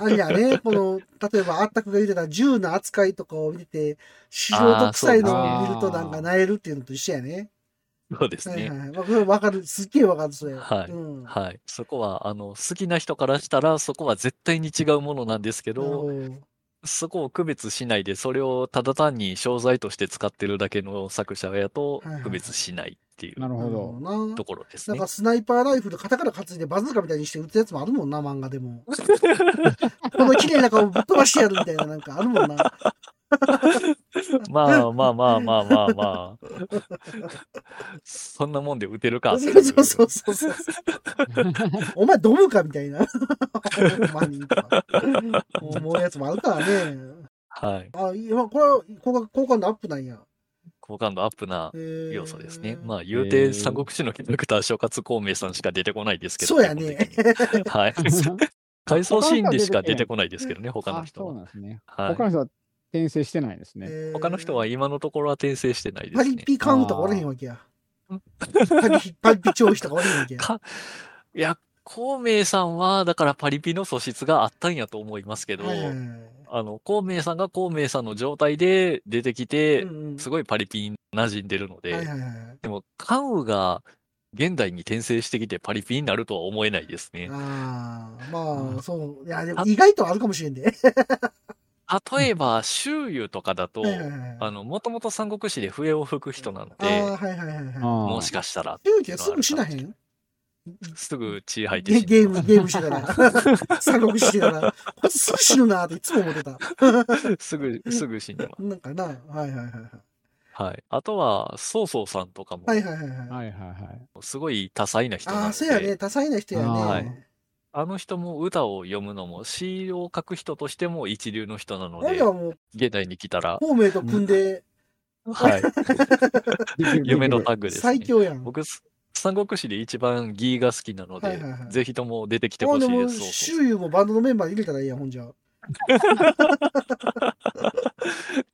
Speaker 1: あれや ね、この、例えばあったくが言ってた銃の扱いとかを見て、資料と臭いのを見るとなんか萎えるっていうのと一緒やね。
Speaker 3: そうです
Speaker 1: はい
Speaker 3: ね
Speaker 1: は。いはい。わかる、わかる。すっげえわかる、それ。
Speaker 3: はい
Speaker 1: うん。な
Speaker 3: はい。そこは、あの、好きな人からしたら、そこは絶対に違うものなんですけ
Speaker 1: る
Speaker 3: ど、
Speaker 1: ほど。
Speaker 3: そこを区別しないで、それをただ単に商材として使ってるだけの作者やと
Speaker 1: はいはいはい
Speaker 3: 区別しないってい
Speaker 2: な
Speaker 3: う
Speaker 2: るほど。
Speaker 1: なるほどな
Speaker 3: と。ころです
Speaker 1: なん
Speaker 3: ね
Speaker 1: か。スナイパーライフル肩から担いでバズーカみたいにして撃つやつもあるもんな、漫画で も。この綺麗な顔ぶっ飛ばしてやるみたいななんかあるもんな。
Speaker 3: まあまあまあまあまあまあ。そんなもんで打てるか。
Speaker 1: そうそうそうそうそう。お前ドムかみたいな。 ほんまにとか思うやつもあるからね。
Speaker 3: はい。
Speaker 1: あ、いや、これは好感好感度アップなんや。
Speaker 3: 好感度アップな
Speaker 1: 要
Speaker 3: 要素ですね。ま
Speaker 1: あ、
Speaker 3: あ、言う
Speaker 2: へ
Speaker 3: て
Speaker 2: ー
Speaker 3: 三国志のキャラクター、諸葛孔明さんしか出てこないですけど。
Speaker 1: そうやね
Speaker 3: 基本的に はい。回想シーンでしか出てこないですけどね、他の
Speaker 2: あ、
Speaker 3: 人
Speaker 2: そう
Speaker 3: は。
Speaker 2: なんですね。
Speaker 3: はい
Speaker 2: 他の人は転生してないですね。
Speaker 1: えー
Speaker 3: 他の人は今のところは転生してないで
Speaker 1: パ
Speaker 3: す
Speaker 1: リ
Speaker 3: ね。
Speaker 1: ピカウンとかおれへんわけや。パリピ、パリピ調子とかおれへんわけや。
Speaker 3: か、いや、孔明さんは、だからパリピの素質があったんやと思いますけど、
Speaker 1: はいはいはい
Speaker 3: あの、孔明さんが孔明さんの状態で出てきて
Speaker 1: う、んうん
Speaker 3: すごいパリピに馴染んでるので、
Speaker 1: はいはいはい。
Speaker 3: でも、関羽が現代に転生してきてパリピになるとは思えないですね。
Speaker 1: ああ、ま
Speaker 3: う
Speaker 1: あ、
Speaker 3: ん
Speaker 1: そう。いや、でも意外とあるかもしれんで。
Speaker 3: 例えば、周遊とかだと、
Speaker 1: はいはいはい
Speaker 3: あの、もともと三国志で笛を吹く人なの
Speaker 1: あ
Speaker 3: で、
Speaker 1: ーはいはいはいは
Speaker 2: も
Speaker 3: もし
Speaker 2: か
Speaker 3: かしたらっ
Speaker 1: い。
Speaker 3: てい
Speaker 1: 勇
Speaker 3: う
Speaker 1: 気
Speaker 3: のはあるかもし
Speaker 1: す
Speaker 3: れない。
Speaker 1: ぐ死なへん
Speaker 3: すぐ血吐いて
Speaker 1: ゲ
Speaker 3: 死ぬ
Speaker 1: ゲーム、ゲームしてたら。三国志してたら。こいつすぐ死ぬなーっていつも思って た。
Speaker 3: すぐ、すぐ死にます。
Speaker 1: なんかな。はいはいはいはい。
Speaker 3: はい。あとは、曹操さんとかも
Speaker 1: は、いはいはいはい。
Speaker 2: はいはいはい。
Speaker 3: すごい多彩な人なの
Speaker 1: あ
Speaker 3: で、
Speaker 1: あ、そうやね。多彩な人やね。
Speaker 2: はい
Speaker 3: あの人も歌を読むのも、詩を書く人としても一流の人なの
Speaker 1: 俺
Speaker 3: で
Speaker 1: ら、はもう、
Speaker 3: 現代に来たら、
Speaker 1: 孔明と組んで
Speaker 3: はい、
Speaker 2: できる
Speaker 3: 夢の
Speaker 2: できる
Speaker 3: タッグです、ね。
Speaker 1: 最強やん。
Speaker 3: 僕、す三国志で一番ギーが好きなので、
Speaker 1: はいはいはい
Speaker 3: ぜひとも出てきて
Speaker 1: あ
Speaker 3: ほ
Speaker 1: で
Speaker 3: しいで
Speaker 1: も、
Speaker 3: す。そう
Speaker 1: 周遊もバンドのメンバーに入れたらいいやん、ほんじゃ。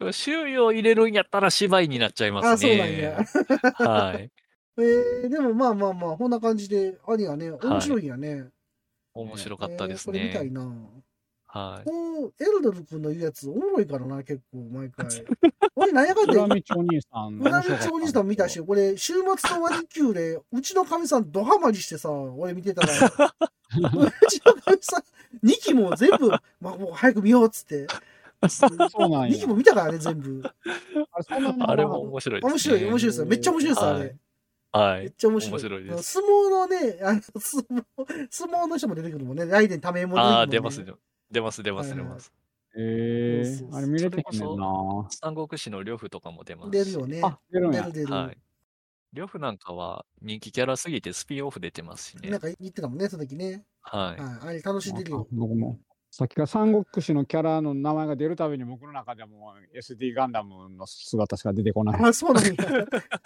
Speaker 3: そう周囲を入れるんやったら芝居になっちゃいますね。
Speaker 1: あそうなんや。
Speaker 3: はい。
Speaker 1: えー、でもまあまあまあ、こんな感じで、兄がね、面白いんやね。
Speaker 3: 面白かったです
Speaker 1: えーこれ
Speaker 3: ね
Speaker 1: 見。たいな。
Speaker 3: はい。
Speaker 1: こう、エルドル君の言うやつ、おもろいからな、結構、毎回。 俺、なんやかん
Speaker 2: 裏
Speaker 1: や
Speaker 2: 道お兄さん。
Speaker 1: 村道おじさん見たし、これ、週末の割り球で、うちのかみさんドハマりしてさ、俺見てたら、 うちのかみさん、2期も全部、まあ、もう早く見ようっつって、
Speaker 2: そうなん
Speaker 1: 2
Speaker 2: や
Speaker 1: 期。も見たからね、全部。
Speaker 2: あれそんなに
Speaker 3: あれも面白いですね。
Speaker 1: 面白い、面白いですよ。めっちゃ面白いですよ、あれ。
Speaker 3: は
Speaker 1: めっ
Speaker 3: い。
Speaker 1: ちゃ面白い。
Speaker 3: 面白いです
Speaker 1: 相撲のね、あの、相撲、相撲の人も出てくるもんね。ライデンためも出てくるもんね。
Speaker 3: ああ、出ます、出ます、出ます、出ます。
Speaker 2: え
Speaker 1: そうそうそう
Speaker 2: ー、あれ見れてへんねんな。
Speaker 3: 三国志の呂布とかも出ます
Speaker 1: 出
Speaker 3: し。
Speaker 1: るよね。
Speaker 2: あ、出るん
Speaker 1: 出
Speaker 2: や
Speaker 1: る。出る。
Speaker 3: はい。呂布なんかは人気キャラすぎてスピンオフ出てますし
Speaker 1: な
Speaker 3: ね
Speaker 1: ん。か言ってたもんね、その時ね。
Speaker 3: は
Speaker 1: はい。あれ楽しんでるよ。
Speaker 2: 僕も。さっきから三国志のキャラの名前が出るたびに僕の中ではもう SD ガンダムの姿しか出てこない。
Speaker 1: あ、そうなんや。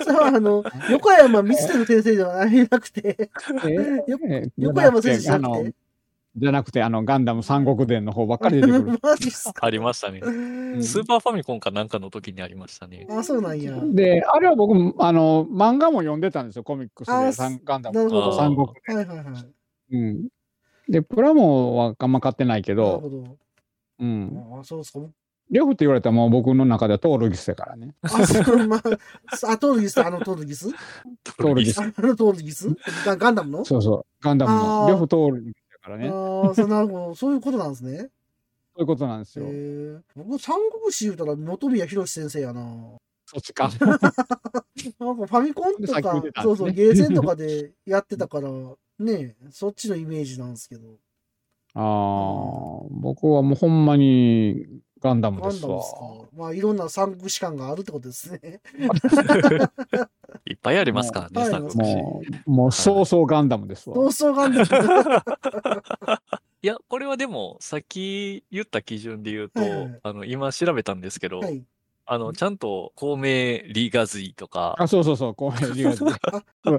Speaker 1: それはあの、横山光輝先生ではなくて、よ
Speaker 2: え
Speaker 1: 横山先生じゃな
Speaker 2: あ
Speaker 1: く
Speaker 2: の
Speaker 1: て。
Speaker 2: じゃなくて、あの、ガンダム三国伝の方ばっかり出て くる。
Speaker 1: マジっす
Speaker 3: い。あ
Speaker 1: か。
Speaker 3: りましたね。スーパーファミコンかなんかの時にありましたね。
Speaker 1: あ、そうなんや。
Speaker 2: で、あれは僕も、あの、漫画も読んでたんですよ、コミックス
Speaker 1: あ
Speaker 2: で、サンガンダ
Speaker 1: なる
Speaker 2: ム
Speaker 1: ほど
Speaker 2: と三国
Speaker 1: はいはいはい。なる
Speaker 2: 伝。うん。で、プラモはあんま買ってないけど、
Speaker 1: ほ
Speaker 2: うん。
Speaker 1: ど。あ、そうそう。
Speaker 2: 両夫って言われたらもう僕の中ではトールギスだからね。
Speaker 1: あ、そう、まあ、あ、トールギス、あのトールギス
Speaker 2: トールギス
Speaker 1: あ。のトールギスガガンダムの
Speaker 2: そうそう。ガンダム
Speaker 1: あ
Speaker 2: の。
Speaker 1: ー
Speaker 2: 両夫トールギスだからね。そ
Speaker 1: ああ、そうなるほど。そういうことなんですね。
Speaker 2: ういうことなんです
Speaker 1: へ
Speaker 2: よ。
Speaker 1: え。僕、三国志言うたら、本宮博先生やな。
Speaker 2: そっちか。
Speaker 1: なんかファミコンと
Speaker 2: さっき
Speaker 1: か、
Speaker 2: 言ってたんですね
Speaker 1: そうそう、ゲーセンとかで やってたから、ねえ、そっちのイメージなんですけど。
Speaker 2: ああ、僕はもうほんまにガンダム
Speaker 1: ガ
Speaker 2: で
Speaker 1: ン
Speaker 2: す
Speaker 1: ダム
Speaker 2: わ
Speaker 1: です。か。まあ、いろんな三国志感があるってことですね。
Speaker 3: いっぱいありますか
Speaker 1: も
Speaker 3: らね、
Speaker 1: う
Speaker 3: 三国志。
Speaker 2: もう、もう、そうそうガンダムです
Speaker 1: 同
Speaker 2: わ。
Speaker 1: 窓ガンダム。
Speaker 3: いや、これはでも、さっき言った基準で言うと、
Speaker 1: はいはい
Speaker 3: あの、今調べたんですけど、
Speaker 1: はい。
Speaker 3: あの、ちゃんと、孔明リガズイとか、
Speaker 2: あ、そうそうそう、孔明理学 で。うん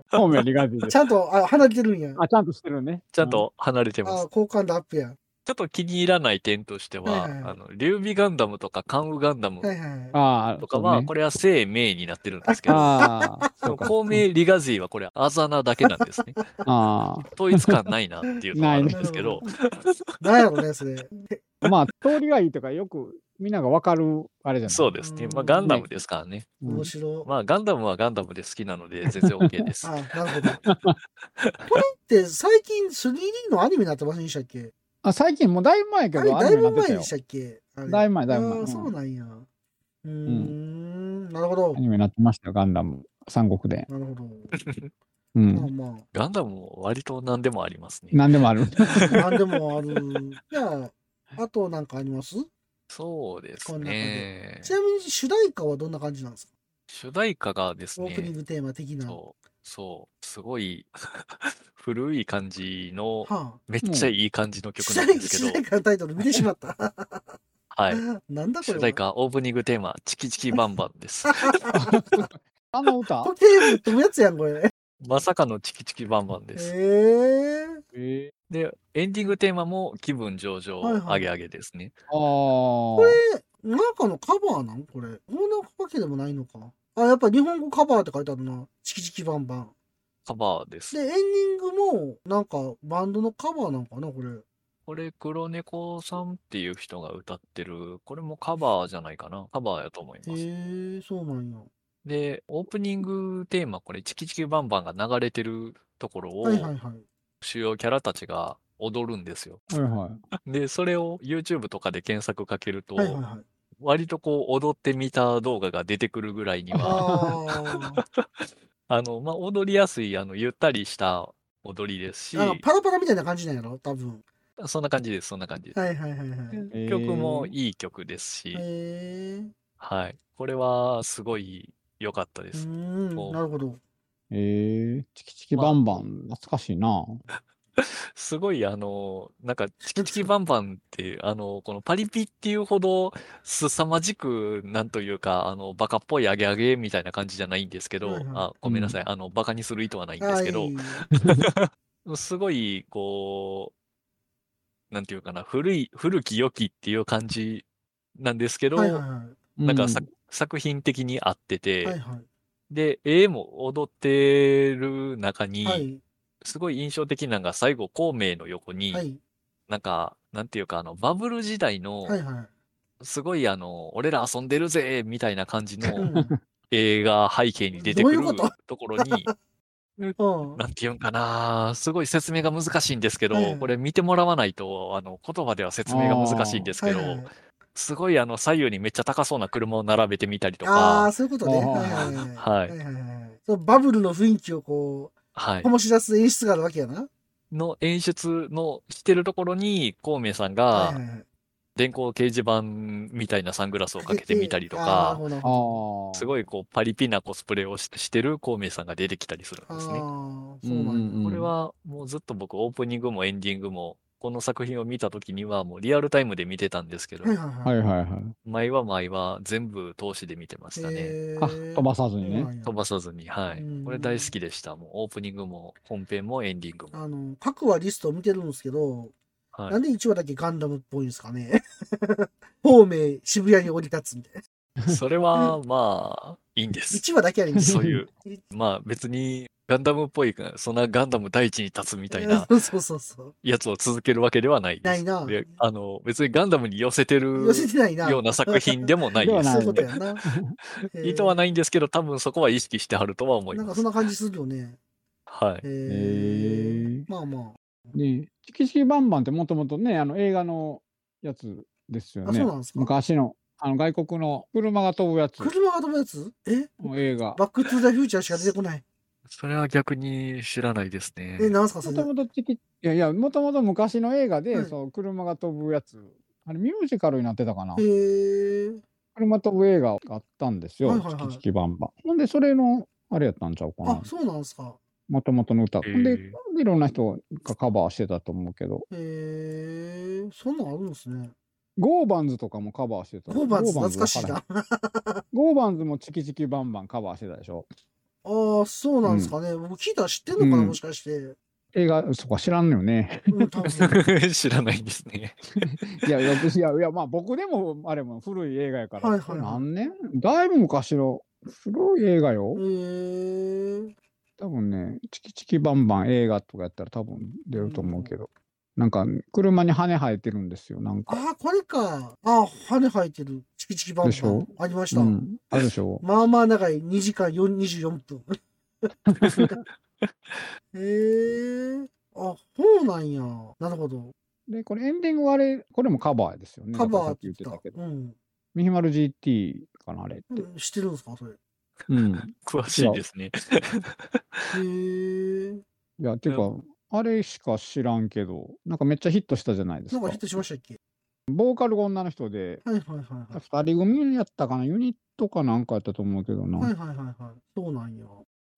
Speaker 2: 孔明理学で
Speaker 1: ち。ゃんと、あ、離れてるんや。
Speaker 2: あ、ちゃんとしてるね。
Speaker 3: ちゃんと離れてま
Speaker 1: あ
Speaker 3: す。
Speaker 1: 好感度アップや。
Speaker 3: ちょっと気に入らない点としては、
Speaker 1: はいはいはい
Speaker 3: あの、劉備ガンダムとか関羽ガンダム
Speaker 1: はいはい
Speaker 2: うん。ああ、
Speaker 3: とか
Speaker 2: そう
Speaker 3: は、
Speaker 2: ね
Speaker 3: これは生命になってるんですけど、
Speaker 2: ああ、
Speaker 3: で
Speaker 2: そう
Speaker 3: も
Speaker 2: か。
Speaker 3: 孔明リガズイはこれ、あざなだけなん ですね。
Speaker 2: あ
Speaker 3: 統一感ないなっていうのがあるんですけど、
Speaker 1: なんやろね、それ。
Speaker 2: あ。まあ、通りがいいとか、よくみんながわかる、あれじゃない
Speaker 3: そうですね。まあ、ガンダムですからね。
Speaker 2: うん
Speaker 1: 面白い。
Speaker 3: まあ、ガンダムはガンダムで好きなので、全然 OK で す
Speaker 1: あ。なるほど。これって最近 3D のアニメになってませんでしたっけ
Speaker 2: あ、最近もうだいぶ前やけ
Speaker 1: あれ、
Speaker 2: ど、ア
Speaker 1: だい
Speaker 2: ニメにな
Speaker 1: ぶ
Speaker 2: ってた
Speaker 1: 前
Speaker 2: よ
Speaker 1: でし。たっけあれ
Speaker 2: だいぶ前だいぶ
Speaker 1: あ
Speaker 2: 前
Speaker 1: ー
Speaker 2: うん
Speaker 1: そうなんや。うーん、なるほど
Speaker 2: ア。ニメになってましたよ、ガンダム。三国で。
Speaker 1: なるほど。
Speaker 2: う
Speaker 1: まあ
Speaker 2: ん。
Speaker 1: ま
Speaker 3: ガンダムも割と何でもありますね。
Speaker 2: 何でもある。
Speaker 1: あ、なんでもある。 じゃあ、あとなんかあります
Speaker 3: そうです
Speaker 1: こんな感じ
Speaker 3: ね。
Speaker 1: ちなみに主題歌はどんな感じなんですか
Speaker 3: 主題歌がです
Speaker 1: オープニン
Speaker 3: ね、
Speaker 1: グテーマ的な。は
Speaker 3: そう、そう、すごい 古い感じの、
Speaker 1: あ。
Speaker 3: めっちゃいい感じの曲
Speaker 1: 主
Speaker 3: な
Speaker 1: 題
Speaker 3: んです
Speaker 1: 主題
Speaker 3: けど、
Speaker 1: 歌のタイトル見てしまった。
Speaker 3: はい。
Speaker 1: なんだこれ
Speaker 3: 主
Speaker 1: は。
Speaker 3: 題歌、オープニングテーマ、チキチキバンバ ンです。
Speaker 2: あの歌
Speaker 1: これテーブル飛ぶやつやん、これ。
Speaker 3: まさかのチキチキバンバン
Speaker 1: え
Speaker 3: です。
Speaker 1: え
Speaker 2: え
Speaker 3: で、エンディングテーマも気分上々、
Speaker 1: はいはい
Speaker 3: あげあげですね。
Speaker 2: ああ。
Speaker 1: なんかのカバーなんこれ。こんなわけでもないのか。あ、やっぱ日本語カバーって書いてあるな。チキチキバンバン。
Speaker 3: カバーです
Speaker 1: で、エ。ンディングも、なんかバンドのカバーなんかな、これ。
Speaker 3: これ、黒猫さんっていう人が歌ってる、これもカバーじゃないかな。カバーやと思い
Speaker 1: へえ
Speaker 3: ます。
Speaker 1: そうなんや。
Speaker 3: で、オープニングテーマ、これ、チキチキバンバンが流れてるところを、
Speaker 1: はいはいはい。
Speaker 3: 主要キャラたちが踊るんですよ。
Speaker 2: はいはい。
Speaker 3: で、それを YouTube とかで検索かけると、
Speaker 1: はいはいはい。
Speaker 3: 割とこう、踊ってみた動画が出てくるぐらいには、
Speaker 1: あー
Speaker 3: あの、まあ、踊りやすい、あの、ゆったりした踊りです し、
Speaker 1: あ。パラパラみたいな感じなんやろ多分。
Speaker 3: そんな感じです、そんな感じです。
Speaker 1: はいはいはいはい。
Speaker 2: えー
Speaker 3: 曲もいい曲ですし、
Speaker 1: へえ
Speaker 3: はい。これはすごい良かったで
Speaker 1: うー
Speaker 3: す。
Speaker 1: ん、
Speaker 3: こう
Speaker 1: なるほど。
Speaker 2: ええチキチキバンバン、懐かしいな。
Speaker 3: すごい、あの、なんか、チキチキバンバンって、あの、このパリピっていうほど、凄まじく、なんというか、あの、バカっぽいアゲアゲみたいな感じじゃないんですけど、
Speaker 1: はいはい
Speaker 3: あ、ごめんなさい、あの、バカにする意図はないんで
Speaker 1: は
Speaker 3: す
Speaker 1: い
Speaker 3: けど、すごい、こう、なんていうかな、古い、古き良きっていう感じなんですけど、
Speaker 1: はいはいは
Speaker 2: な
Speaker 3: なんかさ、作品的に合って
Speaker 1: い。
Speaker 3: て、
Speaker 1: はいは
Speaker 3: で、絵も踊ってる中
Speaker 1: い。
Speaker 3: に、
Speaker 1: はい。
Speaker 3: すごい印象的なのが最後、孔明の横に、
Speaker 1: はい。
Speaker 3: なんか、なんていうか、あの、バブル時代の、
Speaker 1: はいはい。
Speaker 3: すごいあの、俺ら遊んでるぜみたいな感じ
Speaker 1: う
Speaker 3: の
Speaker 1: ん
Speaker 3: 映画背景に出て
Speaker 1: どう
Speaker 3: く
Speaker 1: い
Speaker 3: る
Speaker 1: うこと
Speaker 3: ところ に、
Speaker 1: うん。
Speaker 3: なんていうんかな、すごい説明が難しいんですけど、
Speaker 1: はいはい
Speaker 3: これ見てもらわないと、あの、言葉では説明が難しいんですけど、
Speaker 1: はいはいはい
Speaker 3: すごいあの、左右にめっちゃ高そうな車を並べてみたりと
Speaker 1: ああ
Speaker 3: か
Speaker 1: ー、、そういうことね。
Speaker 2: あー
Speaker 1: はいはいは。
Speaker 3: はいい
Speaker 1: はいはいはいそのバブルの雰囲気をこ
Speaker 3: は
Speaker 1: う、
Speaker 3: い。
Speaker 1: 醸し出す演出があるわけやな。
Speaker 3: の演出のしてるところに、孔明さ
Speaker 1: はい
Speaker 3: ん
Speaker 1: は
Speaker 3: が
Speaker 1: いはい
Speaker 3: 電光掲示板みたいなサングラスをかけてみたりと
Speaker 1: あーな
Speaker 3: か、
Speaker 1: る
Speaker 2: あ
Speaker 1: ほ
Speaker 2: あ。
Speaker 3: すごいこうパリピなコスプレをししてる孔明さんが出てきたりするん
Speaker 1: ど。ああ
Speaker 3: ですね。、
Speaker 1: そうなんや
Speaker 2: うん
Speaker 3: これはもうずっと僕オープニングもエンディングも、この作品を見た時にはもうリアルタイムで見てたんですけど
Speaker 1: は、いはい
Speaker 2: は
Speaker 1: はいい。
Speaker 2: はいはい。
Speaker 3: 前は前は全部通しで見てましたね。
Speaker 1: へー
Speaker 2: あ、飛ばさずに
Speaker 1: そう
Speaker 2: ね
Speaker 1: な。んや
Speaker 3: 飛ばさずに、はい
Speaker 1: うん。
Speaker 3: これ大好きでした。もうオープニングも本編もエンディングも。
Speaker 1: あの、各話リストを見てるんですけど、
Speaker 3: はい
Speaker 1: なんで1話だけガンダムっぽいんですかね。 方明、渋谷に降り立つ みたいな。
Speaker 3: それは、まあ、いい んです。
Speaker 1: 1話だけやねんけど。
Speaker 3: そういう、まあ別にガンダムっぽいか、そんなガンダム第一に立つみたいな
Speaker 1: そうそうそうそう。
Speaker 3: やつを続けるわけではないです。
Speaker 1: ないな
Speaker 3: であの、別にガンダムに寄せてる
Speaker 1: 寄せてないな。
Speaker 3: ような作品でもない
Speaker 2: で
Speaker 3: で
Speaker 2: は
Speaker 3: す。
Speaker 1: そういうことやな。へー
Speaker 3: 意図はないんですけど、多分そこは意識してはるとは思い
Speaker 1: なんか
Speaker 3: ま
Speaker 1: そ
Speaker 3: す
Speaker 1: ん。な感じするよね。
Speaker 3: はい。
Speaker 1: へ
Speaker 2: え
Speaker 1: ーまあま
Speaker 2: で、チキチキバンバンってもともとね、あの映画のやつですよ
Speaker 1: あ。あ、そ
Speaker 2: ね
Speaker 1: う。なんですか。
Speaker 2: 昔の、あの外国の車が飛ぶやつ
Speaker 1: 車が飛ぶやつえ
Speaker 2: の映画。
Speaker 1: バックトゥザフューチャーしか出てこない。
Speaker 3: それは逆に知らないですね。
Speaker 1: え、なんすかそ
Speaker 2: も
Speaker 1: れ
Speaker 2: と。もとチキ、いやいや、もともと昔の映画で、
Speaker 1: はい
Speaker 2: そう、車が飛ぶやつ。あれミュージカルになってたかな
Speaker 1: へー
Speaker 2: 車飛ぶ映画があったんですよ、
Speaker 1: はいはいはい
Speaker 2: チキチキバンバン。ほんで、それの、あれやったんちゃうかな
Speaker 1: あ、。そうなんですか。
Speaker 2: もともとの歌。ほん
Speaker 3: へ
Speaker 2: で
Speaker 3: ー、
Speaker 2: いろんな人がカバーしてたと思うけど。
Speaker 1: へーそんなんあるんですね。
Speaker 2: ゴーバンズとかもカバーしてた。
Speaker 1: ゴーバンズ懐かしい
Speaker 2: わ
Speaker 1: な。あ
Speaker 2: らん。ゴーバンズもチキチキバンバンカバーしてたでしょ。
Speaker 1: あー、そうなんですかね。僕聞いたら知ってんのかな、
Speaker 2: うん
Speaker 1: もしかして。
Speaker 2: 映画、そこは知らんの よね。
Speaker 1: うん、 多分。
Speaker 3: 知らないんですね。
Speaker 2: いや、いや、いや、いやまあ僕でも、あれも古い映画やから。
Speaker 1: はいはいはい
Speaker 2: 何年だいぶ昔の古い映画よ
Speaker 1: え。ー、
Speaker 2: 多分ね、チキチキバンバン映画とかやったら多分出ると思うけど。なんか、車に羽生えてるんですよ。なんか。
Speaker 1: ああ、これか。ああ、羽生えてる。チキチキバン
Speaker 2: でし
Speaker 1: バン
Speaker 2: ょ。
Speaker 1: ありまし
Speaker 2: う
Speaker 1: た。
Speaker 2: ん。あるでしょ。
Speaker 1: まあまあ長い。2時間4 24分。 へえー。あ、そうなんや。なるほど。
Speaker 2: で、これエンディングあれ、これもカバーですよね。
Speaker 1: カ
Speaker 2: だからさ
Speaker 1: バー
Speaker 2: っ
Speaker 1: っ
Speaker 2: き言っ
Speaker 1: て
Speaker 2: て
Speaker 1: 言
Speaker 2: た
Speaker 1: っ
Speaker 2: け
Speaker 1: て
Speaker 2: ど。
Speaker 1: た。うん。
Speaker 2: ミヒマル GT かな、あれって。
Speaker 1: うん知ってるんですかそれ。へ
Speaker 2: うん。
Speaker 3: 詳しいですね。
Speaker 1: えー。
Speaker 2: いや、ていう
Speaker 3: う
Speaker 2: か、あれしか知らんけど、なんかめっちゃヒットしたじゃないです
Speaker 1: なん
Speaker 2: か。
Speaker 1: かヒットしましたっけ
Speaker 2: ボーカルが女の人で、
Speaker 1: はいはいはいはい。
Speaker 2: 2人組やったかな、ユニットかなんかやったと思うけどな。
Speaker 1: はいはいはいはい。そうなんや。あ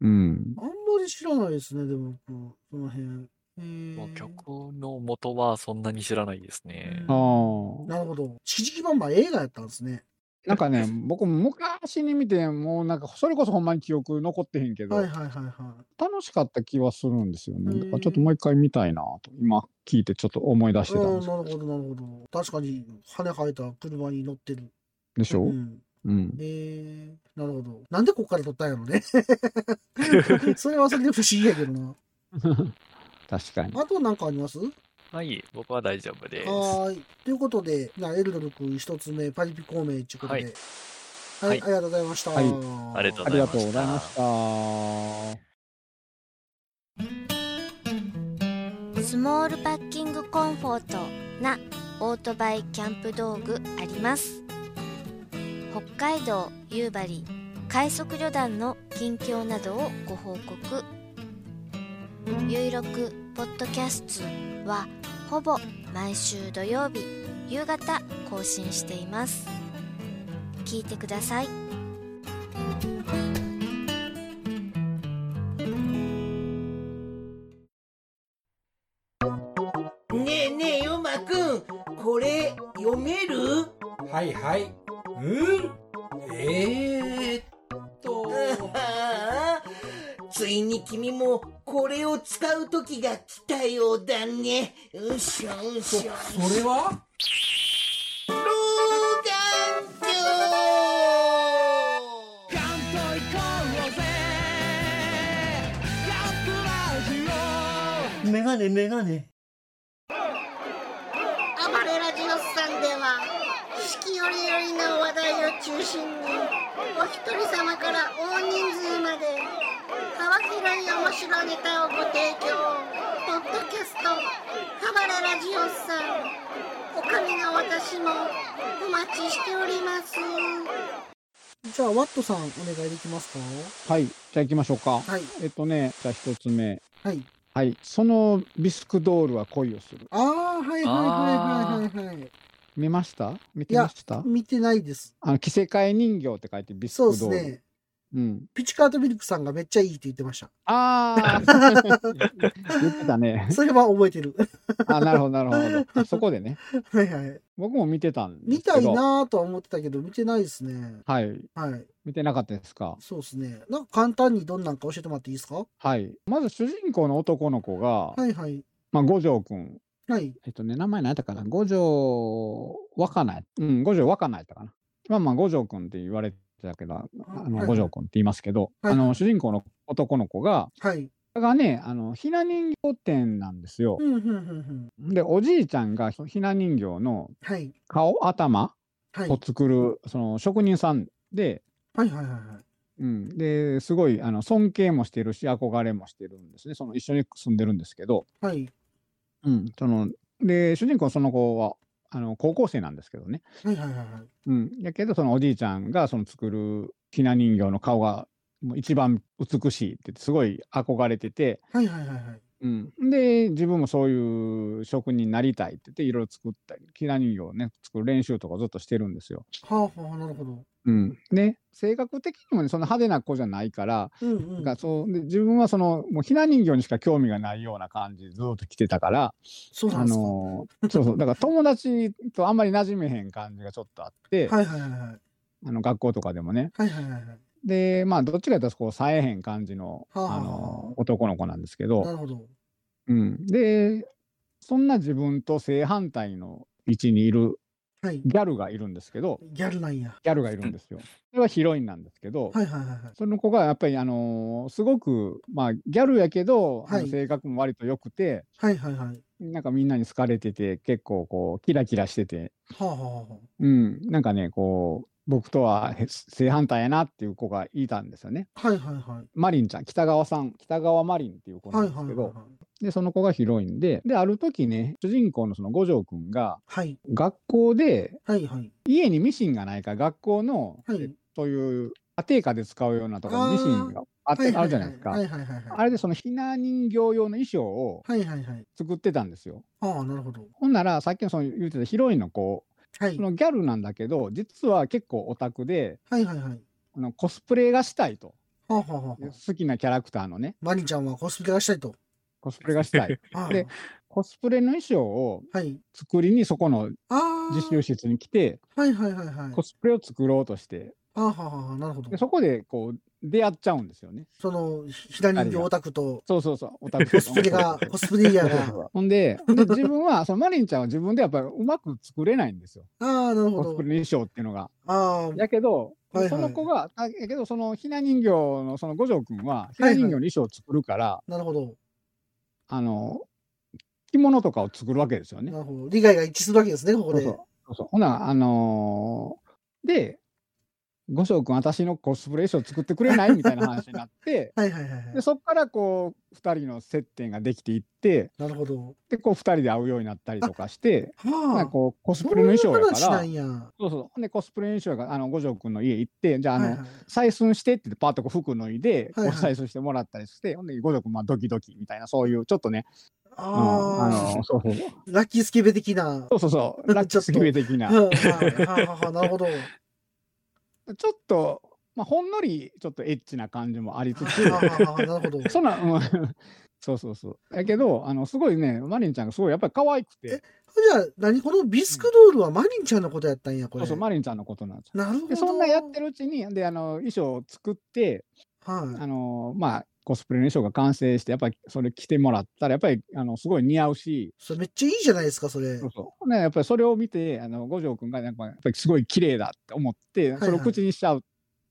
Speaker 2: うん。
Speaker 1: んまり知らないですね、でも僕、その辺。へー
Speaker 3: もう曲の元はそんなに知らないですね。
Speaker 2: ああ。
Speaker 1: なるほど。チキチキバンバン映画やったんですね。
Speaker 2: なんかね、僕も昔に見て、もうなんか、それこそほんまに記憶残ってへんけど、
Speaker 1: はいはいはいは
Speaker 2: 楽しかった気はするんですよね。だか
Speaker 1: う
Speaker 2: ら
Speaker 1: ん
Speaker 2: ちょっともう一回見たいなと、今聞いてちょっと思い出し
Speaker 1: い。
Speaker 2: てたん
Speaker 1: うん、
Speaker 2: です
Speaker 1: なるほどなるほど。確かに、羽生えた車に乗ってる。
Speaker 2: でし
Speaker 1: う
Speaker 2: ょ
Speaker 1: ん。
Speaker 2: うん。
Speaker 1: へえなるほど。なんでこっから撮ったんやろ ね。それはそれで不思議やけどな。
Speaker 2: 確かに。
Speaker 1: あとなんかあります
Speaker 3: はい、僕は大丈夫です。
Speaker 1: はーい。ということで、なエルドル君一つ目、パリピ孔明ということで、
Speaker 3: は
Speaker 1: はいい、
Speaker 3: はい
Speaker 1: ありがとうございました。
Speaker 2: はい
Speaker 3: ありがとう
Speaker 2: あ
Speaker 3: ござ
Speaker 2: り
Speaker 3: い
Speaker 2: が
Speaker 3: ました
Speaker 2: とうございました。
Speaker 4: スモールパッキングコンフォートなオートバイキャンプ道具あります北海道夕張快速旅団の近況などをご報告「ゆいろくポッドキャスト」はほぼ毎週土曜日夕方更新しています聞いてください
Speaker 5: ねえねえ、ヨマくん、これ、読める
Speaker 6: はいはい。うんえー、っと。
Speaker 5: ああついに君も、これを使う時が来たようだね。うしょう
Speaker 6: そ、そ
Speaker 5: し
Speaker 6: れ
Speaker 5: ょ。
Speaker 6: は
Speaker 5: 老眼鏡
Speaker 7: メガネメガネ
Speaker 8: 暴れラジオスさんでは四季折々の話題を中心にお一人様から大人数まで幅広い面白ネタをご提供ポッドキャスト「暴れラジオスさん」おかみの私もお待ちしております。
Speaker 1: じゃあ、ワットさん、お願いできますか
Speaker 2: はい。じゃあ行きましょうか。
Speaker 1: はい。
Speaker 2: えっとね、じゃあ一つ目。
Speaker 1: はい。
Speaker 2: はい。そのビスクドールは恋をする。
Speaker 1: ああ、はいはいはいはいはいはい。
Speaker 2: 見ました見てました
Speaker 1: 見てないです。
Speaker 2: あの、着せ替え人形って書いてビスク
Speaker 1: そう
Speaker 2: ド
Speaker 1: です
Speaker 2: ール。
Speaker 1: ね。
Speaker 2: うん。
Speaker 1: ピチカートミルクさんがめっちゃいいって言ってました。
Speaker 2: ああ 言ってたね。
Speaker 1: それは覚えてる。
Speaker 2: あ、なるほど、なるほどあ。そこでね。
Speaker 1: はいはい。
Speaker 2: 僕も見てたんで
Speaker 1: 見
Speaker 2: す
Speaker 1: た
Speaker 2: け
Speaker 1: い
Speaker 2: ど。
Speaker 1: なーとは思ってたけど、見てないですね。
Speaker 2: はい。
Speaker 1: はい。
Speaker 2: 見てなかったですか。
Speaker 1: そうですね。なんか簡単にどんなんか教えてもらっていいですかは
Speaker 2: はい。まず主人公の男の子が、
Speaker 1: いはい。
Speaker 2: まあ、五条くん。
Speaker 1: はい。
Speaker 2: えっとね、名前何やったかな五条若菜。うん、五条若菜やったかな。まあまあ、五条くんって言われてたけど、あ
Speaker 1: は
Speaker 2: の
Speaker 1: い
Speaker 2: 五条くんって言いますけど、
Speaker 1: はい
Speaker 2: あの、主人公の男の子が、
Speaker 1: はい。
Speaker 2: がね、あの、ひな人形店なんですよ
Speaker 1: う。んうんうんうん。
Speaker 2: で、おじいちゃんがひな人形の
Speaker 1: はい。
Speaker 2: 顔、頭
Speaker 1: はい。は
Speaker 2: を
Speaker 1: い
Speaker 2: 作る、その職人さんで、
Speaker 1: はいはいはい。
Speaker 2: うん、で、すごい、あの、尊敬もしてるし、憧れもしてるんですね。その、一緒に住んでるんですけど、
Speaker 1: はい。
Speaker 2: うん、その、で、主人公のその子は、あの、高校生なんですけどね。
Speaker 1: はいはいはいはい。
Speaker 2: うん、やけどそのおじいちゃんがその作るひな人形の顔がもう一番美しいって言ってすごい憧れてて
Speaker 1: はいはいはいはい。
Speaker 2: うん、で自分もそういう職人になりたいって言っていろいろ作ったりひな人形をね作る練習とかずっとしてるんですよ。
Speaker 1: はあはあ、なるほど。
Speaker 2: うん、で性格的にもねそんな派手な子じゃないから、
Speaker 1: うんう。
Speaker 2: なんんかそうで自分はそのもうひな人形にしか興味がないような感じでずっと来てたから、
Speaker 1: そうな
Speaker 2: あ
Speaker 1: んですか。
Speaker 2: のーそうそうだから友達とあんまり馴染めへん感じがちょっとあって、
Speaker 1: はいはいはいはい。
Speaker 2: あの学校とかでもね
Speaker 1: はいはいはいはい。
Speaker 2: でまあどっちかというとこう冴えへん感じの、
Speaker 1: はあはあ
Speaker 2: あのー男の子なんですけど
Speaker 1: な、るほど。
Speaker 2: うん、でそんな自分と正反対の位置にいる
Speaker 1: はい。
Speaker 2: ギャルがいるんですけど
Speaker 1: ギャルなんや。
Speaker 2: ギャルがいるんですよ。それはヒロインなんですけど、
Speaker 1: はいはいはいはい。
Speaker 2: その子がやっぱり、あのーすごく、まあ、ギャルやけど、あの
Speaker 1: はい
Speaker 2: 性格も割と良くて、
Speaker 1: はいはいはい。は
Speaker 2: なんかみんなに好かれてて、結構こう、キラキラしてて、
Speaker 1: あはあはあ。
Speaker 2: うん、なんかね、こう、僕とはへ正反対やなっていう子がいたんですよね。
Speaker 1: はいはいはい。
Speaker 2: マリンちゃん、北川さん、北川マリンっていう子な
Speaker 1: はい
Speaker 2: んで
Speaker 1: はいは
Speaker 2: すけ
Speaker 1: い
Speaker 2: ど、
Speaker 1: はい。
Speaker 2: で、その子がヒロインで、で、ある時ね、主人公のその五条くんが、
Speaker 1: はい
Speaker 2: 学校で、
Speaker 1: はいはい。
Speaker 2: 家にミシンがないから、学校の、
Speaker 1: はい
Speaker 2: えそういう家庭科で使うようなところにミシンがあってあるじゃないですか。
Speaker 1: はいはいはいはい。
Speaker 2: あれでそのひな人形用の衣装を
Speaker 1: はいはいはい。
Speaker 2: 作ってたんですよ。
Speaker 1: ああ、なるほど。
Speaker 2: ほんならさっきのその言ってたヒロインの子、
Speaker 1: はい
Speaker 2: そ。のギャルなんだけど、実は結構オタクで、
Speaker 1: はいはいはい。
Speaker 2: あのコスプレがしたいと。
Speaker 1: はあはあはあ。
Speaker 2: 好きなキャラクターのね、
Speaker 1: マリンちゃんはコスプレがしたいと。
Speaker 2: コスプレ がしたい。
Speaker 1: ああ
Speaker 2: でコスプレの衣装を
Speaker 1: はい。
Speaker 2: 作りにそこの
Speaker 1: ああ。
Speaker 2: 自習室に来て、
Speaker 1: はいはいはいはい。
Speaker 2: コスプレを作ろうとして、
Speaker 1: ああはあはあ。なるほど
Speaker 2: で。そこでこう出会っちゃうんですよね。
Speaker 1: その、ひな人形オタクと
Speaker 2: そうそうそう、オタ ク
Speaker 1: コスプレが、コスプレイヤ ーが。
Speaker 2: ほんで、で自分は、そのマリンちゃんは自分でやっぱりうまく作れないんですよ。
Speaker 1: ああ、なるほ
Speaker 2: コス
Speaker 1: ど
Speaker 2: プ。レの衣装っていうのが。
Speaker 1: ああ、
Speaker 2: やけど、
Speaker 1: はいはい
Speaker 2: その子が、あやけど、そのひな人形のその五条くんは、ひ
Speaker 1: いは
Speaker 2: ない人形の衣装を作るから、
Speaker 1: なるほど。
Speaker 2: あの、着物とかを作るわけですよね
Speaker 1: な。るほど。利害が一致するわけですね、ここ
Speaker 2: そう
Speaker 1: で。
Speaker 2: そうそうそう。ほな、あのーで、五条くん、私のコスプレ衣装作ってくれないみたいな話にな って、
Speaker 1: はいはいはいはい
Speaker 2: で。そこからこう、二人の接点ができていって、
Speaker 1: なるほど。
Speaker 2: で、こう、二人で会うようになったりとかして、
Speaker 1: は
Speaker 2: なん
Speaker 1: あ。
Speaker 2: かこう、コス
Speaker 1: そう
Speaker 2: プレ
Speaker 1: い
Speaker 2: の
Speaker 1: う
Speaker 2: 衣装やか
Speaker 1: 話な
Speaker 2: ら、
Speaker 1: んや。
Speaker 2: そうそう。ほんで、コスプレの衣装やから、あの、五条くんの家行って、じゃあ、あ
Speaker 1: は
Speaker 2: の、
Speaker 1: いはい
Speaker 2: 採寸してって言ってパーッとこう服脱いで、
Speaker 1: はいはい
Speaker 2: こう採寸してもらったりして、ほんで、五条くん、まあ、ドキドキみたいな、そういう、ちょっとね、うんあ
Speaker 1: ああ
Speaker 2: の、、そうそう
Speaker 1: ラッキースケベ的な。
Speaker 2: そうそうそう、ラッチスキュエ的な、
Speaker 1: うん
Speaker 2: ち
Speaker 1: はいはいはいはいなる ほど。は
Speaker 2: ょっと、まあ、ほんのりちょっとエッチな感じもあり
Speaker 1: あ
Speaker 2: つ
Speaker 1: は
Speaker 2: つ、
Speaker 1: あはあなるほど。
Speaker 2: そんな、うん、 そうそうそう。やけど、あの、すごいね、マリンちゃんがすごいやっぱり可愛くて、
Speaker 1: じゃあ、何このビスクロールはマリンちゃんのことやったんや、こ
Speaker 2: そう
Speaker 1: れ。
Speaker 2: そう、マリンちゃんのことなんですよ。
Speaker 1: なるほ
Speaker 2: で、
Speaker 1: ど。
Speaker 2: そんなやってるうちに、で、あの、衣装を作って、
Speaker 1: は
Speaker 2: あの、まあ、コスプレの衣装が完成して、やっぱりそれ着てもらったら、やっぱり、あの、すごい似合うし、
Speaker 1: い。それめっちゃいいじゃないですか、それ。
Speaker 2: そうそう。ね、やっぱりそれを見て、あの五条くんがなんかやっぱりすごい綺麗だって思って、
Speaker 1: い
Speaker 2: それを口にしちゃっ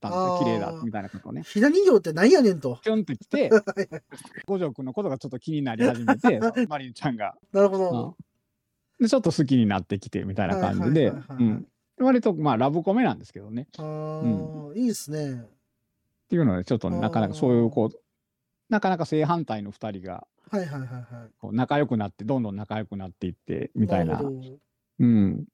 Speaker 2: たんですよ、
Speaker 1: あー
Speaker 2: 綺麗だみたいなことをね。
Speaker 1: ひな人形ってなんやねんと。
Speaker 2: ぴょんって きて、五条くんのことがちょっと気になり始めて、そうマリンちゃんが、
Speaker 1: なるほ
Speaker 2: うん
Speaker 1: ど。
Speaker 2: で、ちょっと好きになってきてみたいな感じで、
Speaker 1: はいはいはいは
Speaker 2: う
Speaker 1: い
Speaker 2: ん割と、まあ、ラブコメなんですけどね。っ
Speaker 1: あーいいですね。
Speaker 2: ていうので、ちょっとねなかなかそういう、こう、なかなか正反対の2人が、
Speaker 1: はいはいはいはい。
Speaker 2: こう、仲良くなって、どんどん仲良くなっていって、みたいな
Speaker 1: る。ほど
Speaker 2: うん。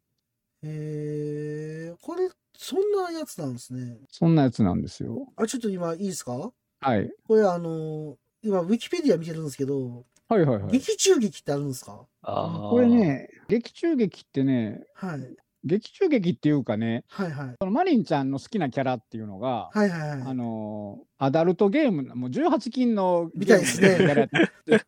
Speaker 1: へえ、これ、そんなやつなんですね。
Speaker 2: そんなやつなんですよ。
Speaker 1: あ、ちょっと今いいですか
Speaker 2: はい。
Speaker 1: これあのー今、ウィキペディア見てるんですけど、
Speaker 2: はいはいはい。
Speaker 1: 劇中劇ってあるんですか
Speaker 3: あー
Speaker 2: これ、ね、劇中劇ってね、
Speaker 1: はい。
Speaker 2: 劇中劇っていうかね、
Speaker 1: はいはい。
Speaker 2: そのマリンちゃんの好きなキャラっていうのが、
Speaker 1: はいはいは
Speaker 2: あ
Speaker 1: い。
Speaker 2: のーアダルトゲームの、もう18禁の
Speaker 1: みたいですね
Speaker 2: ゲームのキャラやった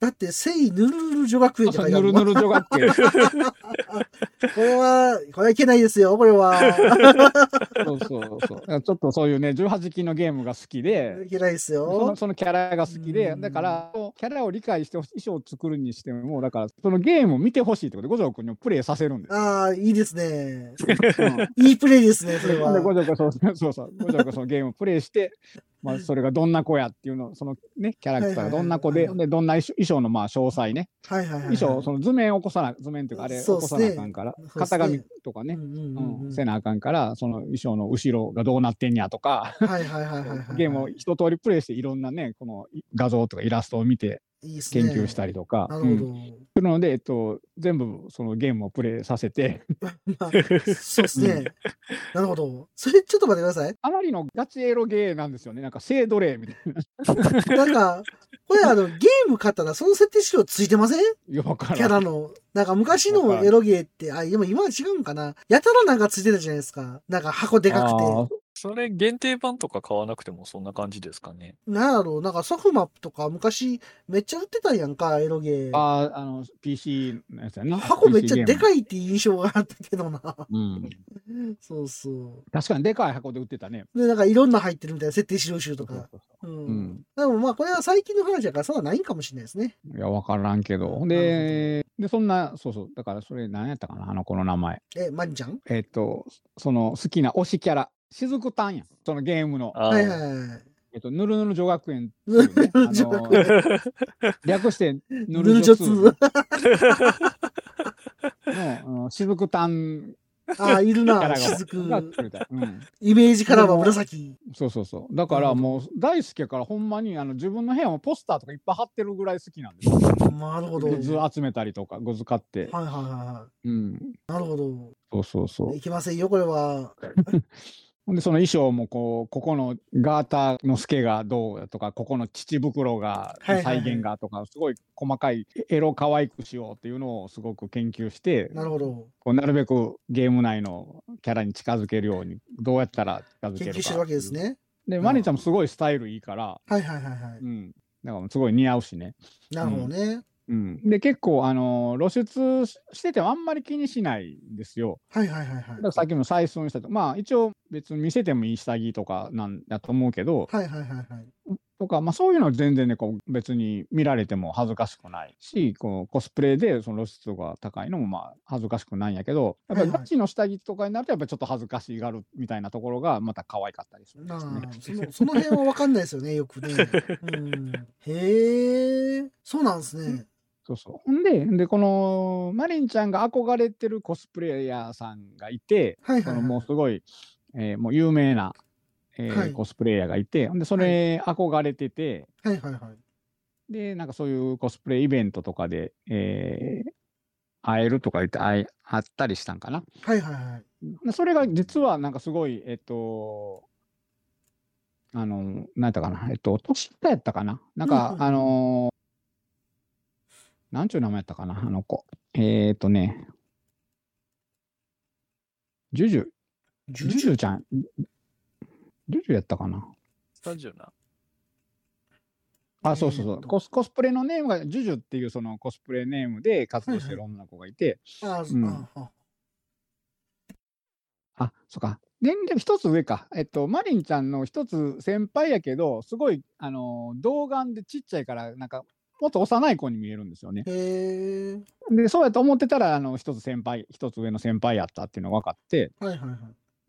Speaker 1: だって、セイヌルル女学園って 書いてあ
Speaker 2: ぬ
Speaker 1: る
Speaker 2: るぬる女学園。
Speaker 1: こ れは、これはいけないですよ、これは。
Speaker 2: そうそうそう。だからちょっとそういうね、18禁のゲームが好きで、
Speaker 1: いけないです
Speaker 2: そ
Speaker 1: よ
Speaker 2: の。そのキャラが好きで、
Speaker 1: うん
Speaker 2: だから、キャラを理解してほしい、衣装を作るにしても、だから、そのゲームを見てほしいってことで、五条君にもプレイさせるんですよ。
Speaker 1: ああ、いいですね。
Speaker 2: うん
Speaker 1: いいプレイですね、それは。
Speaker 2: で、ごじょこそうそうそう、ごじょこそのゲームをプレイして、まあ、それがどんな子やっていうの、そのね、キャラクターがどんな子
Speaker 1: はい
Speaker 2: で、
Speaker 1: はい
Speaker 2: で、どんな衣装衣装のまあ詳細ね、
Speaker 1: はいはいはい。
Speaker 2: 衣装、その図面を起こさな、図面というか、あれ起
Speaker 1: そうっ
Speaker 2: こ
Speaker 1: す
Speaker 2: さ
Speaker 1: ね
Speaker 2: なあかんから
Speaker 1: そうっす、ね
Speaker 2: 型紙とか
Speaker 1: う
Speaker 2: ね
Speaker 1: ん、うん
Speaker 2: う、
Speaker 1: うんうんん
Speaker 2: せなあかんから、その衣装の後ろがどうなってんやとか、
Speaker 1: はいはいはいはいはい。
Speaker 2: ゲームを一通りプレイして、いろんなね、このい画像とかイラストを見て、
Speaker 1: いいです
Speaker 2: 研
Speaker 1: ね。
Speaker 2: 究したりとか。
Speaker 1: な
Speaker 2: う
Speaker 1: る
Speaker 2: ん
Speaker 1: ほど。
Speaker 2: なので、えっと、全部そのゲームをプレイさせて、
Speaker 1: まあそうですね。なるほど。それちょっと待ってください。
Speaker 2: あまりのガチエロゲーなんですよね。なんか、性奴隷みたい
Speaker 1: なんか、これあの、ゲーム買ったらその設定資料ついてません
Speaker 2: な。よくわか
Speaker 1: キャ
Speaker 2: ら
Speaker 1: ラ
Speaker 2: ん。
Speaker 1: の。なんか昔のエロゲーって、あ、でも今は違うんかな。やたらなんかついてたじゃないですか。なんか箱でかくて。
Speaker 2: あー
Speaker 3: それ限定版とか買わなくてもそんな感じですかね。
Speaker 1: なんやろう、なんかソフマップとか昔めっちゃ売ってたやんか、エロゲー。
Speaker 2: あー、あの、PC のやつやな。
Speaker 1: 箱めっちゃで
Speaker 2: い。
Speaker 1: かいっていう印象があったけどな。
Speaker 2: うん、
Speaker 1: そうそ
Speaker 2: 確かにでかい箱で売ってたね。
Speaker 1: う。で、なんかいろんな入ってるみたいな設定資料集と
Speaker 2: そう
Speaker 1: か。。
Speaker 2: そうそううんうん
Speaker 1: でもまあこれは最近の話だからそんなないんかもしれないですね。
Speaker 2: いや、わからんけど。ほんで、で、そんな、そうそう、だからそれ何やったかな、あの子の名前。
Speaker 1: え、マリちゃん
Speaker 2: えっ、と、その好きな推しキャラ、しずくたんやん。そのゲームの、
Speaker 3: あー
Speaker 1: はいはいはい。
Speaker 2: えっ、と、ぬるぬる女学園っていうね、
Speaker 1: ぬるぬる女学園
Speaker 2: あ の略して、ぬ
Speaker 1: ぬ
Speaker 2: る
Speaker 1: る
Speaker 2: じ
Speaker 1: じ
Speaker 2: ょ
Speaker 1: ょ
Speaker 2: つ
Speaker 1: つ
Speaker 2: の、あのしずくたん
Speaker 1: ああ、いる
Speaker 2: キャラ
Speaker 1: な、
Speaker 2: が
Speaker 1: しずく。
Speaker 2: が作れたうん。
Speaker 1: イメージカラーは紫。
Speaker 2: そうそうそう。だからもう、大好きやから、ほんまに、あの、自分の部屋もポスターとかいっぱい貼ってるぐらい好きなんですよ。
Speaker 1: なるほど。
Speaker 2: グ
Speaker 1: はい
Speaker 2: ッズ集めたりとか、グッズ買って。
Speaker 1: はいは
Speaker 2: うん。
Speaker 1: い。なるほど。
Speaker 2: そうそうそう。
Speaker 1: いきませんよ、これは。
Speaker 2: ほんで、その衣装もこう、ここのガーターのスケがどうだとか、ここの乳袋が
Speaker 1: はいはいは
Speaker 2: 再
Speaker 1: い
Speaker 2: 現がとか、すごい細かいエロ可愛くしようっていうのをすごく研究して、
Speaker 1: なるほど。
Speaker 2: こうなるべくゲーム内のキャラに近づけるように、どうやったら近づけ
Speaker 1: 研
Speaker 2: るか。
Speaker 1: 究してるわけです。ね。
Speaker 2: で、
Speaker 1: ん
Speaker 2: マニちゃんもすごいスタイルいいから、
Speaker 1: はいはいはいは
Speaker 2: うん。だからすごい似合うしね。
Speaker 1: い。なるほどね。
Speaker 2: うん。で、結構、あの露出ししててもあんまり気にしないんですよ。
Speaker 1: はいはいはいは
Speaker 2: だ
Speaker 1: い
Speaker 2: から。さっきも採寸したとまあ一応別に見せてもいい下着とかなんだと思うけど、
Speaker 1: はいはいはいはい。
Speaker 2: とか、まあ、そういうのは全然ねこう別に見られても恥ずかしくないしこのコスプレでその露出度が高いのもまあ恥ずかしくないんやけどやっぱ
Speaker 1: は
Speaker 2: り
Speaker 1: いはい
Speaker 2: ガチの下着とかになるとやっぱりちょっと恥ずかしがるみたいなところがまた可愛かったりするん
Speaker 1: な
Speaker 2: で
Speaker 1: あ
Speaker 2: すね。
Speaker 1: そのその辺は分かんないですよ ね、よくね。うん、へえ、そうなんですね。
Speaker 2: そうそうほんででこのマリンちゃんが憧れてるコスプレイヤーさんがいて
Speaker 1: はい
Speaker 2: そ
Speaker 1: はい、
Speaker 2: の
Speaker 1: は
Speaker 2: もう
Speaker 1: い。
Speaker 2: すごい、えーもう有名な、えー
Speaker 1: はい
Speaker 2: コスプレイヤーがいてほんでそれ憧れてて。
Speaker 1: はいはいはい。
Speaker 2: で、なんかそういうコスプレイベントとかで、えー会えるとか言って会え会ったりしたんかな。
Speaker 1: はいはいはい。
Speaker 2: でそれが実はなんかすごい、えっと、あの、なんやったかな、えっと、年下やったかな。なん
Speaker 1: うん
Speaker 2: か
Speaker 1: う、ん
Speaker 2: あのーなんちゅう名前やったかな、あの子。えーっとね、ジュジュ、ジュジュちゃん、ジュジュやったかな。
Speaker 3: スタジオな。
Speaker 2: あ、そうそうそ
Speaker 1: えー
Speaker 2: う。
Speaker 1: と
Speaker 2: コスコスプレのネームが、ジュジュっていうそのコスプレネームで活動してる女の子がいて、
Speaker 1: ああ、そ
Speaker 2: うん
Speaker 1: ああ
Speaker 2: あ、そうか。年齢一つ上か。えっと、マリンちゃんの一つ先輩やけど、すごい、あの、童顔でちっちゃいから、なんか、もっと幼い子に見えるんですよね。
Speaker 1: へえ、
Speaker 2: で、そうやと思ってたら、あの、一つ先輩、一つ上の先輩やったっていうのが分かって、
Speaker 1: はいはいはい。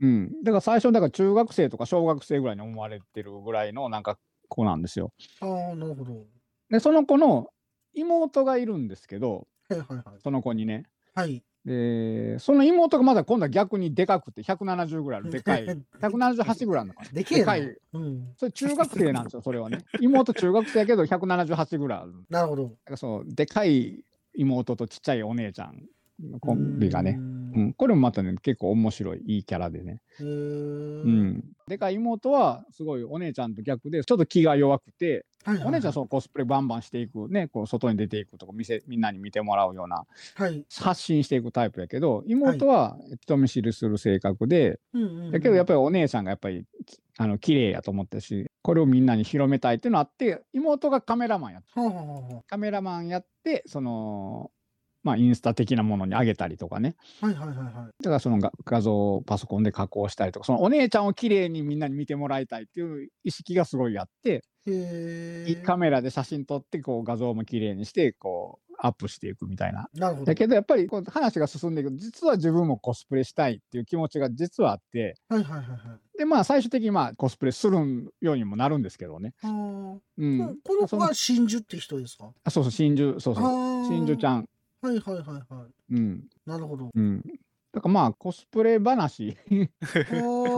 Speaker 2: うん。だから最初、だから中学生とか小学生ぐらいに思われてるぐらいの、なんか、子なんですよ。
Speaker 1: ああ、なるほど。
Speaker 2: で、その子の妹がいるんですけど、
Speaker 1: はいはいはい。
Speaker 2: その子にね。
Speaker 1: はい。
Speaker 2: で、その妹がまだ今度は逆にでかくて、170ぐらいある、でかい。178ぐらいあるの かな。
Speaker 1: でけえ
Speaker 2: で
Speaker 1: な
Speaker 2: かい。
Speaker 1: うん。
Speaker 2: それ中学生なんですよ、それはね。妹中学生やけど、178ぐらいある。だ
Speaker 1: なるほど。
Speaker 2: からそう、でかい妹とちっちゃいお姉ちゃんのコンビが
Speaker 1: う。
Speaker 2: ね。うんん、これもまたね、結構面白い、いいキャラでね。
Speaker 1: へえ、
Speaker 2: うん。でかい妹は、すごいお姉ちゃんと逆で、ちょっと気が弱くて、
Speaker 1: はいはいはい。
Speaker 2: お姉ちゃん、そのコスプレバンバンしていく、ね、こう外に出ていくとか、見せみんなに見てもらうような
Speaker 1: はい。
Speaker 2: 発信していくタイプやけど妹は人見知りする性格で、
Speaker 1: うんうんうん。
Speaker 2: だけどやっぱりお姉さんがやっぱりきあの綺麗やと思ったしこれをみんなに広めたいっていうのあって妹がカメラマンや
Speaker 1: はあはあはあは
Speaker 2: カメラマンやってそのまあインスタ的なものに上げたりとかね
Speaker 1: あはいはいはいはい。
Speaker 2: だからそのが画像をパソコンで加工したりとかそのお姉ちゃんを綺麗にみんなに見てもらいたいっていう意識がすごいあって、
Speaker 1: へえ。
Speaker 2: カメラで写真撮ってこう画像も綺麗にしてこうアップしていくみたいな
Speaker 1: なるほど
Speaker 2: だ。けどやっぱりこう話が進んでいく実は自分もコスプレしたいっていう気持ちが実はあって
Speaker 1: はいはいはいはい。
Speaker 2: でまあ最終的にまあコスプレするようにもなるんですけどね、
Speaker 1: あー
Speaker 2: うん
Speaker 1: ここの子
Speaker 2: その
Speaker 1: は真珠って人ですか
Speaker 2: あそうそう真珠そうそう真
Speaker 1: 真
Speaker 2: 珠ちゃん
Speaker 1: はいはいはいは
Speaker 2: うん
Speaker 1: い。なる
Speaker 2: 。
Speaker 1: ほど
Speaker 2: うんだからまあコスプレ話
Speaker 1: コ
Speaker 2: コ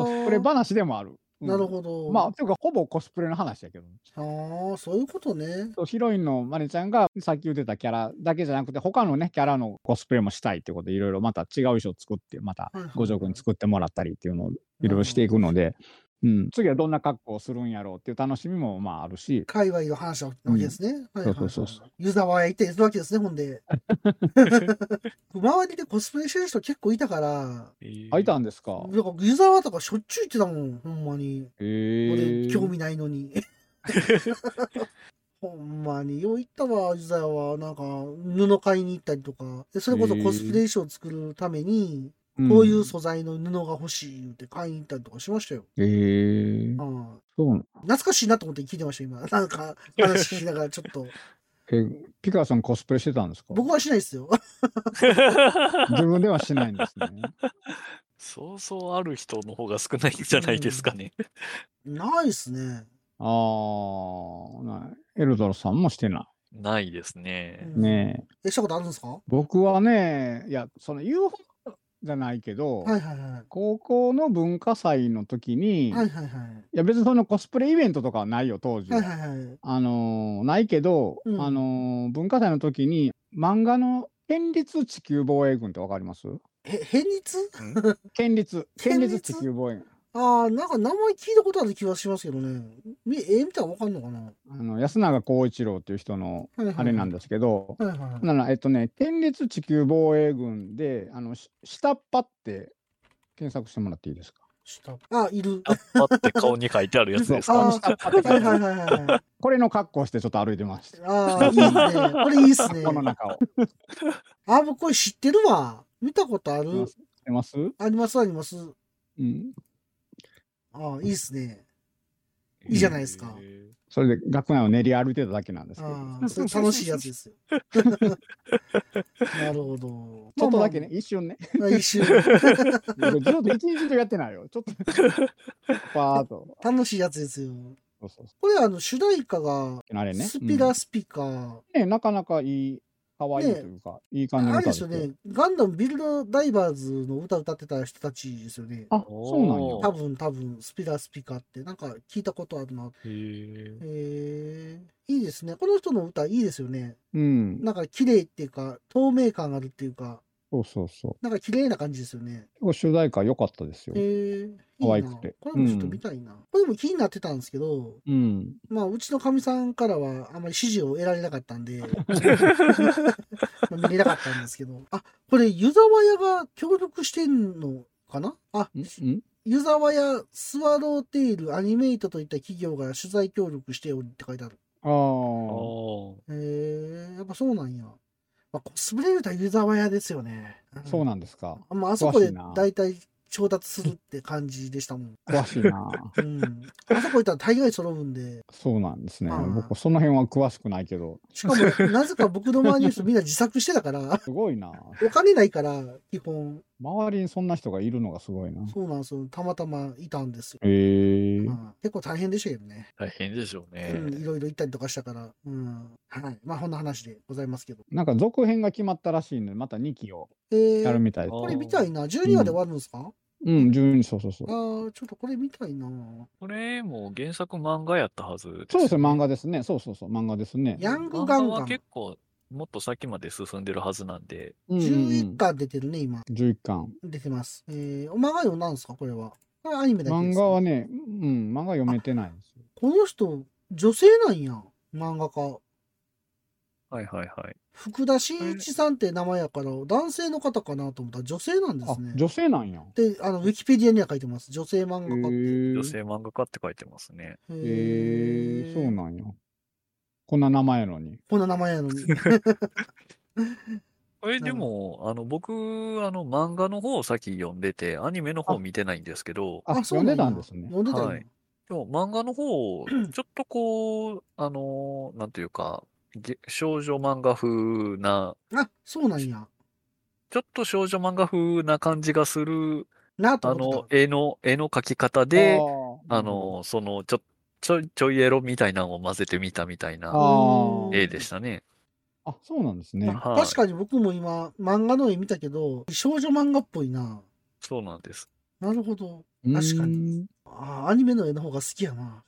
Speaker 2: スプレ話でもあるうん
Speaker 1: なるほど。
Speaker 2: まあ、というか、ほぼコスプレの話やけど。
Speaker 1: あーそういうことね。
Speaker 2: そうヒロインのマリちゃんが、さっき言ってたキャラだけじゃなくて、他のね、キャラのコスプレもしたいってことで、いろいろまた違う衣装作って、また
Speaker 1: はいはいはい
Speaker 2: 五条君に作ってもらったりっていうのをいろいろしていくので、うん、次はどんな格好をするんやろうっていう楽しみもまああるし、
Speaker 1: 界隈の話なわけですね。はいはいはい
Speaker 2: そうそうそ
Speaker 1: 湯沢へ行ってするわけですね、ほん で。周りでコスプレしてる人結構いたから、
Speaker 2: あ、い たんですか。
Speaker 1: なんか湯沢とかしょっちゅう行ってたもん、ほんまに。
Speaker 2: へ
Speaker 1: 俺、
Speaker 2: ー
Speaker 1: 興味ないの に。ほんまに、よう行ったわ、湯沢は。なんか、布買いに行ったりとか。でそれこそコスプレ衣装を作るために、こういう素材の布が欲しい言って買いに行ったりとかしましたよ。
Speaker 2: うん。へえ。
Speaker 1: うん
Speaker 2: そう。
Speaker 1: 懐かしいなと思って聞いてました、今。なんか、話聞きながらちょっ と。
Speaker 2: え、ピカさんコスプレしてたんですか。
Speaker 1: 僕はしないですよ。
Speaker 2: 自分ではしないんですね。
Speaker 3: そうそうある人の方が少ないんじゃないですかね。
Speaker 1: ないっすね。
Speaker 2: ああ、ないエルドラさんもしてな
Speaker 3: ないですね。
Speaker 2: い。ねえ。
Speaker 1: え、したことあるんですかは
Speaker 2: 僕はね、いや、その UFO じゃないけど、
Speaker 1: いはいは
Speaker 2: 高校の文化祭の時に、、
Speaker 1: い。はいいはいはい。
Speaker 2: や別にそのコスプレイベントとかはないよ、当時
Speaker 1: は
Speaker 2: は。
Speaker 1: いはいはい。
Speaker 2: あのーないけど、
Speaker 1: うん
Speaker 2: あのー文化祭の時に漫画の県立地球防衛軍ってわかります
Speaker 1: へ、変日
Speaker 2: 県立、県
Speaker 1: 県
Speaker 2: 立
Speaker 1: 立
Speaker 2: 地球防衛軍。
Speaker 1: ああ、なんか名前聞いたことある気はしますけどね。み絵見たらわかんのかなは
Speaker 2: あの安永光一郎っていう人の
Speaker 1: いはい。
Speaker 2: あれなん
Speaker 1: だ。
Speaker 2: ですけど、
Speaker 1: はいはいはい。
Speaker 2: ならえっとね、県立地球防衛軍で、あの、し下っ端って検索してもらっていいですか
Speaker 1: 下あ、いる。
Speaker 3: あっぱって顔に書いてあるやつです
Speaker 1: あ
Speaker 3: か。
Speaker 1: あ、
Speaker 2: の
Speaker 1: はい
Speaker 2: 下っ端って書
Speaker 1: はいい
Speaker 2: てあ
Speaker 1: はい
Speaker 2: る
Speaker 1: はい。
Speaker 2: これの格好をしてちょっと歩いてました。
Speaker 1: ああ、いいですね。これいいっすね。
Speaker 2: この中を。知っ
Speaker 1: あ、僕これ知ってるわ。見たことあ
Speaker 2: てま
Speaker 1: る
Speaker 2: す知ってます
Speaker 1: ありますあります。
Speaker 2: うん。
Speaker 1: ああ、いいっすね。いいじゃないですか。
Speaker 3: へ
Speaker 2: それで学内を練り歩いてただけなんですけど。
Speaker 1: ああ、それ楽しいやつ ですよ。なるほど。
Speaker 2: ちょっとだけね、一瞬ね。
Speaker 1: まあ。まあ一瞬。
Speaker 2: 僕ずっと一日中やってないよ。 ちょっと。パーっと。
Speaker 1: 楽しいやつですよ。
Speaker 2: そうそうそ
Speaker 1: これあの主題歌が
Speaker 2: うあれね。
Speaker 1: スピラ
Speaker 2: うん
Speaker 1: スピカー。
Speaker 2: ね、なかなかいい、可愛い
Speaker 1: ね
Speaker 2: というか、いい感じの
Speaker 1: あれ
Speaker 2: 歌
Speaker 1: ですよね。ガンダムビルドダイバーズの歌歌ってた人たちですよね。
Speaker 2: あ、そうなんや
Speaker 3: おー。
Speaker 1: 多分多分スピラスピカーってなんか聞いたことあるな。
Speaker 3: え。
Speaker 1: へえ。いいですね。この人の歌いいですよね。
Speaker 2: うん。
Speaker 1: なんか綺麗っていうか、透明感あるっていうか、
Speaker 2: そうそうそう。
Speaker 1: なんか綺麗な感じですよね。
Speaker 2: 結構主題歌良かったですよ。
Speaker 1: へえ。
Speaker 2: 可愛く
Speaker 1: い
Speaker 2: て
Speaker 1: いなこれもちょっと見たいな。これも気になってたんですけど、
Speaker 2: うん。
Speaker 1: まあ、うちのかみさんからはあまり指示を得られなかったん で、まあ見れなかったんですけど。あ、これ、湯沢屋が協力してんのかなあ、
Speaker 2: んん
Speaker 1: 湯沢屋、スワローテイル、アニメイトといった企業が取材協力しておりって書いてある。
Speaker 2: ああ。
Speaker 3: あ
Speaker 1: へえ、やっぱそうなんや。まあ、コスプレ言うたら湯沢屋ですよね。
Speaker 2: そう
Speaker 1: な
Speaker 2: なんですか。
Speaker 1: んまあ、あそこ
Speaker 2: 詳し
Speaker 1: で
Speaker 2: いな
Speaker 1: 大体調達するって感じでしたもん。
Speaker 2: 詳しいな。
Speaker 1: うん。あそこ行ったら大概揃うんで。
Speaker 2: そうなんです ね
Speaker 1: あー。
Speaker 2: 僕、その辺は詳しくないけど、
Speaker 1: しかも、なぜか僕の周りの人みんな自作してたから、
Speaker 2: すごいな。
Speaker 1: お金ないから、基本、
Speaker 2: 周りにそんな人がいるのがすごいな。
Speaker 1: そうなんですよ。たまたまいたんですよ。
Speaker 2: へえー。
Speaker 1: まあ結構大変でしたけどね。
Speaker 3: 大変でしょうね。
Speaker 1: うんいろいろ行ったりとかしたから。うん。はい。まあ、こんな話でございますけど。
Speaker 2: なんか続編が決まったらしいので、また2期を
Speaker 1: え
Speaker 2: やる
Speaker 1: ー、
Speaker 2: みたいです。
Speaker 1: これ見たいな。12話で終わるんですか、
Speaker 2: うん、12、そうそうそう。
Speaker 1: ああ、ちょっとこれ見たいな。
Speaker 3: これも原作漫画やったはず
Speaker 2: そうですね、漫
Speaker 3: 画。
Speaker 2: 画ですね。そうそうそう、漫画ですね。
Speaker 1: ヤングガン
Speaker 3: 漫画
Speaker 1: ガ
Speaker 3: は
Speaker 1: ン。
Speaker 3: 結構もっと先まで進んでるはずなんで、
Speaker 2: うんうんうん
Speaker 1: 11巻出てるね、今。
Speaker 2: 11巻。
Speaker 1: 出てます。えー、お漫画読んだんですかこれは。これアニメだけです、
Speaker 2: 漫画はね、うん、漫画読めてないんですよ。
Speaker 1: この人、女性なんや。漫画家。
Speaker 3: はいはいはい。
Speaker 1: 福田真一さんって名前やから、男性の方かなと思ったら女性なんで
Speaker 2: あ
Speaker 1: すね、。
Speaker 2: 女性なんや。
Speaker 1: で、あの、ウィキペディアには書いてます。女性漫
Speaker 2: へえ
Speaker 1: 画家。
Speaker 3: 女性漫画家って書いてますね。
Speaker 1: へ
Speaker 2: へえ、そう
Speaker 1: の
Speaker 2: なんや。こんな名前やのに。
Speaker 1: こんな名前やのに。
Speaker 3: こ
Speaker 1: な
Speaker 3: れ
Speaker 1: る
Speaker 3: でも、あの、僕、あの、漫画の方を先読んでて、アニメの方見てないんですけど、
Speaker 2: あ、
Speaker 1: そ
Speaker 2: 読
Speaker 1: うんな
Speaker 2: で
Speaker 1: や
Speaker 2: たんですね。
Speaker 1: 読んでたんや
Speaker 3: はいでも漫画の方、ちょっとこう、あの、なんというか、げ少女漫画風な、
Speaker 1: あ、そうなんや。
Speaker 3: ちょっと少女漫画風な感じがする、
Speaker 1: なと
Speaker 3: あ
Speaker 1: 思っ
Speaker 3: の
Speaker 1: て、
Speaker 3: 絵の、絵の描き方で、
Speaker 2: あー
Speaker 3: あ、の、その、ちょ、ちょい、ちょいエロみたいなのを混ぜてみたみたいな
Speaker 2: あ
Speaker 3: 絵
Speaker 2: ー
Speaker 3: でしたね。
Speaker 2: あ、そうなんです
Speaker 1: た
Speaker 2: ね。
Speaker 3: はい
Speaker 1: 確かに僕も今、漫画の絵見たけど、少女漫画っぽいな。
Speaker 3: そうなんです。
Speaker 1: なるほど。
Speaker 2: うーん
Speaker 1: 確かに。あーアニメの絵の方が好きやな。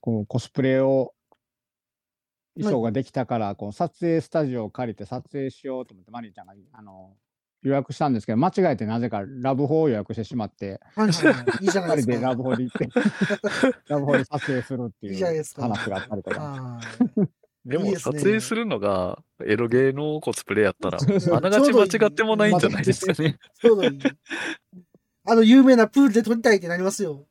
Speaker 2: こうコスプレを衣装ができたから、こう撮影スタジオを借りて撮影しようと思ってマリンちゃんがあの予約したんですけど間違えてなぜかラブホを予約してしまって
Speaker 1: はいはいはい。いいじゃないで
Speaker 2: 2人
Speaker 1: す
Speaker 2: でラ
Speaker 1: か。
Speaker 2: ブホで行って ラブホで撮影するって
Speaker 1: いいじゃない
Speaker 2: い
Speaker 1: で
Speaker 2: う
Speaker 1: すか
Speaker 2: 話があったりとか。
Speaker 1: あ
Speaker 3: で
Speaker 1: いい
Speaker 3: も
Speaker 1: です
Speaker 3: 撮
Speaker 1: ね
Speaker 3: 影するのがエロゲーのコスプレ やったら、
Speaker 1: ー
Speaker 3: あながち間違ってもないんじゃないですかね。
Speaker 1: ちょうどいい。あの、有名なプールで撮りたいってなりますよ。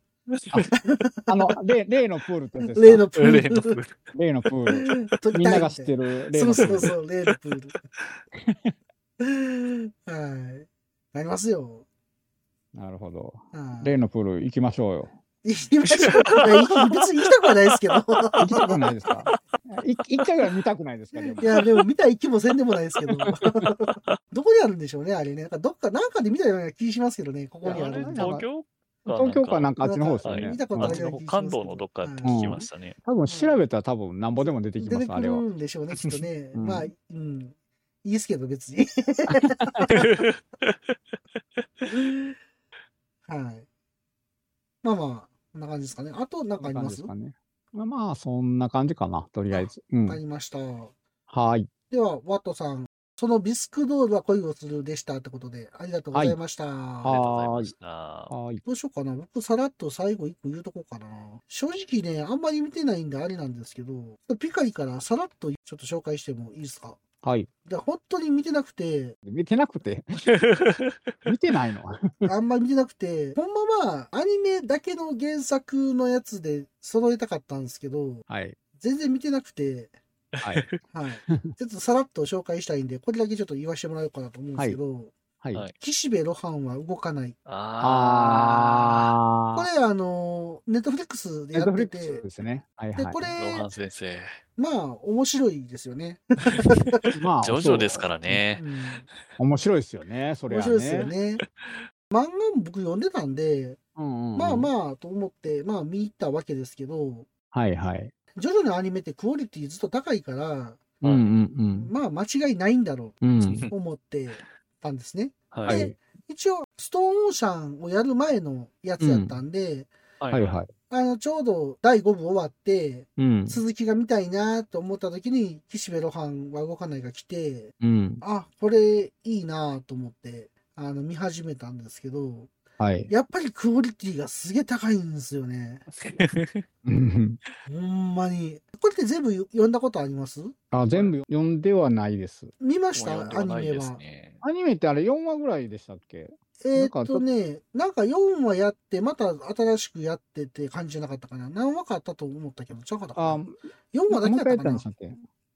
Speaker 2: あの、例例のプールってやつですか
Speaker 1: 例のプー
Speaker 3: 例のプ
Speaker 1: ル。
Speaker 3: ール
Speaker 2: 例のプール。
Speaker 1: 撮り
Speaker 2: みん
Speaker 1: たい
Speaker 2: な
Speaker 1: っ
Speaker 2: が知ってる例
Speaker 1: そう
Speaker 2: のプ
Speaker 1: そ
Speaker 2: ール。
Speaker 1: うそう、例のプール。はい。なりますよ。
Speaker 2: なるほど。
Speaker 1: はい
Speaker 2: 例のプール行きましょうよ。
Speaker 1: 行きましょういや行き別に行きたくはない ですけど。
Speaker 2: 行きたくないで すかい一回ぐらい見たくないですかでも
Speaker 1: いや、でも見たい気もせんでもないですけど。 どこにあるんでしょうね、あれね。なんかどっか、なんかで見たような気しますけどね、ここ
Speaker 3: あ
Speaker 1: にあ
Speaker 3: れ
Speaker 1: る。
Speaker 3: 東京
Speaker 2: 東京かなんかあっちの方ですよ
Speaker 3: はい
Speaker 1: 見
Speaker 2: ね
Speaker 1: た。こと
Speaker 3: あ
Speaker 1: な
Speaker 3: っ
Speaker 1: い
Speaker 3: ちの方関東のどっかって聞きましたね。
Speaker 2: 多分調べたら多分なんぼでも出てき
Speaker 1: 出
Speaker 2: ま
Speaker 1: て
Speaker 2: す、あ
Speaker 1: く
Speaker 2: れ
Speaker 1: る
Speaker 2: は。
Speaker 1: んでしょうね、きっとね。
Speaker 2: うん
Speaker 1: まあ、うん。いいですけど、別に。 はい。まあまあ、こんな感じですかね。あと、なんかあり
Speaker 2: 感
Speaker 1: ま
Speaker 2: じですすか
Speaker 1: わ
Speaker 2: ね。まあまあ、そんな感じかな、とりあえず。うん
Speaker 1: か。りました。
Speaker 2: はい。
Speaker 1: では、ワットさん。そのビスクドールは恋をするでしたってことで、ありがとうございました。
Speaker 3: ありがとうござい
Speaker 2: は
Speaker 3: ま
Speaker 2: い
Speaker 3: した。
Speaker 2: はい。
Speaker 1: どうしようかな。僕、さらっと最後一個言うとこうかな。正直ね、あんまり見てないんであれなんですけど、ピカリからさらっとちょっと紹介してもいいですか。
Speaker 2: はい。
Speaker 1: だから本当に見てなくて、
Speaker 2: 見てなくて。 見てないの。
Speaker 1: あんまり見てなくて、ほんまはアニメだけの原作のやつで揃えたかったんですけど、
Speaker 2: はい。
Speaker 1: 全然見てなくて、
Speaker 2: はい。
Speaker 1: はい。ちょっとさらっと紹介したいんで、これだけちょっと言わせてもらおうかなと思うんですけど、
Speaker 2: はい。
Speaker 3: はい
Speaker 1: 岸辺露伴は動かない。
Speaker 3: あ
Speaker 1: こ
Speaker 2: あ
Speaker 1: れ、あの、ネットフリックス
Speaker 2: ー。
Speaker 1: で
Speaker 2: ネ
Speaker 1: や
Speaker 2: ットフリ
Speaker 1: って
Speaker 2: ックス
Speaker 1: て
Speaker 2: で、すね。はい
Speaker 1: で、
Speaker 2: はい
Speaker 1: こ。れ、
Speaker 3: あ、ロハン先生。
Speaker 1: まあ、面白いですよね。
Speaker 2: まあ、
Speaker 3: ジョジョですからね。
Speaker 1: うん
Speaker 2: そう。面白いですよね、そ
Speaker 1: 面
Speaker 2: れは
Speaker 1: 白いですよ。ね。漫画も僕読んでたんで、
Speaker 2: うんうん。
Speaker 1: まあ
Speaker 2: あ。
Speaker 1: まあと思って、まあ見入ったわけですけど、
Speaker 2: はいはい。
Speaker 1: ジョジョのアニメってクオリティずっと高いから、
Speaker 2: うんうん
Speaker 1: まあ間違いないんだろ
Speaker 2: うん。うん。
Speaker 1: うと思ってたんですね。
Speaker 3: は。
Speaker 2: はいい。
Speaker 1: 一応、ストーンオーシャンをやる前のやつやったんで、
Speaker 2: はいはい。
Speaker 1: あのちょうど第5部終わって、
Speaker 2: うん。
Speaker 1: 続きが見たいなと思った時に、岸辺露伴は動かないが来て、
Speaker 2: うん。
Speaker 1: あ、これいいなと思って、あの見始めたんですけど、
Speaker 2: はい。
Speaker 1: やっぱりクオリティがすげえ高いんですよね。
Speaker 2: うん
Speaker 1: ほんまに。これって全部読んだことあります
Speaker 2: あ全部読んではないです。
Speaker 1: 見まし
Speaker 3: もう
Speaker 1: た
Speaker 3: 読んで
Speaker 1: ア
Speaker 3: は
Speaker 1: ニメ
Speaker 3: ないです
Speaker 1: は。
Speaker 3: ね。
Speaker 2: アニメってあれ4話ぐらいでしたっけ
Speaker 1: え
Speaker 2: な
Speaker 1: ー
Speaker 2: んか
Speaker 1: っとね、なんか4話やって、また新しくやってって感じじゃなかったかな。何話かあったと思ったけど、ちゃうかった
Speaker 2: あ、
Speaker 1: か
Speaker 2: も
Speaker 1: な
Speaker 2: う。
Speaker 1: 4話だけ
Speaker 2: 一
Speaker 1: だった
Speaker 2: 回やっ
Speaker 1: か
Speaker 2: た
Speaker 1: な
Speaker 2: んでし。たっけ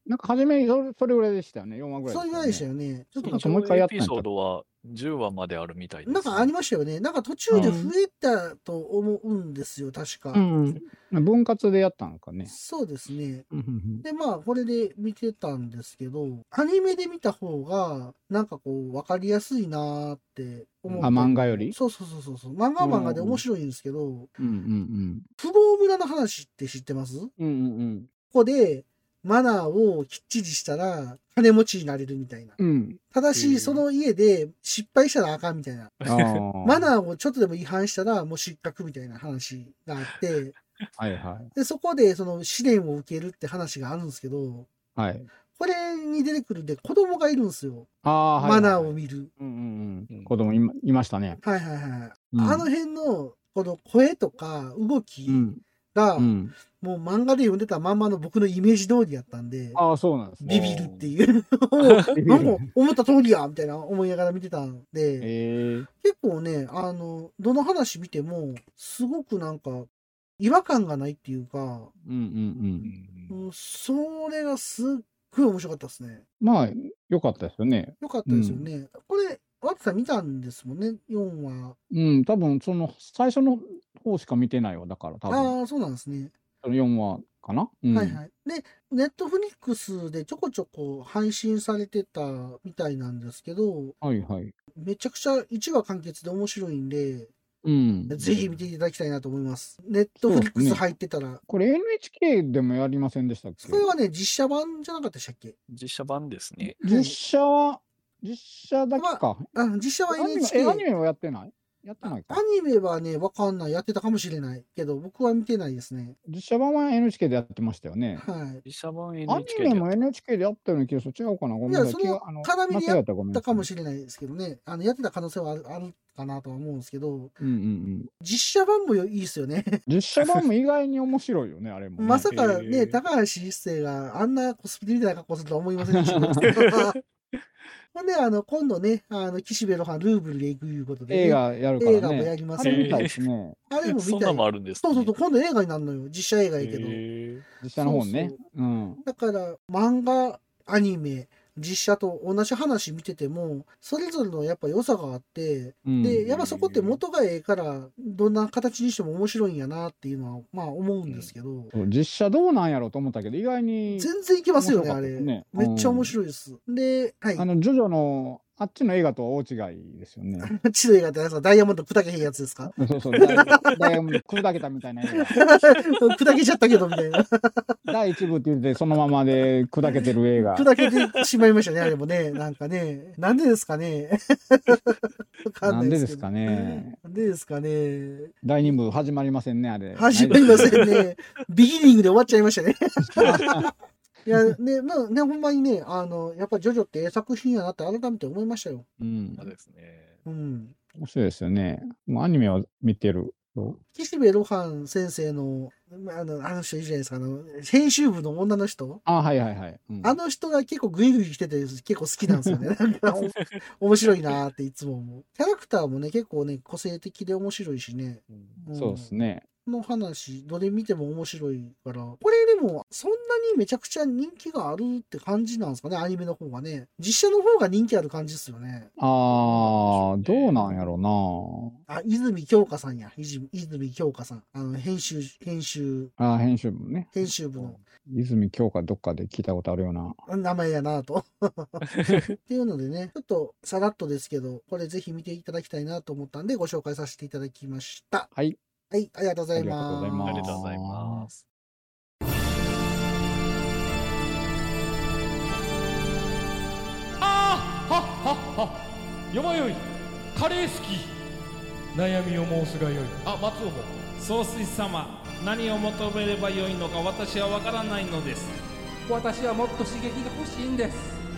Speaker 2: なんか初めそれそれぐらいでしたよね、4話ぐらい、
Speaker 1: それぐらいでしたよね。ちょっとなん
Speaker 2: な
Speaker 1: ん
Speaker 2: か
Speaker 1: か
Speaker 2: もう一回やったん
Speaker 3: エ
Speaker 2: や
Speaker 3: ピ
Speaker 2: った
Speaker 3: ソードは10話まであるみたいです、
Speaker 1: なんかありましたよね。なんか途中で増えたと思うんですよ、確か。
Speaker 2: うんうん。分割でやったのかね。
Speaker 1: そうですね。
Speaker 2: うんうん
Speaker 1: で、まあ、これで見てたんですけど、アニメで見た方が、なんかこう、わかりやすいなーって思
Speaker 2: う
Speaker 1: っ
Speaker 2: ん
Speaker 1: た
Speaker 2: あ、漫画より
Speaker 1: そうそうそうそうそう。漫画は漫画で面白いんですけど、
Speaker 2: うんうん
Speaker 1: 不老村の話って知ってますこ
Speaker 2: うん。うんうん
Speaker 1: こで、マナーをきっちりしたら、金持ちになれるみたいな。
Speaker 2: うん。うん。
Speaker 1: ただ
Speaker 3: う
Speaker 1: し、
Speaker 3: ん
Speaker 1: その家で失敗したらあかんみたいな。
Speaker 2: あ ー
Speaker 1: マナーをちょっとでも違反したら、もう失格みたいな話があって、
Speaker 2: はいはい。
Speaker 1: で、そこで、その試練を受けるって話があるんですけど、
Speaker 2: はい。
Speaker 1: これに出てくるんで、子供がいるんですよ。
Speaker 2: ああ、はい、
Speaker 1: マナーを
Speaker 2: を。
Speaker 1: 見る。
Speaker 2: うんうんうん。子供いまいましたね。
Speaker 1: はいはいはい。
Speaker 2: うん、
Speaker 1: あの辺の、この声とか動き
Speaker 2: うん。
Speaker 1: が、
Speaker 2: うん。
Speaker 1: もう漫画で読んでたまんまの僕のイメージ通りやったんで、
Speaker 2: ああ、そうなんです
Speaker 1: ビ
Speaker 2: ね。
Speaker 1: ビるっていう。 なんか思った通りやみたいな思いながら見てたんで、
Speaker 2: ええ
Speaker 1: 結構ね、あの、どの話見ても、すごくなんか、違和感がないっていうか、
Speaker 2: うんうんうん
Speaker 3: う。ん
Speaker 1: うんそれがすっごい面白かったですね。
Speaker 2: まあ、良かったですよね。
Speaker 1: よかったですよね。これ、ワッツさん見たんですもんね、4話。
Speaker 2: うん、多分その最初の方しか見てないわ、だから多分
Speaker 1: ああ、そうなんですね。
Speaker 2: その4話かな。うん、
Speaker 1: はいはい。で、ネットフリックスでちょこちょこ配信されてたみたいなんですけど、
Speaker 2: はいはい
Speaker 1: めちゃくちゃ1話完結で面白いんで、
Speaker 2: うん。
Speaker 1: ぜひ見ていただきたいなと思います。ネットフリックス入ってたら、
Speaker 2: これ NHK でもやりませんでしたっけ
Speaker 1: それはね、実写版じゃなかったでしたっけ
Speaker 3: 実写版ですね。
Speaker 2: 実写は、実写だけか。
Speaker 1: あ実写は
Speaker 2: アニメえ
Speaker 1: NHK
Speaker 2: アニメはやってないやってないか
Speaker 1: ア。ニメはね、わかんない。やってたかもしれないけど、僕は見てないですね。
Speaker 2: 実写版は NHK でやってましたよね。
Speaker 1: はい。
Speaker 3: 実写版
Speaker 2: アニ
Speaker 3: NHK で
Speaker 2: メ
Speaker 3: やっ
Speaker 2: も NHK でやったような気がする。違うかなごめんなさい。
Speaker 1: いやその
Speaker 2: 気があの
Speaker 1: 絡みで
Speaker 2: 間違ったらごめん
Speaker 1: だ
Speaker 2: な
Speaker 1: か
Speaker 2: さい
Speaker 1: もしれないですけどね。あの、やってた可能性はあるあるかなとは思うんですけど、
Speaker 2: うんうんうん。
Speaker 1: 実写版もよいいですよね。
Speaker 2: 実写版も意外に面白いよね、あれもね。
Speaker 1: まさか
Speaker 3: え
Speaker 1: ね、
Speaker 3: ー
Speaker 1: 高橋一生があんなコスプレみたいな格好するとは思いませんで した。ほんで、あの、今度ね、あの、岸辺露伴ルーブルで行くいうことでね、
Speaker 2: 映画やるか
Speaker 1: 映
Speaker 2: ら
Speaker 1: 画もや
Speaker 2: ね。
Speaker 1: りま
Speaker 2: あ
Speaker 1: すよ
Speaker 2: れ
Speaker 3: ね
Speaker 2: みたいですね。
Speaker 1: あれも見たい。
Speaker 3: そんなんもあるんです
Speaker 1: そうそうそうう、今度映画になるのよ。実写映画やけど。
Speaker 2: 実写の方ね
Speaker 1: そう。
Speaker 2: うん。
Speaker 1: だから、漫画、アニメ、実写と同じ話見てても、それぞれのやっぱ良さがあって、
Speaker 2: うん
Speaker 1: で、やっぱそこって元がええから、どんな形にしても面白いんやなっていうのは、まあ思うんですけど、
Speaker 2: そう実写どうなんやろうと思ったけど、意外に。
Speaker 1: 全然いけますよね、
Speaker 2: 面白か
Speaker 1: あ
Speaker 2: った
Speaker 1: れ
Speaker 2: ですね。
Speaker 1: めっちゃ面白いです。で、はい。
Speaker 2: あの、ジョジョの、あっちの映画とは大違いです よね。
Speaker 1: 千鳥がさ、ダイヤモンド砕けへんやつですか
Speaker 2: そうそう、ダイダイヤモンド砕けたみたいな映画。
Speaker 1: 砕けちゃったけど、みたいな。
Speaker 2: 第一部って言って、そのままで砕けてる映画。
Speaker 1: 砕けてしまいましたね、あれもね。なんかね。なんでですかね。わか
Speaker 2: なん
Speaker 1: ない
Speaker 2: で
Speaker 1: でけ
Speaker 2: ですす
Speaker 1: ど
Speaker 2: か。ね。
Speaker 1: なんでですかね。
Speaker 2: 第二部始まりませんね、あれ。
Speaker 1: 始まりませんね。ビギニングで終わっちゃいましたね。いや、ね、まあね、ほんまにね、あの、やっぱジョジョってええ作品やなって改めて思いましたよ。
Speaker 2: うん。
Speaker 3: ですね。
Speaker 1: うん。
Speaker 2: 面白いですよね。もうアニメは見てる。そう
Speaker 1: 岸辺露伴先生の、あの、あの人いるじゃないですか、あの、編集部の女の人。
Speaker 2: あ、はいはいはい。うん
Speaker 1: あの人が結構グイグイ来てて結構好きなんですよ ね。なんかお面白いなーっていつも思う。キャラクターもね、結構ね、個性的で面白いしね。ん
Speaker 2: そうですね。
Speaker 1: この話、どれ見ても面白いから。これでも、そんなにめちゃくちゃ人気があるって感じなんですかね、アニメの方がね。実写の方が人気ある感じですよね。
Speaker 2: あー、どうなんやろう
Speaker 1: あ、泉京香さんや。泉泉京香さん。あの、編集、編集、
Speaker 2: なあー編集部もね。
Speaker 1: 編集部の
Speaker 2: 泉京香どっかで聞いたことあるような。
Speaker 1: 名前やなぁと。っていうのでね、ちょっとさらっとですけど、これぜひ見ていただきたいなと思ったんで、ご紹介させていただきました。
Speaker 2: はい。
Speaker 1: はい、ありがとうございます。
Speaker 2: ありがとうござ
Speaker 3: あ
Speaker 2: い
Speaker 3: り
Speaker 2: ま
Speaker 3: が
Speaker 2: す
Speaker 3: とうございます。
Speaker 9: あーはっはっはよまよいカレー好き悩みを申すがよいあ松尾も
Speaker 10: 総帥様何を求めればよいのか私は分からないのです
Speaker 9: 私はもっと刺激が欲しいんです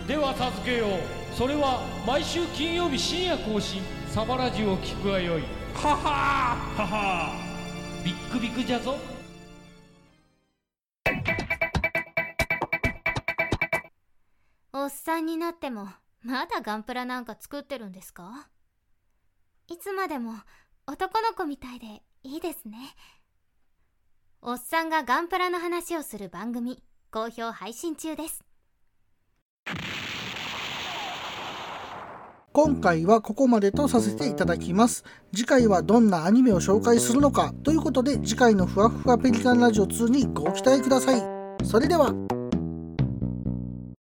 Speaker 9: では助けようそれは毎週金曜日深夜更新サバラジュを聞くがよいははーははービックビックじゃぞ
Speaker 11: おっさんになってもまだガンプラなんか作ってるんですかいつまでも男の子みたいでいいですねおっさんがガンプラの話をする番組好評配信中です
Speaker 1: 今回はここまでとさせていただきます。次回はどんなアニメを紹介するのかということで、次回のふわふわペリカンラジオ2にご期待ください。それでは、